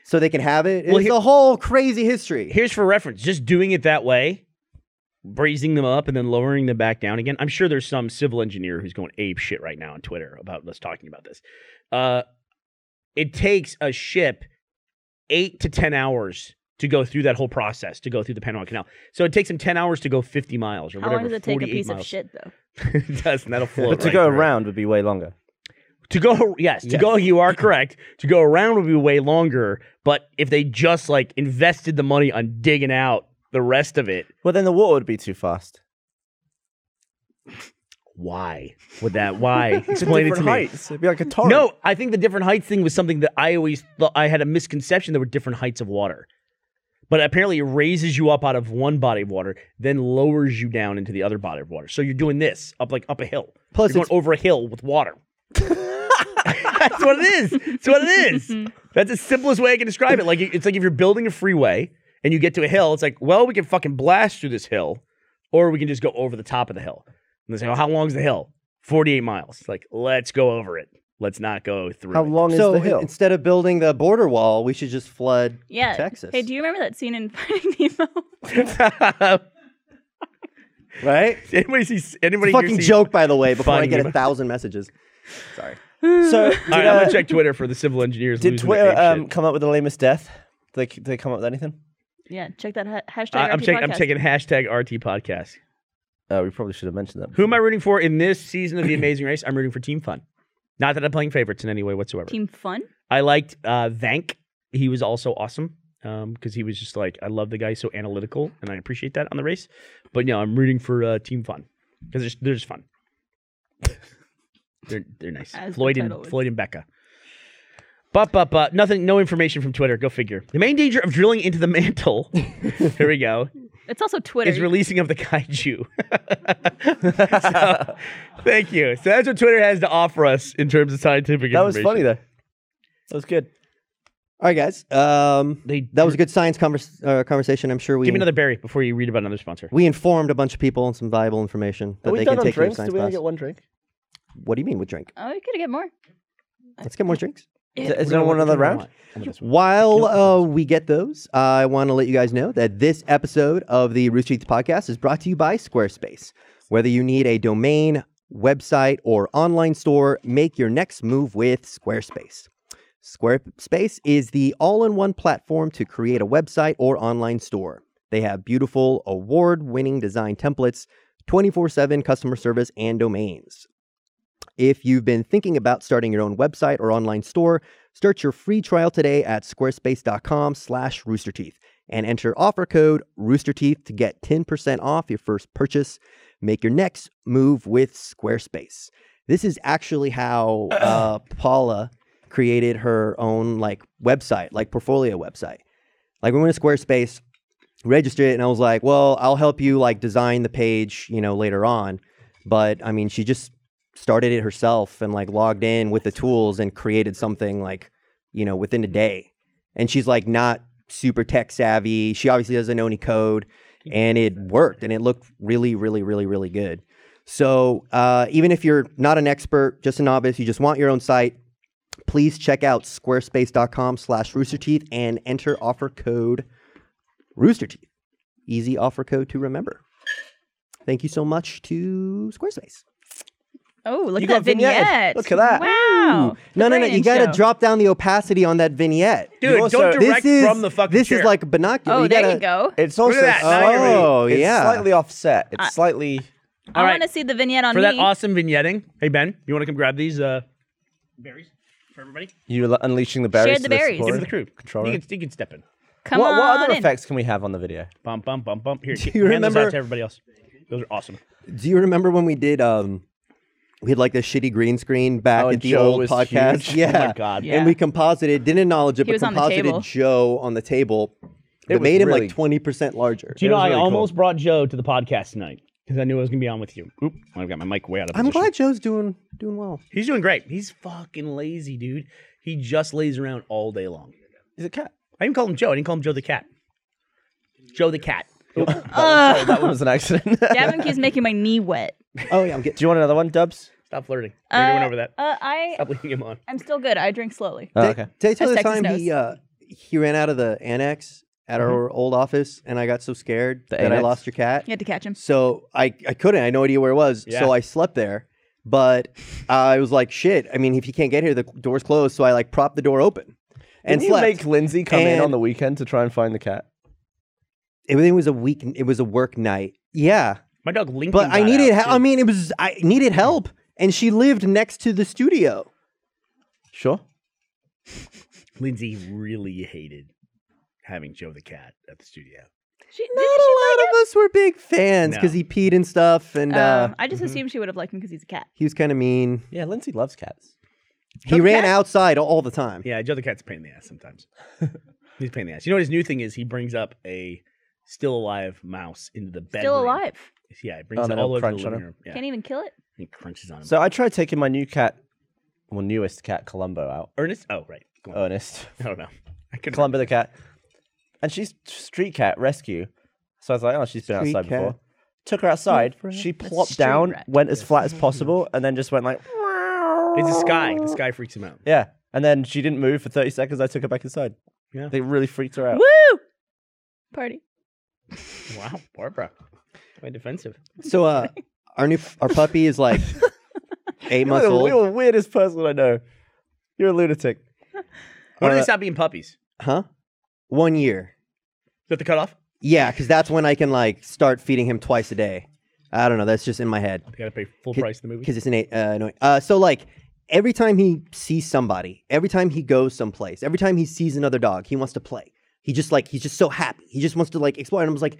S2: so they can have it. It's
S1: Well, here-
S2: a whole crazy history.
S1: Here's for reference: just doing it that way, raising them up and then lowering them back down again. I'm sure there's some civil engineer who's going ape shit right now on Twitter about us talking about this. Uh, it takes a ship eight to ten hours to go through that whole process to go through the Panama Canal. So it takes them ten hours to go 50 miles or
S3: how
S1: whatever.
S3: long does it take a
S1: 48
S3: piece
S1: miles.
S3: of shit though?
S1: it does, and that'll float.
S4: But to
S1: right
S4: go
S1: through.
S4: around would be way longer.
S1: to go, yes, to
S4: Yes.
S1: go. You are correct. To go around would be way longer. But if they just like invested the money on digging out the rest of it,
S4: Well, then the water would be too fast.
S1: why would that? Why explain it to me?
S4: heights. It'd be like a torrent.
S1: No, I think the different heights thing was something that I always thought I had a misconception there were different heights of water. But apparently it raises you up out of one body of water, then lowers you down into the other body of water. So you're doing this up like up a hill.
S2: Plus,
S1: You're going
S2: it's-
S1: over a hill with water. That's what it is. That's what it is. That's the simplest way I can describe it. Like it's like if you're building a freeway and you get to a hill, it's like, well, we can fucking blast through this hill, or we can just go over the top of the hill. And they say, oh, how long's the hill? 48 miles. Like, let's go over it. Let's not go through.
S4: How
S1: it.
S4: long is
S2: so
S4: the hill?
S2: instead of building the border wall, we should just flood
S3: Yeah,
S2: Texas.
S3: Hey, do you remember that scene in Finding Nemo?
S2: right?
S1: anybody see
S2: It's
S1: anybody
S2: a
S1: here
S2: fucking
S1: see-
S2: joke, by the way, before I
S1: Finding
S2: get a
S1: Nemo.
S2: thousand messages. Sorry.
S4: so did,
S1: All right, I'm
S4: uh,
S1: gonna check Twitter for the civil engineers.
S4: did
S1: losing
S4: Twitter
S1: their ape
S4: um,
S1: shit.
S4: come up with the lamest death? Did they, did they come up with anything?
S3: yeah, check that ha- hashtag.
S1: I- I'm
S3: RT
S1: checking. I'm
S3: podcast.
S1: checking hashtag RT podcast.
S4: Oh, we probably should have mentioned that.
S1: Who am I rooting for in this season of The Amazing Race? I'm rooting for Team Fun. Not that I'm playing favorites in any way whatsoever.
S3: Team Fun.
S1: I liked uh, Vank. He was also awesome because he was just like, I love the guy he's so analytical, and I appreciate that on the race. But no, I'm rooting for uh, Team Fun because they're, just- they're just fun. they're they're nice.
S3: As the
S1: Floyd
S3: title
S1: and
S3: would-
S1: Floyd and Becca. But but but nothing. No information from Twitter. Go figure. The main danger of drilling into the mantle. here we go.
S3: It's also Twitter.
S1: Is releasing of the kaiju. So, thank you. So that's what Twitter has to offer us in terms of scientific
S4: That
S1: information.
S4: was funny though. That was good.
S2: All right, guys. Um,
S1: They
S2: that was a good science convers- uh, conversation. I'm sure we
S1: Give me another berry before you read about another sponsor.
S2: we informed a bunch of people on some valuable information that
S4: Are we
S2: they
S4: done
S2: can
S4: on
S2: take to their
S4: drinks?
S2: science
S4: Do we only
S2: class.
S4: get one drink?
S2: What do you mean with drink?
S3: oh, you could have get more.
S2: Let's get more drinks.
S4: Is, is there one other round?
S2: While uh, we get those, I want to let you guys know that this episode of the Rooster Teeth podcast is brought to you by Squarespace. Whether you need a domain, website, or online store, make your next move with Squarespace. Squarespace is the all in one platform to create a website or online store. They have beautiful, award winning design templates, 24 7 customer service, and domains. If you've been thinking about starting your own website or online store, start your free trial today at squarespace.com slash roosterteeth and enter offer code roosterteeth to get 10% off your first purchase. Make your next move with Squarespace. This is actually how uh, Paula created her own like website, like portfolio website. Like we went to Squarespace, registered it, and I was like, "Well, I'll help you like design the page, you know, later on." But I mean, she just started it herself and like logged in with the tools and created something like, you know, within a day. And she's like not super tech savvy. She obviously doesn't know any code, and it worked, and it looked really, really, really, really good. So uh, even if you're not an expert, just a novice, you just want your own site, please check out squarespace.com slash roosterteeth and enter offer code roosterteeth. Easy offer code to remember. Thank you so much to Squarespace.
S3: Oh, look
S4: You
S3: at that
S4: got vignette.
S3: vignette.
S4: Look at that.
S3: Wow.
S2: No,
S3: The
S2: no, no. You
S3: Brilliant
S2: got
S3: Show.
S2: to drop down the opacity on that vignette.
S1: Dude,
S4: also-
S1: don't direct
S2: this is,
S1: from the fucking
S2: This
S1: chair.
S2: is like binocular.
S3: Oh, there
S2: gotta-
S3: you go.
S4: It's also
S1: at that, now you're reading.
S2: Oh,
S4: it's
S2: yeah.
S4: slightly offset. It's slightly
S3: I
S1: All right.
S3: want to see the vignette on
S1: for
S3: me.
S1: that awesome vignetting. Hey Ben, you want to come grab these uh, berries for everybody?
S4: you are unleashing the berries.
S3: Shared the
S4: to
S3: berries.
S1: Give
S4: supporter.
S1: them to the crew.
S4: Controller.
S1: You can, you can step in.
S3: Come
S4: what,
S3: on.
S4: what other
S3: in.
S4: effects can we have on the video?
S1: Bump, bump, bump, bump. Here,
S2: Do
S1: you
S2: you
S1: remember
S2: remember-
S1: out to everybody else? Those are awesome.
S2: Do you remember when we did? um We had like this shitty green screen back
S4: Oh,
S2: at
S4: and
S2: the
S4: Joe
S2: old
S4: was
S2: podcast.
S4: huge.
S2: Yeah.
S1: Oh my god.
S3: Yeah.
S2: And we composited, didn't acknowledge it,
S3: He
S2: but
S3: was on the table.
S2: composited Joe on the table.
S4: It
S2: It
S4: was
S2: made him
S4: really-
S2: like twenty percent larger.
S1: Do you
S4: It
S1: know
S4: was
S1: I
S4: really cool.
S1: almost brought Joe to the podcast tonight because I knew I was gonna be on with you. Oop, I've got my mic way out of
S2: I'm
S1: position.
S2: glad Joe's doing doing well.
S1: He's doing great. He's fucking lazy, dude. He just lays around all day long.
S4: Is it cat?
S1: I even called him Joe. I didn't call him Joe the cat. Joe the cat.
S3: Ugh.
S4: Oh, That one was an accident.
S3: Davin keeps making my knee wet.
S2: Oh yeah, I'm getting.
S4: Do you want another one, Dubs?
S1: Stop flirting. We already went
S3: Uh,
S1: over that.
S3: Uh, I,
S1: Stop leading him on.
S3: I'm still good. I drink slowly.
S4: Oh,
S2: Did-
S4: okay.
S2: Did I tell
S3: As
S2: you the
S3: Texas
S2: time he uh, he ran out of the annex at our old office, and I got so scared that I
S4: Mm-hmm. annex?
S2: lost your cat.
S3: You had to catch him.
S2: So I I couldn't. I had no idea where it was.
S1: Yeah.
S2: So I slept there. But I was like, shit. I mean, if you can't get here, the door's closed. So I like propped the door open and
S4: Didn't you
S2: slept.
S4: make Lindsay come in
S2: And-
S4: on the weekend to try and find the cat?
S2: it, it was a week. It was a work night. Yeah.
S1: My dog Lincoln.
S2: But I
S1: got
S2: needed.
S1: out,
S2: He-
S1: too.
S2: I mean, it was. I needed help, and she lived next to the studio.
S4: Sure.
S1: Lindsay really hated having Joe the cat at the studio.
S3: She,
S2: Not a lot of us were big fans
S1: No.
S2: because he peed and stuff, and uh,
S3: um, I just assumed she would have liked him because he's a cat.
S2: he was kind of mean.
S4: Yeah, Lindsay loves cats.
S2: He ran outside all the time.
S1: Yeah, Joe the cat's a pain in the ass sometimes. He's a pain in the ass. You know what his new thing is? He brings up a still alive mouse into the bed.
S3: Still alive.
S1: Yeah, he brings
S4: Oh,
S1: it
S4: then
S1: all
S4: he'll
S1: over the
S4: crunch on
S1: living
S4: him.
S1: room. Yeah,
S3: Can't even kill it.
S1: he crunches on him.
S4: So I tried taking my new cat, well, newest cat, Columbo, out.
S1: Ernest. Oh right. Go on.
S4: Ernest.
S1: I don't know. I could.
S4: Columbo the cat. And she's street cat rescue. So I was like, oh, she's been
S2: Street
S4: outside
S2: cat.
S4: before. Took her outside.
S2: Rat.
S4: She
S3: That's
S4: plopped
S3: street
S4: down,
S3: rat.
S4: went as flat as possible, and then just went like,
S1: It's a sky.
S2: Oh.
S1: The sky freaks him out.
S4: yeah. And then she didn't move for 30 seconds. I took her back inside.
S1: Yeah.
S4: They really freaked her out.
S3: Woo! Party.
S1: Wow, Barbara. Quite defensive.
S2: So uh, our new our puppy is like eight
S4: You're
S2: months
S4: the,
S2: old,
S4: you're the weirdest person I know. You're a lunatic.
S1: When do
S2: Uh,
S1: they stop being puppies? Is
S2: huh? One year.
S1: that the cutoff?
S2: Yeah, because that's when I can like start feeding him twice a day. I don't know. That's just in my head.
S1: They gotta pay full
S2: Ki-
S1: price in the movie.
S2: because it's an eight, uh, annoying. Uh, so like every time he sees somebody, every time he goes someplace, every time he sees another dog, he wants to play. He just like he's just so happy. He just wants to like explore. And I was like,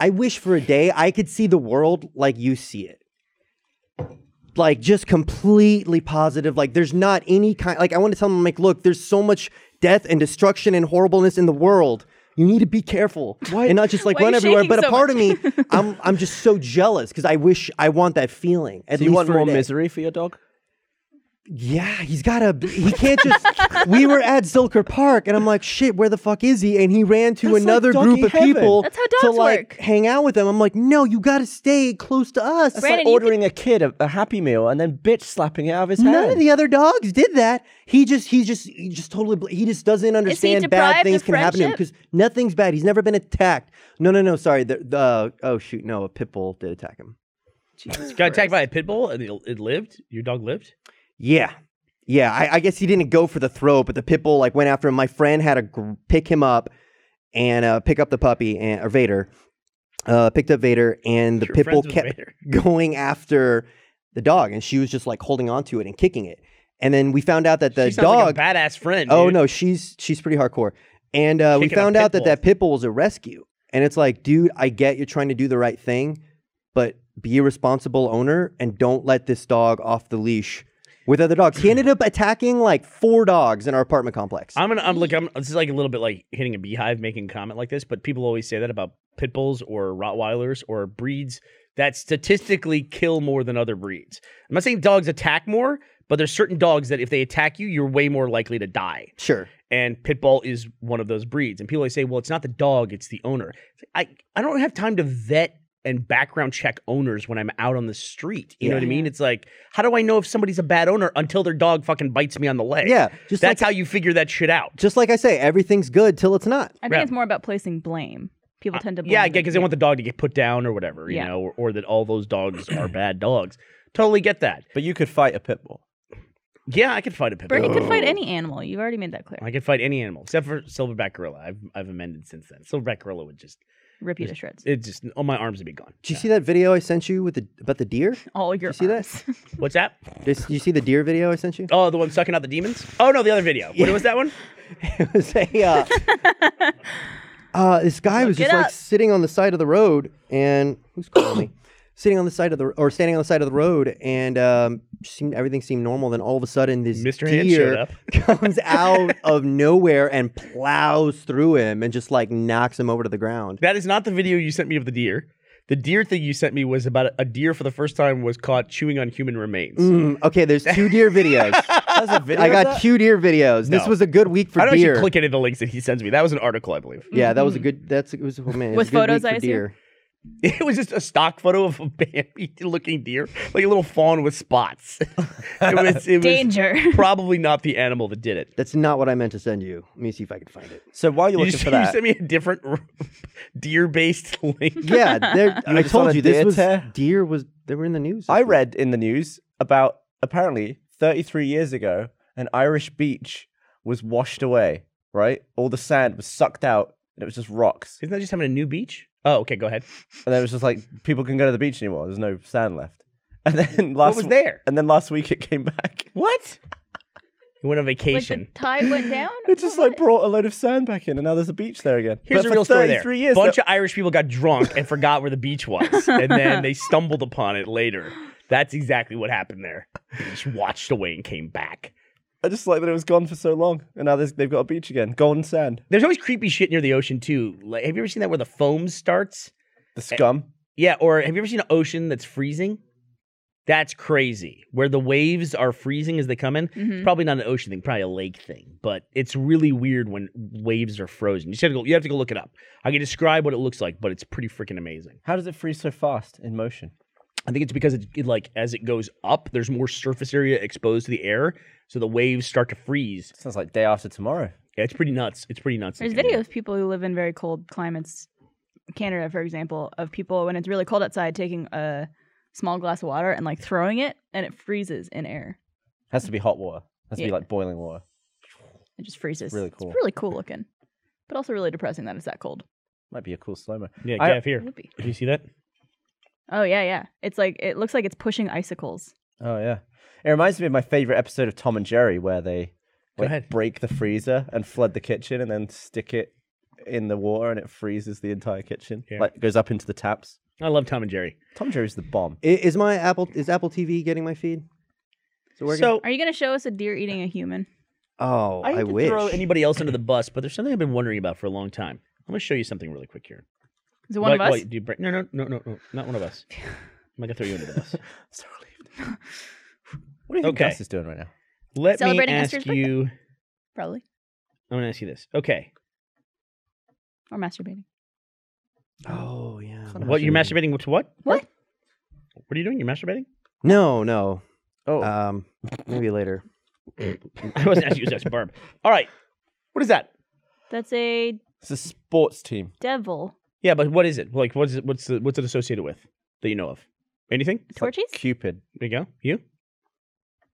S2: I wish for a day I could see the world like you see it. Like just completely positive. Like there's not any kind. Like I want to tell him, like, look, there's so much death and destruction and horribleness in the world. You need to be careful and not just like
S3: why are
S2: run
S3: you
S2: everywhere.
S3: shaking
S2: But
S3: so
S2: a part
S3: much?
S2: of me, I'm I'm just so jealous because I wish I want that feeling. At
S4: Do
S2: least
S4: you want
S2: for a
S4: more
S2: day.
S4: misery for your dog?
S2: Yeah, he's got a. He can't just. we were at Zilker Park, and I'm like, shit, where the fuck is he? And he ran to
S4: That's like
S2: another
S4: doggy
S2: group of
S4: heaven.
S2: people
S3: That's how
S2: to
S3: dogs
S2: like
S3: work.
S2: hang out with him. I'm like, no, you got to stay close to us.
S4: It's
S3: Brandon,
S4: like
S3: you
S4: ordering a kid a, a happy meal and then bitch slapping it out of his hand.
S2: None of the other dogs did that. He just, he just, he just totally, bl- he just doesn't understand
S3: deprived
S2: bad
S3: of
S2: things can happen to him
S3: friendship?
S2: because nothing's bad. He's never been attacked. No, no, no. Sorry. The, the oh shoot, no, a pit bull did attack him.
S3: Jesus
S1: Got attacked
S3: Christ.
S1: by a pit bull and it, it lived. Your dog lived.
S2: Yeah. Yeah. I, I guess he didn't go for the throw, but the pit bull like went after him. My friend had to gr- pick him up and uh, pick up the puppy and or Vader. Uh, picked up Vader and the
S1: Your
S2: pit bull
S1: friends with
S2: kept
S1: Vader.
S2: going after the dog, and she was just like holding onto it and kicking it. And then we found out that the
S1: she sounds like
S2: dog.
S1: a badass friend.
S2: oh
S1: dude.
S2: no, she's she's pretty hardcore. And uh, we
S1: Kicking a
S2: found
S1: pit
S2: out that
S1: bull.
S2: that pit bull was a rescue. And it's like, dude, I get you're trying to do the right thing, but be a responsible owner and don't let this dog off the leash with other dogs. He ended up attacking like four dogs in our apartment complex.
S1: I'm gonna. I'm look. I'm. This is like a little bit like hitting a beehive, making a comment like this. But people always say that about pit bulls or Rottweilers or breeds that statistically kill more than other breeds. I'm not saying dogs attack more, but there's certain dogs that if they attack you, you're way more likely to die.
S2: sure.
S1: And pit bull is one of those breeds. And people always say, "Well, it's not the dog; it's the owner." It's like, I I don't have time to vet and background check owners when I'm out on the street. You know
S2: Yeah.
S1: what I mean? It's like, how do I know if somebody's a bad owner until their dog fucking bites me on the leg?
S2: Yeah. Just
S1: Eh, That's
S2: like,
S1: how you figure that shit out.
S2: just like I say, everything's good till it's not.
S3: I think
S1: Yeah. Uh,
S3: it's more about placing blame. People tend to blame
S1: Yeah,
S3: the-
S1: because they want the dog to get put down or whatever, you
S3: Yeah.
S1: know, or, or that all those dogs are bad dogs. Totally get that.
S4: But you could fight a pit bull.
S1: Yeah, I could fight a pit
S3: Bernie
S1: bull.
S3: could fight any animal. You've already made that clear.
S1: I could fight any animal except for silverback gorilla. I've I've amended since then. Silverback gorilla would just
S3: Rip you to shreds.
S1: it just all my arms would be gone.
S2: Did you see that video I sent you with the about the deer?
S3: All your
S2: you see that?
S3: arms.
S1: What's that?
S2: Did you see the deer video I sent you?
S1: Oh, the one sucking out the demons. Oh no, the other video. What was that one?
S2: It was a, uh, uh, this guy was
S3: Look
S2: just
S3: it
S2: like
S3: up.
S2: sitting on the side of the road, and who's calling me? Sitting on the side of the or standing on the side of the road, and um, seemed everything seemed normal. Then all of a sudden, this
S1: Mr. Hand showed
S2: deer
S1: up.
S2: comes out of nowhere and plows through him and just like knocks him over to the ground.
S1: That is not the video you sent me of the deer. The deer thing you sent me was about a, a deer for the first time was caught chewing on human remains.
S2: Mm, okay, there's two deer videos.
S4: That's a video.
S2: I
S4: of
S2: got
S4: that?
S2: two deer videos. This
S1: No.
S2: was a good week for
S1: I don't
S2: deer.
S1: actually click any of the links that he sends me. That was an article, I believe.
S2: Yeah, that was a good. That's it was oh, man. it was
S3: With
S2: a good
S3: photos,
S2: week
S3: I
S2: for
S3: assume?
S2: deer.
S1: It was just a stock photo of a Bambi looking deer, like a little fawn with spots. it was, it was
S3: Danger.
S1: probably not the animal that did it.
S2: That's not what I meant to send you. Let me see if I can find it.
S4: So while you're looking
S1: You, just,
S4: for
S1: you
S4: that,
S1: sent me a different deer based link.
S2: Yeah, there- I
S4: just on
S2: told
S4: a
S2: you this
S4: deer
S2: was
S4: tear?
S2: deer was they were in the news. this
S4: I
S2: week.
S4: read in the news about apparently 33 years ago, an Irish beach was washed away, right? All the sand was sucked out and it was just rocks.
S1: Isn't that just having a new beach? Oh, okay, go ahead.
S4: And then it was just like, people can go to the beach anymore. There's no sand left. And then last
S1: What was there?
S4: And then last week it came back.
S1: What? You went on
S3: like the
S1: vacation.
S3: tide went down.
S4: It just like brought a load of sand back in and now there's a beach there again.
S1: Here's
S4: But
S1: the
S4: for
S1: real story there.
S4: 33 years,
S1: Bunch
S4: that-
S1: of Irish people got drunk and forgot where the beach was, and then they stumbled upon it later. That's exactly what happened there. They just watched away and came back.
S4: I just like that it was gone for so long and now there's- they've got a beach again. Golden sand.
S1: There's always creepy shit near the ocean too. Like, have you ever seen that where the foam starts?
S4: The
S1: Eh.
S4: scum.
S1: Yeah, or have you ever seen an ocean that's freezing? That's crazy. Where the waves are freezing as they come in. It's
S3: Mhm.
S1: probably not an ocean thing, probably a lake thing. But it's really weird when waves are frozen. You just have to go. You have to go look it up. I can describe what it looks like, but it's pretty freaking amazing.
S4: How does it freeze so fast in motion?
S1: I think it's because it, it like as it goes up, there's more surface area exposed to the air, so the waves start to freeze.
S4: Sounds like day after tomorrow.
S1: Yeah, it's pretty nuts. It's pretty nuts.
S3: There's
S1: looking.
S3: video of people who live in very cold climates, Canada, for example, of people when it's really cold outside taking a small glass of water and like throwing it and it freezes in air.
S4: Has to be hot water. Has to be
S3: Yeah.
S4: like boiling water.
S3: It just freezes.
S4: really cool.
S3: It's really cool looking, but also really depressing that it's that cold.
S4: Might be a cool slow mo.
S1: Yeah,
S4: I-
S1: Gav,
S3: It
S1: here.
S3: would be.
S1: Do you see that?
S3: Oh yeah, yeah. It's like it looks like it's pushing icicles.
S4: Oh yeah, it reminds me of my favorite episode of Tom and Jerry where they
S1: Go
S4: like,
S1: ahead.
S4: break the freezer and flood the kitchen and then stick it in the water and it freezes the entire kitchen.
S1: Yeah.
S4: Like goes up into the taps.
S1: I love Tom and Jerry.
S4: Tom and Jerry's the bomb.
S2: I- Is my Apple is Apple TV getting my feed? Is it working?
S1: So
S3: Are you gonna show us a deer eating a human?
S2: oh,
S1: I,
S2: I,
S1: hate to
S2: wish.
S1: throw anybody else under the bus, but there's something I've been wondering about for a long time. I'm gonna show you something really quick here.
S3: Is it one
S1: Wait,
S3: of us?
S1: wait, do you break? No, no, no, no, no, not one of us. I'm not gonna throw you under the bus.
S4: So relieved. what do you think
S1: Okay.
S4: Gus is doing right now?
S1: Let me
S3: Celebrating
S1: ask
S3: Esther's birthday?
S1: you.
S3: Probably.
S1: I'm gonna ask you this. Okay,
S3: Or masturbating.
S2: Oh yeah.
S4: Son of a-
S1: what you're masturbating to? What?
S3: What?
S1: What are you doing? You're masturbating?
S2: No, no.
S4: Oh,
S2: Um, maybe later.
S1: I wasn't asking you. That's Barb. All right. What is that?
S3: That's a
S4: it's a sports team.
S3: devil.
S1: Yeah, but what is it? Like, what's it, what's the, what's it associated with that you know of? Anything?
S4: It's like
S3: Torchies?
S4: Cupid.
S1: There you go. You? Does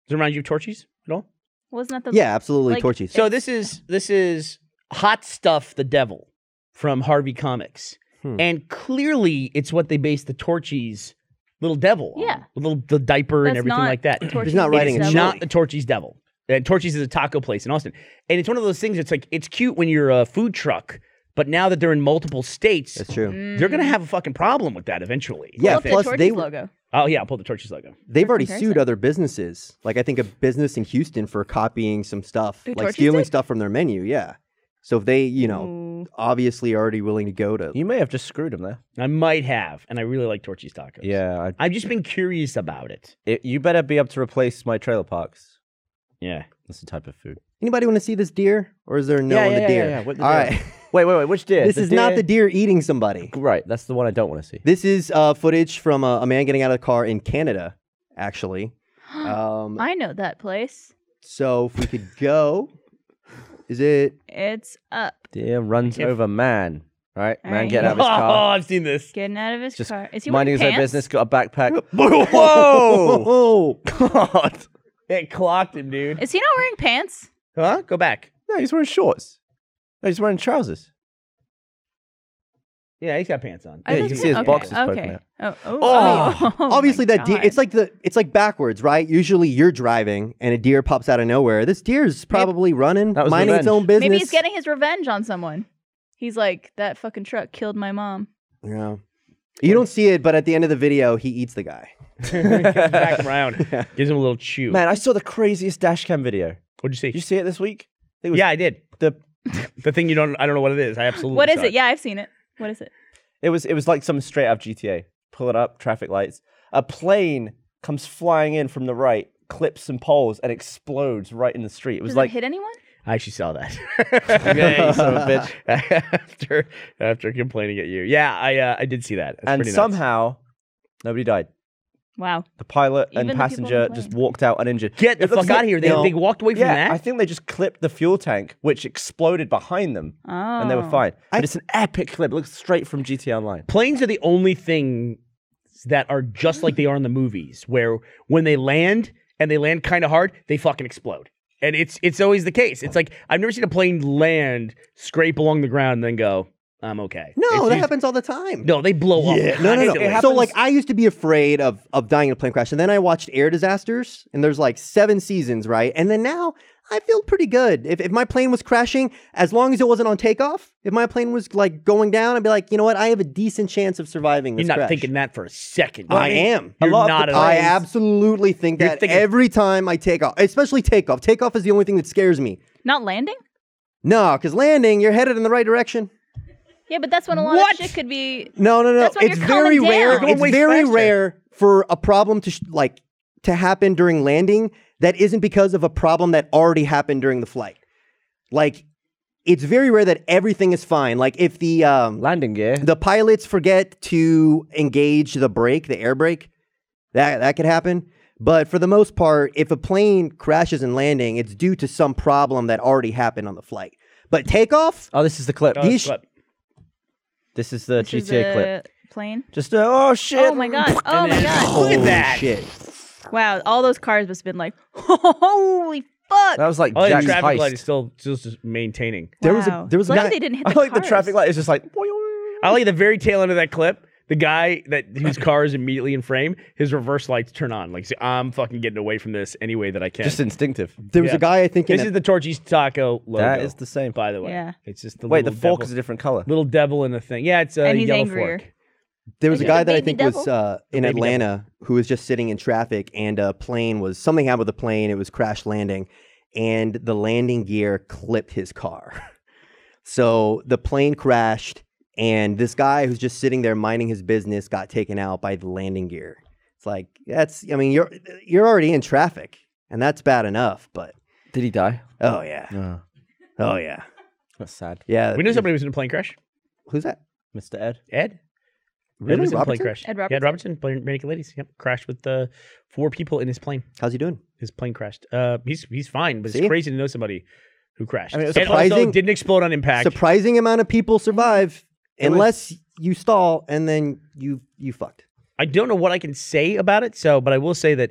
S1: it remind you of Torchies at all?
S3: Wasn't that the
S2: Yeah, absolutely.
S3: like-
S2: Torchies.
S1: So this is this is hot stuff. The devil from Harvey Comics,
S2: Hmm.
S1: and clearly it's what they based the Torchies little devil. on.
S3: Yeah.
S1: the little the diaper and
S3: That's
S1: everything
S3: not
S1: like that.
S3: Torchies
S2: He's not writing
S1: It's
S2: a
S3: devil?
S1: not
S2: chili.
S1: the Torchy's Devil. And Torchy's is a taco place in Austin. And it's one of those things, it's like, it's cute when you're a food truck, But now that they're in multiple states,
S2: That's
S3: Mm,
S2: true.
S1: they're
S3: Mm-hmm.
S1: going to have a fucking problem with that eventually.
S2: Yeah,
S3: Pull up the
S2: plus
S3: Torches
S2: they-
S3: logo.
S1: Oh yeah, I'll pull the torches logo.
S2: They've already
S3: comparison.
S2: sued other businesses. Like I think a business in Houston for copying some stuff,
S3: Who,
S2: like
S3: Torches
S2: stealing
S3: did?
S2: stuff from their menu. Yeah. So if they, you know,
S3: Ooh.
S2: obviously already willing to go to.
S4: You may have just screwed him there.
S1: I might have, and I really like Torchy's tacos.
S4: Yeah, I,
S1: I've just been curious about it.
S4: it, you better be able to replace my trailer parks.
S1: Yeah.
S4: That's the type of food.
S2: Anybody want to see this deer, or is there no
S4: Yeah,
S2: on
S4: yeah,
S2: the
S4: yeah,
S2: deer?
S4: yeah, what the
S2: All
S4: deer?
S2: right.
S4: Wait, wait, wait. Which deer?
S2: this is not the deer eating somebody.
S4: Right, that's the one I don't want to see.
S2: This is uh, footage from a, a man getting out of the car in Canada, actually. Um,
S3: I know that place.
S2: so if we could go, is it?
S3: It's up.
S4: Deer runs
S1: If-
S4: over man. Right,
S3: All
S4: man,
S3: right.
S4: getting out of his
S1: Oh,
S4: car,
S1: I've seen this.
S3: Getting out of his
S4: Just
S3: car. Is he
S4: minding his
S3: wearing
S4: own
S3: pants?
S4: business, got a backpack.
S1: Whoa!
S2: Oh,
S4: God.
S1: it clocked him, dude.
S3: Is he not wearing pants?
S1: Huh? Go back.
S4: No, he's wearing shorts. No, he's wearing trousers.
S1: Yeah, he's got pants on.
S4: Yeah,
S3: I
S4: you
S3: thought
S4: can
S3: he-
S4: see his
S3: okay,
S4: boxes poking
S3: Okay.
S4: out.
S3: Oh, oh,
S2: Oh,
S3: oh, oh my
S2: obviously that deer.
S3: God.
S2: It's like the it's like backwards, right? Usually you're driving and a deer pops out of nowhere. This deer's probably running,
S4: That was
S2: minding its
S4: revenge.
S2: own business.
S3: maybe he's getting his revenge on someone. He's like that fucking truck killed my mom.
S2: Yeah. You don't see it, but at the end of the video, he eats the guy.
S1: Comes back around. Gives him a little chew.
S4: Man, I saw the craziest dashcam video.
S1: What'd you
S4: Did you
S1: see?
S4: see it this week? It was
S1: Yeah, I did.
S4: The
S1: The thing you don't, I don't know what it is. I absolutely.
S3: What is
S1: saw
S3: it? Yeah, I've seen it. What is it?
S4: it was it was like something straight out of GTA. Pull it up, traffic lights. A plane comes flying in from the right, clips some poles, and explodes right in the street. It was
S3: Does
S4: like
S3: it hit anyone?
S1: I actually saw that. yeah, you son of a bitch. after, after complaining at you. Yeah, I, uh, I did see that. That's
S4: and
S1: pretty nuts.
S4: somehow nobody died.
S3: Wow.
S4: The pilot
S3: Even
S4: and
S3: the people on the
S4: passenger just
S3: plane.
S4: walked out uninjured.
S1: get the
S4: It looks
S1: fuck out of
S4: like-
S1: here. They,
S4: you know,
S1: they walked away from
S4: yeah,
S1: that.
S4: I think they just clipped the fuel tank, which exploded behind them,
S3: Oh.
S4: and they were fine. But it's an epic clip. It looks straight from GTA Online.
S1: planes are the only thing that are just like they are in the movies, where when they land and they land kind of hard, they fucking explode. And it's it's always the case. It's like I've never seen a plane land, scrape along the ground, and then go, I'm okay.
S2: No,
S1: It's
S2: that
S1: us-
S2: happens all the time.
S1: No, they blow up.
S2: Yeah, no, no,
S1: constantly.
S2: no. So like, I used to be afraid of of dying in a plane crash, and then I watched Air Disasters, and there's like seven seasons, right? And then now I feel pretty good. If if my plane was crashing, as long as it wasn't on takeoff, if my plane was like going down, I'd be like, you know what, I have a decent chance of surviving this
S1: You're not
S2: crash.
S1: thinking that for a second.
S2: I am.
S1: You're
S4: A lot of
S1: not
S4: the
S1: at all.
S2: I absolutely think
S1: You're
S2: that
S1: thinking-
S2: every time I take off, especially takeoff. Takeoff is the only thing that scares me.
S3: Not landing?
S2: No, because landing, you're headed in the right direction.
S3: Yeah, but that's when a lot
S1: What?
S3: of shit could be.
S2: No, no, no.
S3: That's when
S2: it's
S3: you're
S2: very
S3: calming down. You're
S2: rare.
S3: going
S2: It's
S1: way
S2: very
S1: faster.
S2: rare for a problem to sh- like to happen during landing that isn't because of a problem that already happened during the flight. Like it's very rare that everything is fine. Like if the um
S4: Landing gear.
S2: the pilots forget to engage the brake, the air brake, that that could happen. But for the most part, if a plane crashes and landing, it's due to some problem that already happened on the flight. But takeoff,
S4: Oh, this is the clip.
S1: Oh,
S2: These-
S1: slip.
S4: This is the
S3: This is
S4: GTA clip.
S3: a plane.
S4: Just uh, oh shit.
S3: Oh my god. Oh my god.
S1: Look at
S2: holy
S1: that.
S2: shit.
S3: Wow. All those cars must have been like, holy fuck.
S4: That was like
S1: Oh, yeah,
S4: Jack's
S1: the traffic
S4: heist.
S1: light is still still just maintaining.
S2: There was a
S3: Wow.
S2: there was a
S3: Lucky
S2: guy,
S3: they didn't hit
S4: I
S3: the
S4: like the
S3: cars.
S4: traffic light is just like.
S1: I like the very tail end of that clip. The guy that whose car is immediately in frame, his reverse lights turn on. Like, see, I'm fucking getting away from this any way that I can.
S4: Just instinctive.
S2: There was
S1: Yeah.
S2: a guy I think in
S1: this
S2: a-
S1: is the Torchy's Taco logo.
S4: That is the same.
S1: by the way.
S3: Yeah.
S1: It's just the
S4: Wait, the
S1: little
S4: fork
S1: devil,
S4: is a different color.
S1: little devil in the thing. Yeah, it's a
S3: And he's
S1: yellow
S3: angrier.
S1: fork.
S2: there was
S3: Is it
S2: a
S3: the
S2: guy that I
S3: baby
S2: think was
S3: devil?
S2: uh, in
S1: baby devil.
S2: Atlanta who was just sitting in traffic and a plane was something happened with the plane. It was crash landing, and the landing gear clipped his car. so the plane crashed, and this guy who's just sitting there minding his business got taken out by the landing gear. It's like that's I mean you're you're already in traffic, and that's bad enough. But
S4: Did he die?
S2: oh yeah,
S4: No.
S2: oh yeah,
S4: That's sad.
S2: yeah.
S1: We know somebody who was in a plane crash.
S2: who's that?
S4: Mr. Ed.
S1: Ed. Ed
S2: Really,
S1: was in a plane
S2: Robertson?
S1: crash.
S3: Ed
S1: Yeah, Ed Robertson, plane making ladies. Yep, crashed with uh, four people in his plane.
S2: How's he doing?
S1: His plane crashed. Uh, he's he's fine, but
S2: See?
S1: it's crazy to know somebody who crashed.
S4: I mean, it was
S1: and also
S2: surprising-
S1: didn't explode on impact.
S2: surprising amount of people survive
S4: It was-
S2: unless you stall and then you you fucked.
S1: I don't know what I can say about it. So, but I will say that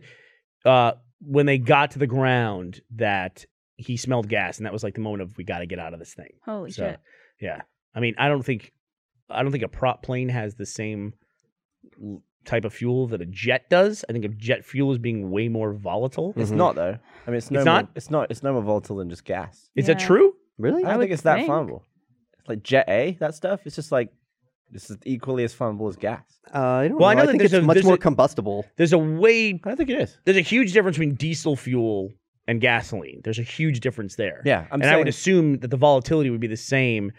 S1: uh, when they got to the ground, that he smelled gas, and that was like the moment of we got to get out of this thing.
S3: Holy
S1: So,
S3: shit.
S1: Yeah, I mean, I don't think, I don't think a prop plane has the same l- type of fuel that a jet does. I think a jet fuel is being way more volatile.
S4: It's
S2: Mhm.
S4: not though. I mean, it's no.
S1: It's
S4: more,
S1: not?
S4: It's not. It's no more volatile than just gas.
S1: Is that
S3: Yeah.
S1: true?
S2: Really?
S4: I don't
S3: would
S4: think it's that
S3: think.
S4: flammable. like Jet A, that stuff. It's just like this is equally as flammable as gas.
S2: Uh, I don't
S1: Well,
S2: know.
S1: I
S2: I,
S1: know that
S2: think
S1: there's
S2: it's
S1: a-
S2: much
S1: there's
S2: more
S1: a-
S2: combustible.
S1: There's a
S4: I
S1: way
S4: don't think it is.
S1: there's a huge difference between diesel fuel and gasoline. There's a huge difference there.
S4: Yeah, I'm
S1: and I would assume that the volatility would be the same,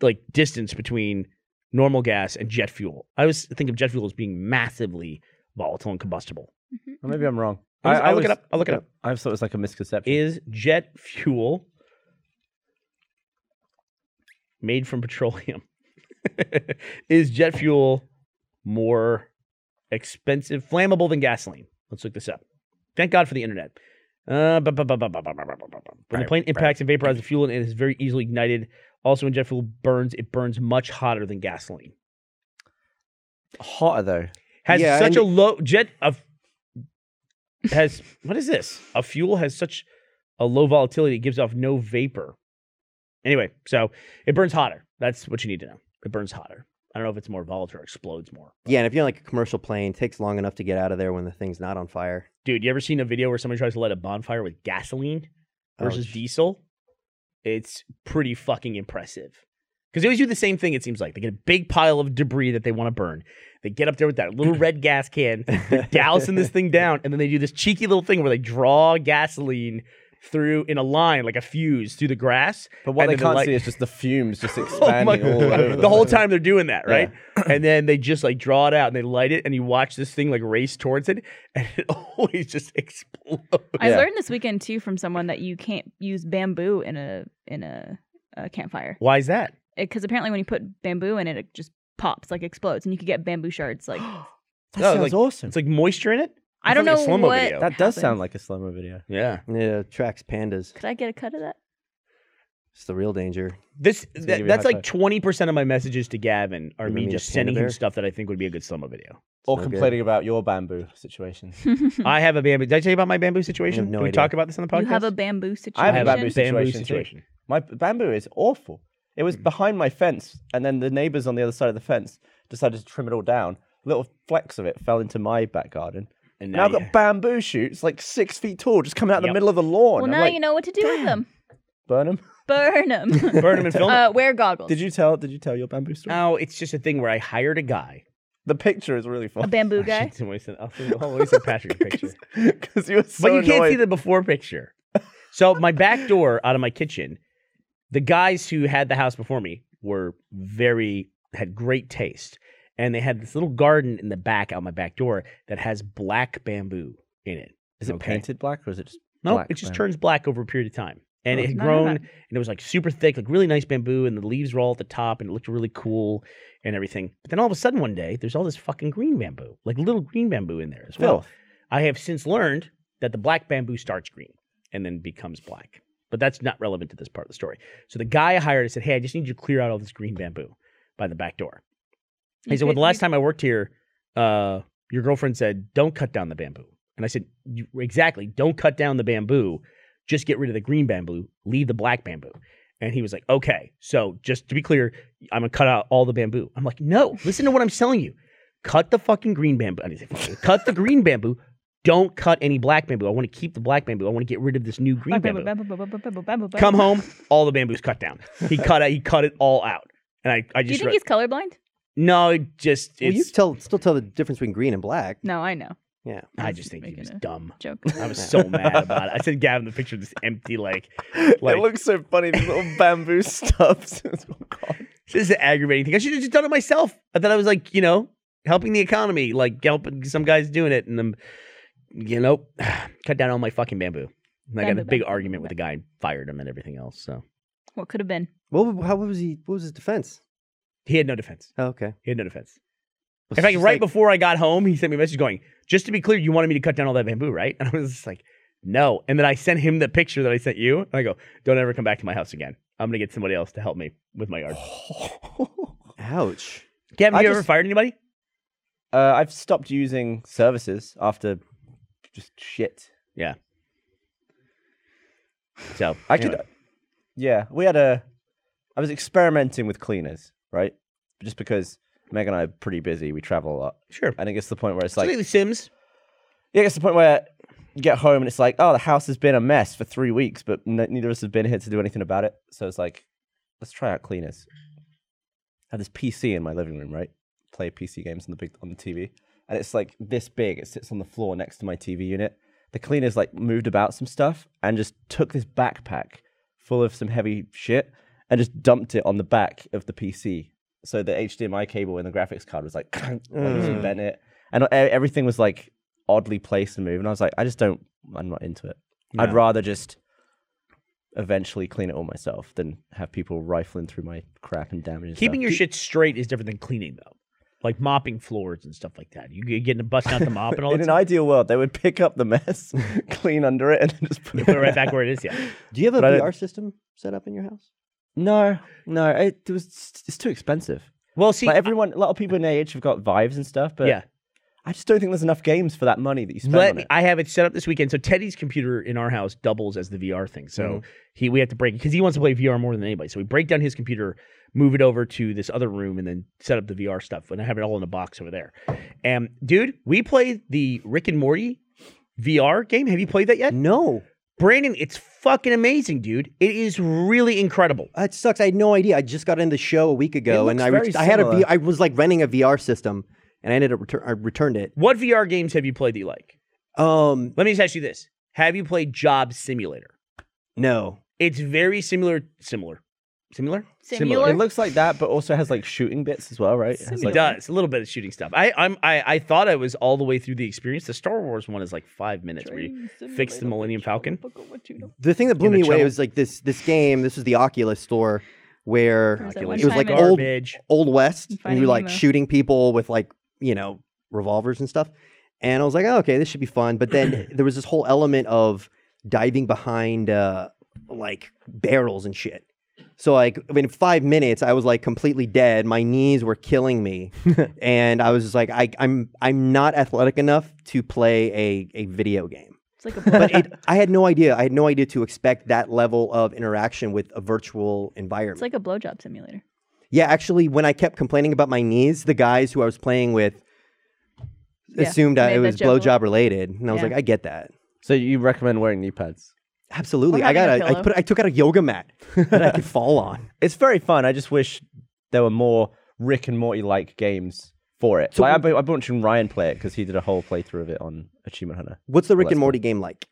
S1: like distance between normal gas and jet fuel. I always think of jet fuel as being massively volatile and combustible.
S3: Mm-hmm.
S4: Or maybe I'm wrong.
S1: I'll just- I'll look it
S4: always-
S1: up. I'll look it
S4: yeah,
S1: up.
S4: I always thought it was like a misconception.
S1: Is jet fuel made from petroleum? Is jet fuel more expensive, flammable than gasoline? Let's look this up. Thank God for the internet. Uh, bu- bu- bu- bu- bu- bu- bu- bu- bu- bu- when the plane impacts and vaporizes the fuel, and it is very easily ignited. Also, when jet fuel burns, it burns much hotter than gasoline.
S4: Hotter though.
S1: Has
S2: Yeah,
S1: such
S2: and-
S1: a low jet of has what is this? A fuel has such a low volatility; it gives off no vapor. Anyway, so it burns hotter. That's what you need to know. It burns hotter. I don't know if it's more volatile or explodes more.
S2: Yeah, and if you're on like a commercial plane, it takes long enough to get out of there when the thing's not on fire.
S1: Dude, you ever seen a video where somebody tries to light a bonfire with gasoline
S2: Oh,
S1: versus
S2: sh-
S1: diesel? It's pretty fucking impressive. Because they always do the same thing, it seems like. They get a big pile of debris that they want to burn. They get up there with that little red gas can, they're dousing this thing down, and then they do this cheeky little thing where they draw gasoline through in a line, like a fuse, through the grass.
S4: But what
S1: and
S4: they
S1: then
S4: can't
S1: light-
S4: see is just the fumes just
S1: Oh my
S4: expanding all over
S1: God. The whole time they're doing that, right? And then they just like draw it out and they light it, and you watch this thing like race towards it, and it always just explodes.
S3: I
S4: Yeah.
S3: learned this weekend too from someone that you can't use bamboo in a in a, a campfire
S1: Why is that?
S3: because apparently when you put bamboo in it, it just pops like explodes, and you could get bamboo shards. Like
S4: That
S1: No,
S4: sounds
S1: like-
S4: awesome.
S1: It's like moisture in it.
S3: I don't know
S1: sounds like a Slomo
S3: what-
S1: video.
S4: that does
S3: happens.
S4: sound like a slow mo video.
S1: yeah.
S2: Yeah, it tracks pandas.
S3: could I get a cut of that?
S2: It's the real danger.
S1: This
S4: gonna
S1: that,
S4: give you a
S1: that's
S4: high
S1: like twenty percent of my messages to Gavin are
S2: You
S1: me
S2: mean a
S1: just
S2: panda
S1: sending him
S2: bear?
S1: stuff that I think would be a good Slummo video.
S4: Or
S2: no good.
S4: complaining about your bamboo situation.
S1: I have a bamboo. Did I tell you about my bamboo situation?
S2: no
S1: Can we
S2: idea.
S1: talk about this on the podcast?
S3: You have a bamboo situation.
S4: I have a bamboo
S1: bamboo
S4: situation. too.
S1: situation.
S4: My b- bamboo is awful. It was behind my fence, and then the neighbors on the other side of the fence decided to trim it all down. Little flecks of it fell into my back garden.
S1: And
S4: And
S1: now
S4: now I've
S1: you-
S4: got bamboo shoots like six feet tall just coming out the
S1: Yep.
S4: middle of the lawn.
S3: Well,
S4: I'm
S3: now
S4: like,
S3: you know what to do with them.
S4: Burn 'em.
S3: Burn them.
S1: Burn him and film.
S3: uh, wear goggles.
S4: Did you tell? Did you tell your bamboo
S3: Oh.
S4: story?
S1: No, it's just a thing where I hired a guy.
S4: The picture is really
S3: a
S4: fun.
S3: bamboo guy.
S1: Shit, somebody sent- I'll send- I'll always send Patrick a picture.
S4: Because you were so
S1: but you can't see
S4: annoyed.
S1: the before picture. So my back door out of my kitchen, the guys who had the house before me were very had great taste, and they had this little garden in the back out my back door that has black bamboo in it.
S4: Is it
S1: Okay.
S4: painted black or is it just?
S1: No,
S4: black
S1: it just
S4: bamboo?
S1: turns black over a period of time. And
S4: Oh,
S1: it had
S3: did not know
S1: grown
S3: that.
S1: and it was like super thick, like really nice bamboo, and the leaves were all at the top and it looked really cool and everything. But then all of a sudden one day, there's all this fucking green bamboo, like little green bamboo in there as well.
S4: Filth.
S1: I have since learned that the black bamboo starts green and then becomes black. But that's not relevant to this part of the story. So the guy I hired I said, Hey, I just need you to clear out all this green bamboo by the back door. He
S3: You
S1: said, Well,
S3: could-
S1: the last time I worked here, uh, your girlfriend said, Don't cut down the bamboo. And I said, "You- Exactly. Don't cut down the bamboo. Just get rid of the green bamboo, leave the black bamboo. And he was like, Okay, so just to be clear, I'm going to cut out all the bamboo. I'm like, No, listen to what I'm telling you. Cut the fucking green bamboo. I didn't say fucking, cut the green bamboo. Don't cut any black bamboo. I want to keep the black bamboo. I want to get rid of this new green
S3: Black bamboo,
S1: bamboo.
S3: bamboo, bamboo, bamboo, bamboo, bamboo.
S1: Come home, all the bamboo's cut down. He cut it, he cut it all out. And I, I
S3: Do you
S1: just
S3: think
S1: re-
S3: he's colorblind?
S1: no, it just it's,
S2: Well, you tell still tell the difference between green and black.
S3: No, I know.
S2: Yeah.
S1: I
S3: was
S1: just think he
S3: making
S1: was
S3: a
S1: dumb.
S3: Joke.
S1: I was so mad about it. I said, Gavin, the picture of this empty, like, like
S4: it looks so funny. These little bamboo stubs. oh God.
S1: this is an aggravating thing. I should have just done it myself. I thought I was like, you know, helping the economy, like helping some guys doing it, and I'm, you know, cut down all my fucking bamboo. And I got
S3: Bamboo,
S1: a big
S3: bamboo,
S1: argument
S3: bamboo,
S1: with the guy, and fired him, and everything else. So
S3: What could have been?
S2: What, w- how what was he? What was his defense?
S1: he had no defense.
S2: Oh, okay.
S1: He had no defense.
S2: Well,
S1: In fact,
S2: she's
S1: right
S2: like-
S1: before I got home, he sent me a message going, just to be clear, you wanted me to cut down all that bamboo, right? And I was just like, no. And then I sent him the picture that I sent you. And I go, don't ever come back to my house again. I'm going to get somebody else to help me with my yard.
S2: Ouch.
S1: Gavin,
S4: I
S1: have you ever
S4: just-
S1: fired anybody?
S4: Uh, I've stopped using services after just shit.
S1: Yeah. So
S4: I
S1: anyway.
S4: could. Yeah, we had a. I was experimenting with cleaners, right? Just because Meg and I are pretty busy, we travel a lot,
S1: Sure.
S4: and it gets to the point where it's
S1: Like,
S4: like,
S1: the Sims.
S4: yeah, it gets to the point where you get home and it's like, oh, the house has been a mess for three weeks, but n- neither of us has been here to do anything about it. So it's like, let's try out cleaners. I have this PC in my living room, right? Play PC games on the big on the TV, and it's like this big. It sits on the floor next to my TV unit. The cleaners like moved about some stuff and just took this backpack full of some heavy shit and just dumped it on the back of the PC. So the HDMI cable and the graphics card was like, like
S2: Mm.
S4: bent it, and e- everything was like oddly placed and moved. And I was like, I just don't. I'm not into it. I'd
S1: Yeah.
S4: rather just eventually clean it all myself than have people rifling through my crap and damaging
S1: Keeping
S4: stuff.
S1: your shit straight is different than cleaning, though. Like mopping floors and stuff like that. You get- getting to bust out the mop and all
S4: in
S1: that.
S4: an
S1: stuff.
S4: ideal world, they would pick up the mess, clean under it, and then just put it,
S1: Put it right back where it is. Yeah.
S2: Do you have a
S4: But I don't-
S2: VR system set up in your house?
S4: No, no, it, it was it's too expensive.
S1: Well, see,
S4: like everyone, a lot of people in AH have got vibes and stuff, but
S1: yeah.
S4: I just don't think there's enough games for that money that you spend
S1: Let
S4: on
S1: me,
S4: it.
S1: I have it set up this weekend. So Teddy's computer in our house doubles as the VR thing. So he we have to break because he wants to play VR more than anybody. So we break down his computer, move it over to this other room, and then set up the VR stuff. And I have it all in a box over there. And dude, we played the Rick and Morty VR game. Have you played that yet,
S2: No,
S1: Brandon? It's fucking amazing, dude. It is really incredible.
S2: that Uh, sucks. I had no idea. I just got into the show a week ago, and
S4: looks
S2: I
S4: very
S2: reached, I had a V-
S4: similar.
S2: I was like renting a VR system, and I ended up retur- I returned it.
S1: What VR games have you played that you like?
S2: Um,
S1: Let me just ask you this: Have you played Job Simulator?
S2: no,
S1: It's very similar, similar, similar.
S3: Similar?
S4: It looks like that, but also has like shooting bits as well, right? It has,
S1: It
S4: like,
S1: does a little bit of shooting stuff. I I'm I, I thought I was all the way through the experience. The Star Wars one is like five minutes where you fix the Millennium Falcon.
S2: the thing that blew
S1: In the
S2: me away
S1: channel.
S2: was like this this game. This was the Oculus store where
S3: Or is
S1: Oculus.
S2: it was
S3: time
S2: like
S3: in-
S2: old
S1: Garbage.
S2: old west
S3: And
S2: and you
S3: Finding
S2: were like
S3: Nemo.
S2: shooting people with like you know revolvers and stuff and i was like oh, okay this should be fun but then there was this whole element of diving behind uh like barrels and shit so like in five minutes i was like completely dead my knees were killing me and i was just like I, i'm i'm not athletic enough to play a, a video game
S3: It's like a
S2: but
S3: bullet.
S2: it, i had no idea i had no idea to expect that level of interaction with a virtual environment
S3: It's like a blowjob simulator.
S2: yeah, actually, when I kept complaining about my knees, the guys who I was playing with
S3: Yeah,
S2: assumed I,
S3: made
S2: it
S3: that
S2: was
S3: joke.
S2: blowjob related, and I was
S3: Yeah.
S2: like, I get that.
S4: So you recommend wearing knee pads?
S2: Absolutely,
S3: Or
S2: I got
S3: having
S2: a.
S3: a
S2: I
S3: pillow.
S2: put. I took out a yoga mat that I could fall on.
S4: It's very fun. I just wish there were more Rick and Morty like games for it.
S2: So
S4: like, I,
S2: w-
S4: bu- I bumped in Ryan play it because he did a whole playthrough of it on Achievement Hunter.
S2: What's
S1: Oh,
S2: the Rick
S4: Well,
S2: and
S4: that's
S2: Morty game like?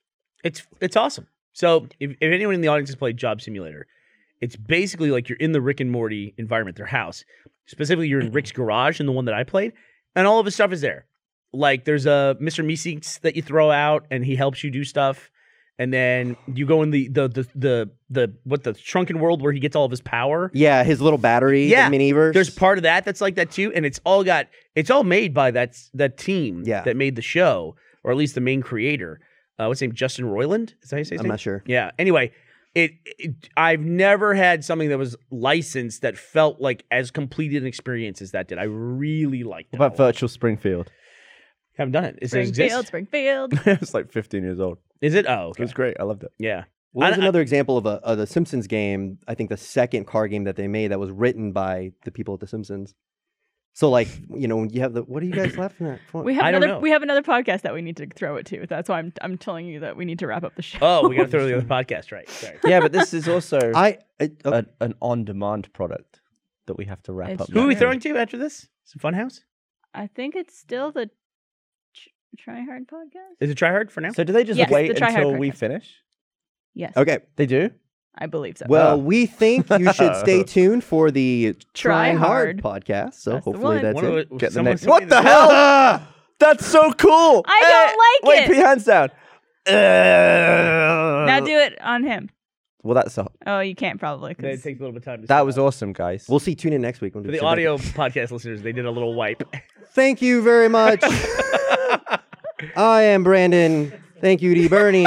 S1: It's it's awesome. So if, if anyone in the audience has played Job Simulator, it's basically like you're in the Rick and Morty environment, their house. Specifically, you're in Rick's garage in the one that I played, and all of his stuff is there. Like there's a Mr. Meeseeks that you throw out, and he helps you do stuff. And then you go in the the the the, the what the shrunken world where he gets all of his power.
S2: Yeah, his little battery.
S1: Yeah,
S2: the miniverse.
S1: There's part of that that's like that too, and it's all got it's all made by that that team
S2: Yeah.
S1: that made the show, or at least the main creator. Uh, what's his name? Justin Roiland. Is that how you say his
S2: I'm
S1: name?
S2: not sure.
S1: Yeah. Anyway, it, it I've never had something that was licensed that felt like as complete an experience as that did. I really liked it.
S4: What about
S1: a lot.
S4: Virtual Springfield?
S1: Haven't done it. Is it
S3: Springfield,
S1: exist?
S3: Springfield.
S4: I was like 15 years old.
S1: Is it? Oh,
S4: It
S1: okay.
S4: was great. I loved it.
S1: yeah.
S2: Well, there's
S1: I- I-
S2: another example of a of the Simpsons game. I think the second card game that they made that was written by the people at the Simpsons. So like you know when you have the what are you guys laughing at? for?
S3: We have
S1: I don't
S3: another.
S1: know.
S3: We have another podcast that we need to throw it to. That's why I'm. I'm telling you that we need to wrap up the show.
S1: Oh, we got to throw the other podcast right. Sorry.
S4: Yeah, but this is also
S2: I, I oh,
S4: a, an on demand product that we have to wrap
S3: It's
S4: up.
S3: true.
S1: Who are we
S4: now.
S1: throwing to after this? Some Funhouse?
S3: I think it's still the tr- Try Hard podcast.
S1: Is it try hard for now?
S4: So do they just
S3: Yes,
S4: wait
S3: the try hard
S4: until we
S3: podcast.
S4: finish?
S3: yes.
S2: okay.
S4: They do.
S3: I believe so.
S2: Well, we think you should stay tuned for the
S3: Try
S2: Try Hard,
S3: Hard.
S2: podcast. So
S3: That's the
S2: hopefully
S3: one.
S2: that's
S1: One
S2: it.
S1: of the-
S4: Get the
S1: someone-
S4: next.
S1: somebody
S4: What the
S1: that-
S4: hell? That's so cool.
S3: I don't
S1: eh,
S3: like
S4: wait,
S3: it.
S4: Put your hands down.
S1: Uh,
S3: now do it on him.
S4: Well, that's a,
S3: Oh, you can't probably. 'cause-
S1: It takes a little bit of time. To
S4: that
S1: set
S4: was
S1: up.
S4: awesome, guys.
S2: We'll see. Tune in next week. When
S1: For
S2: we
S1: the
S2: check back
S1: audio
S2: in.
S1: podcast listeners, they did a little wipe.
S2: Thank you very much. I am Brandon. Thank you to Bernie,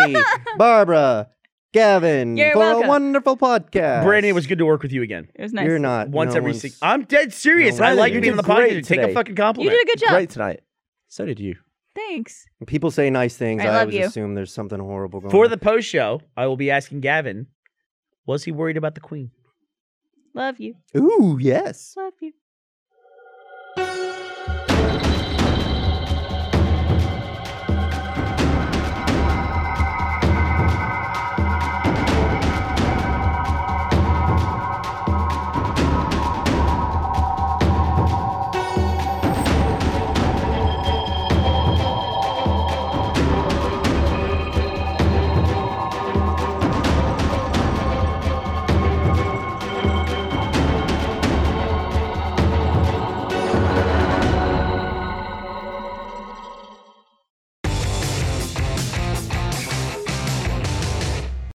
S2: Barbara, Gavin
S3: You're
S2: for
S3: welcome.
S2: a wonderful podcast.
S1: Brandon, it was good to work with you again.
S3: it was nice.
S2: You're
S4: Uh,
S2: not
S1: Once
S2: no
S1: every
S2: one's-
S1: six. I'm dead serious.
S4: No
S1: I
S4: one's-
S1: like
S4: You
S1: being on the
S4: did great
S1: podcast. Take a
S4: today.
S1: fucking
S3: You
S1: compliment.
S3: did a good job.
S4: Great tonight. So did you.
S3: Thanks.
S2: People say nice things.
S3: I
S2: I,
S3: love
S2: always
S3: you.
S2: assume there's something horrible going
S1: For
S2: on.
S1: the post show, I will be asking Gavin, was he worried about the Queen?
S3: Love you.
S2: Ooh, yes.
S3: Love you.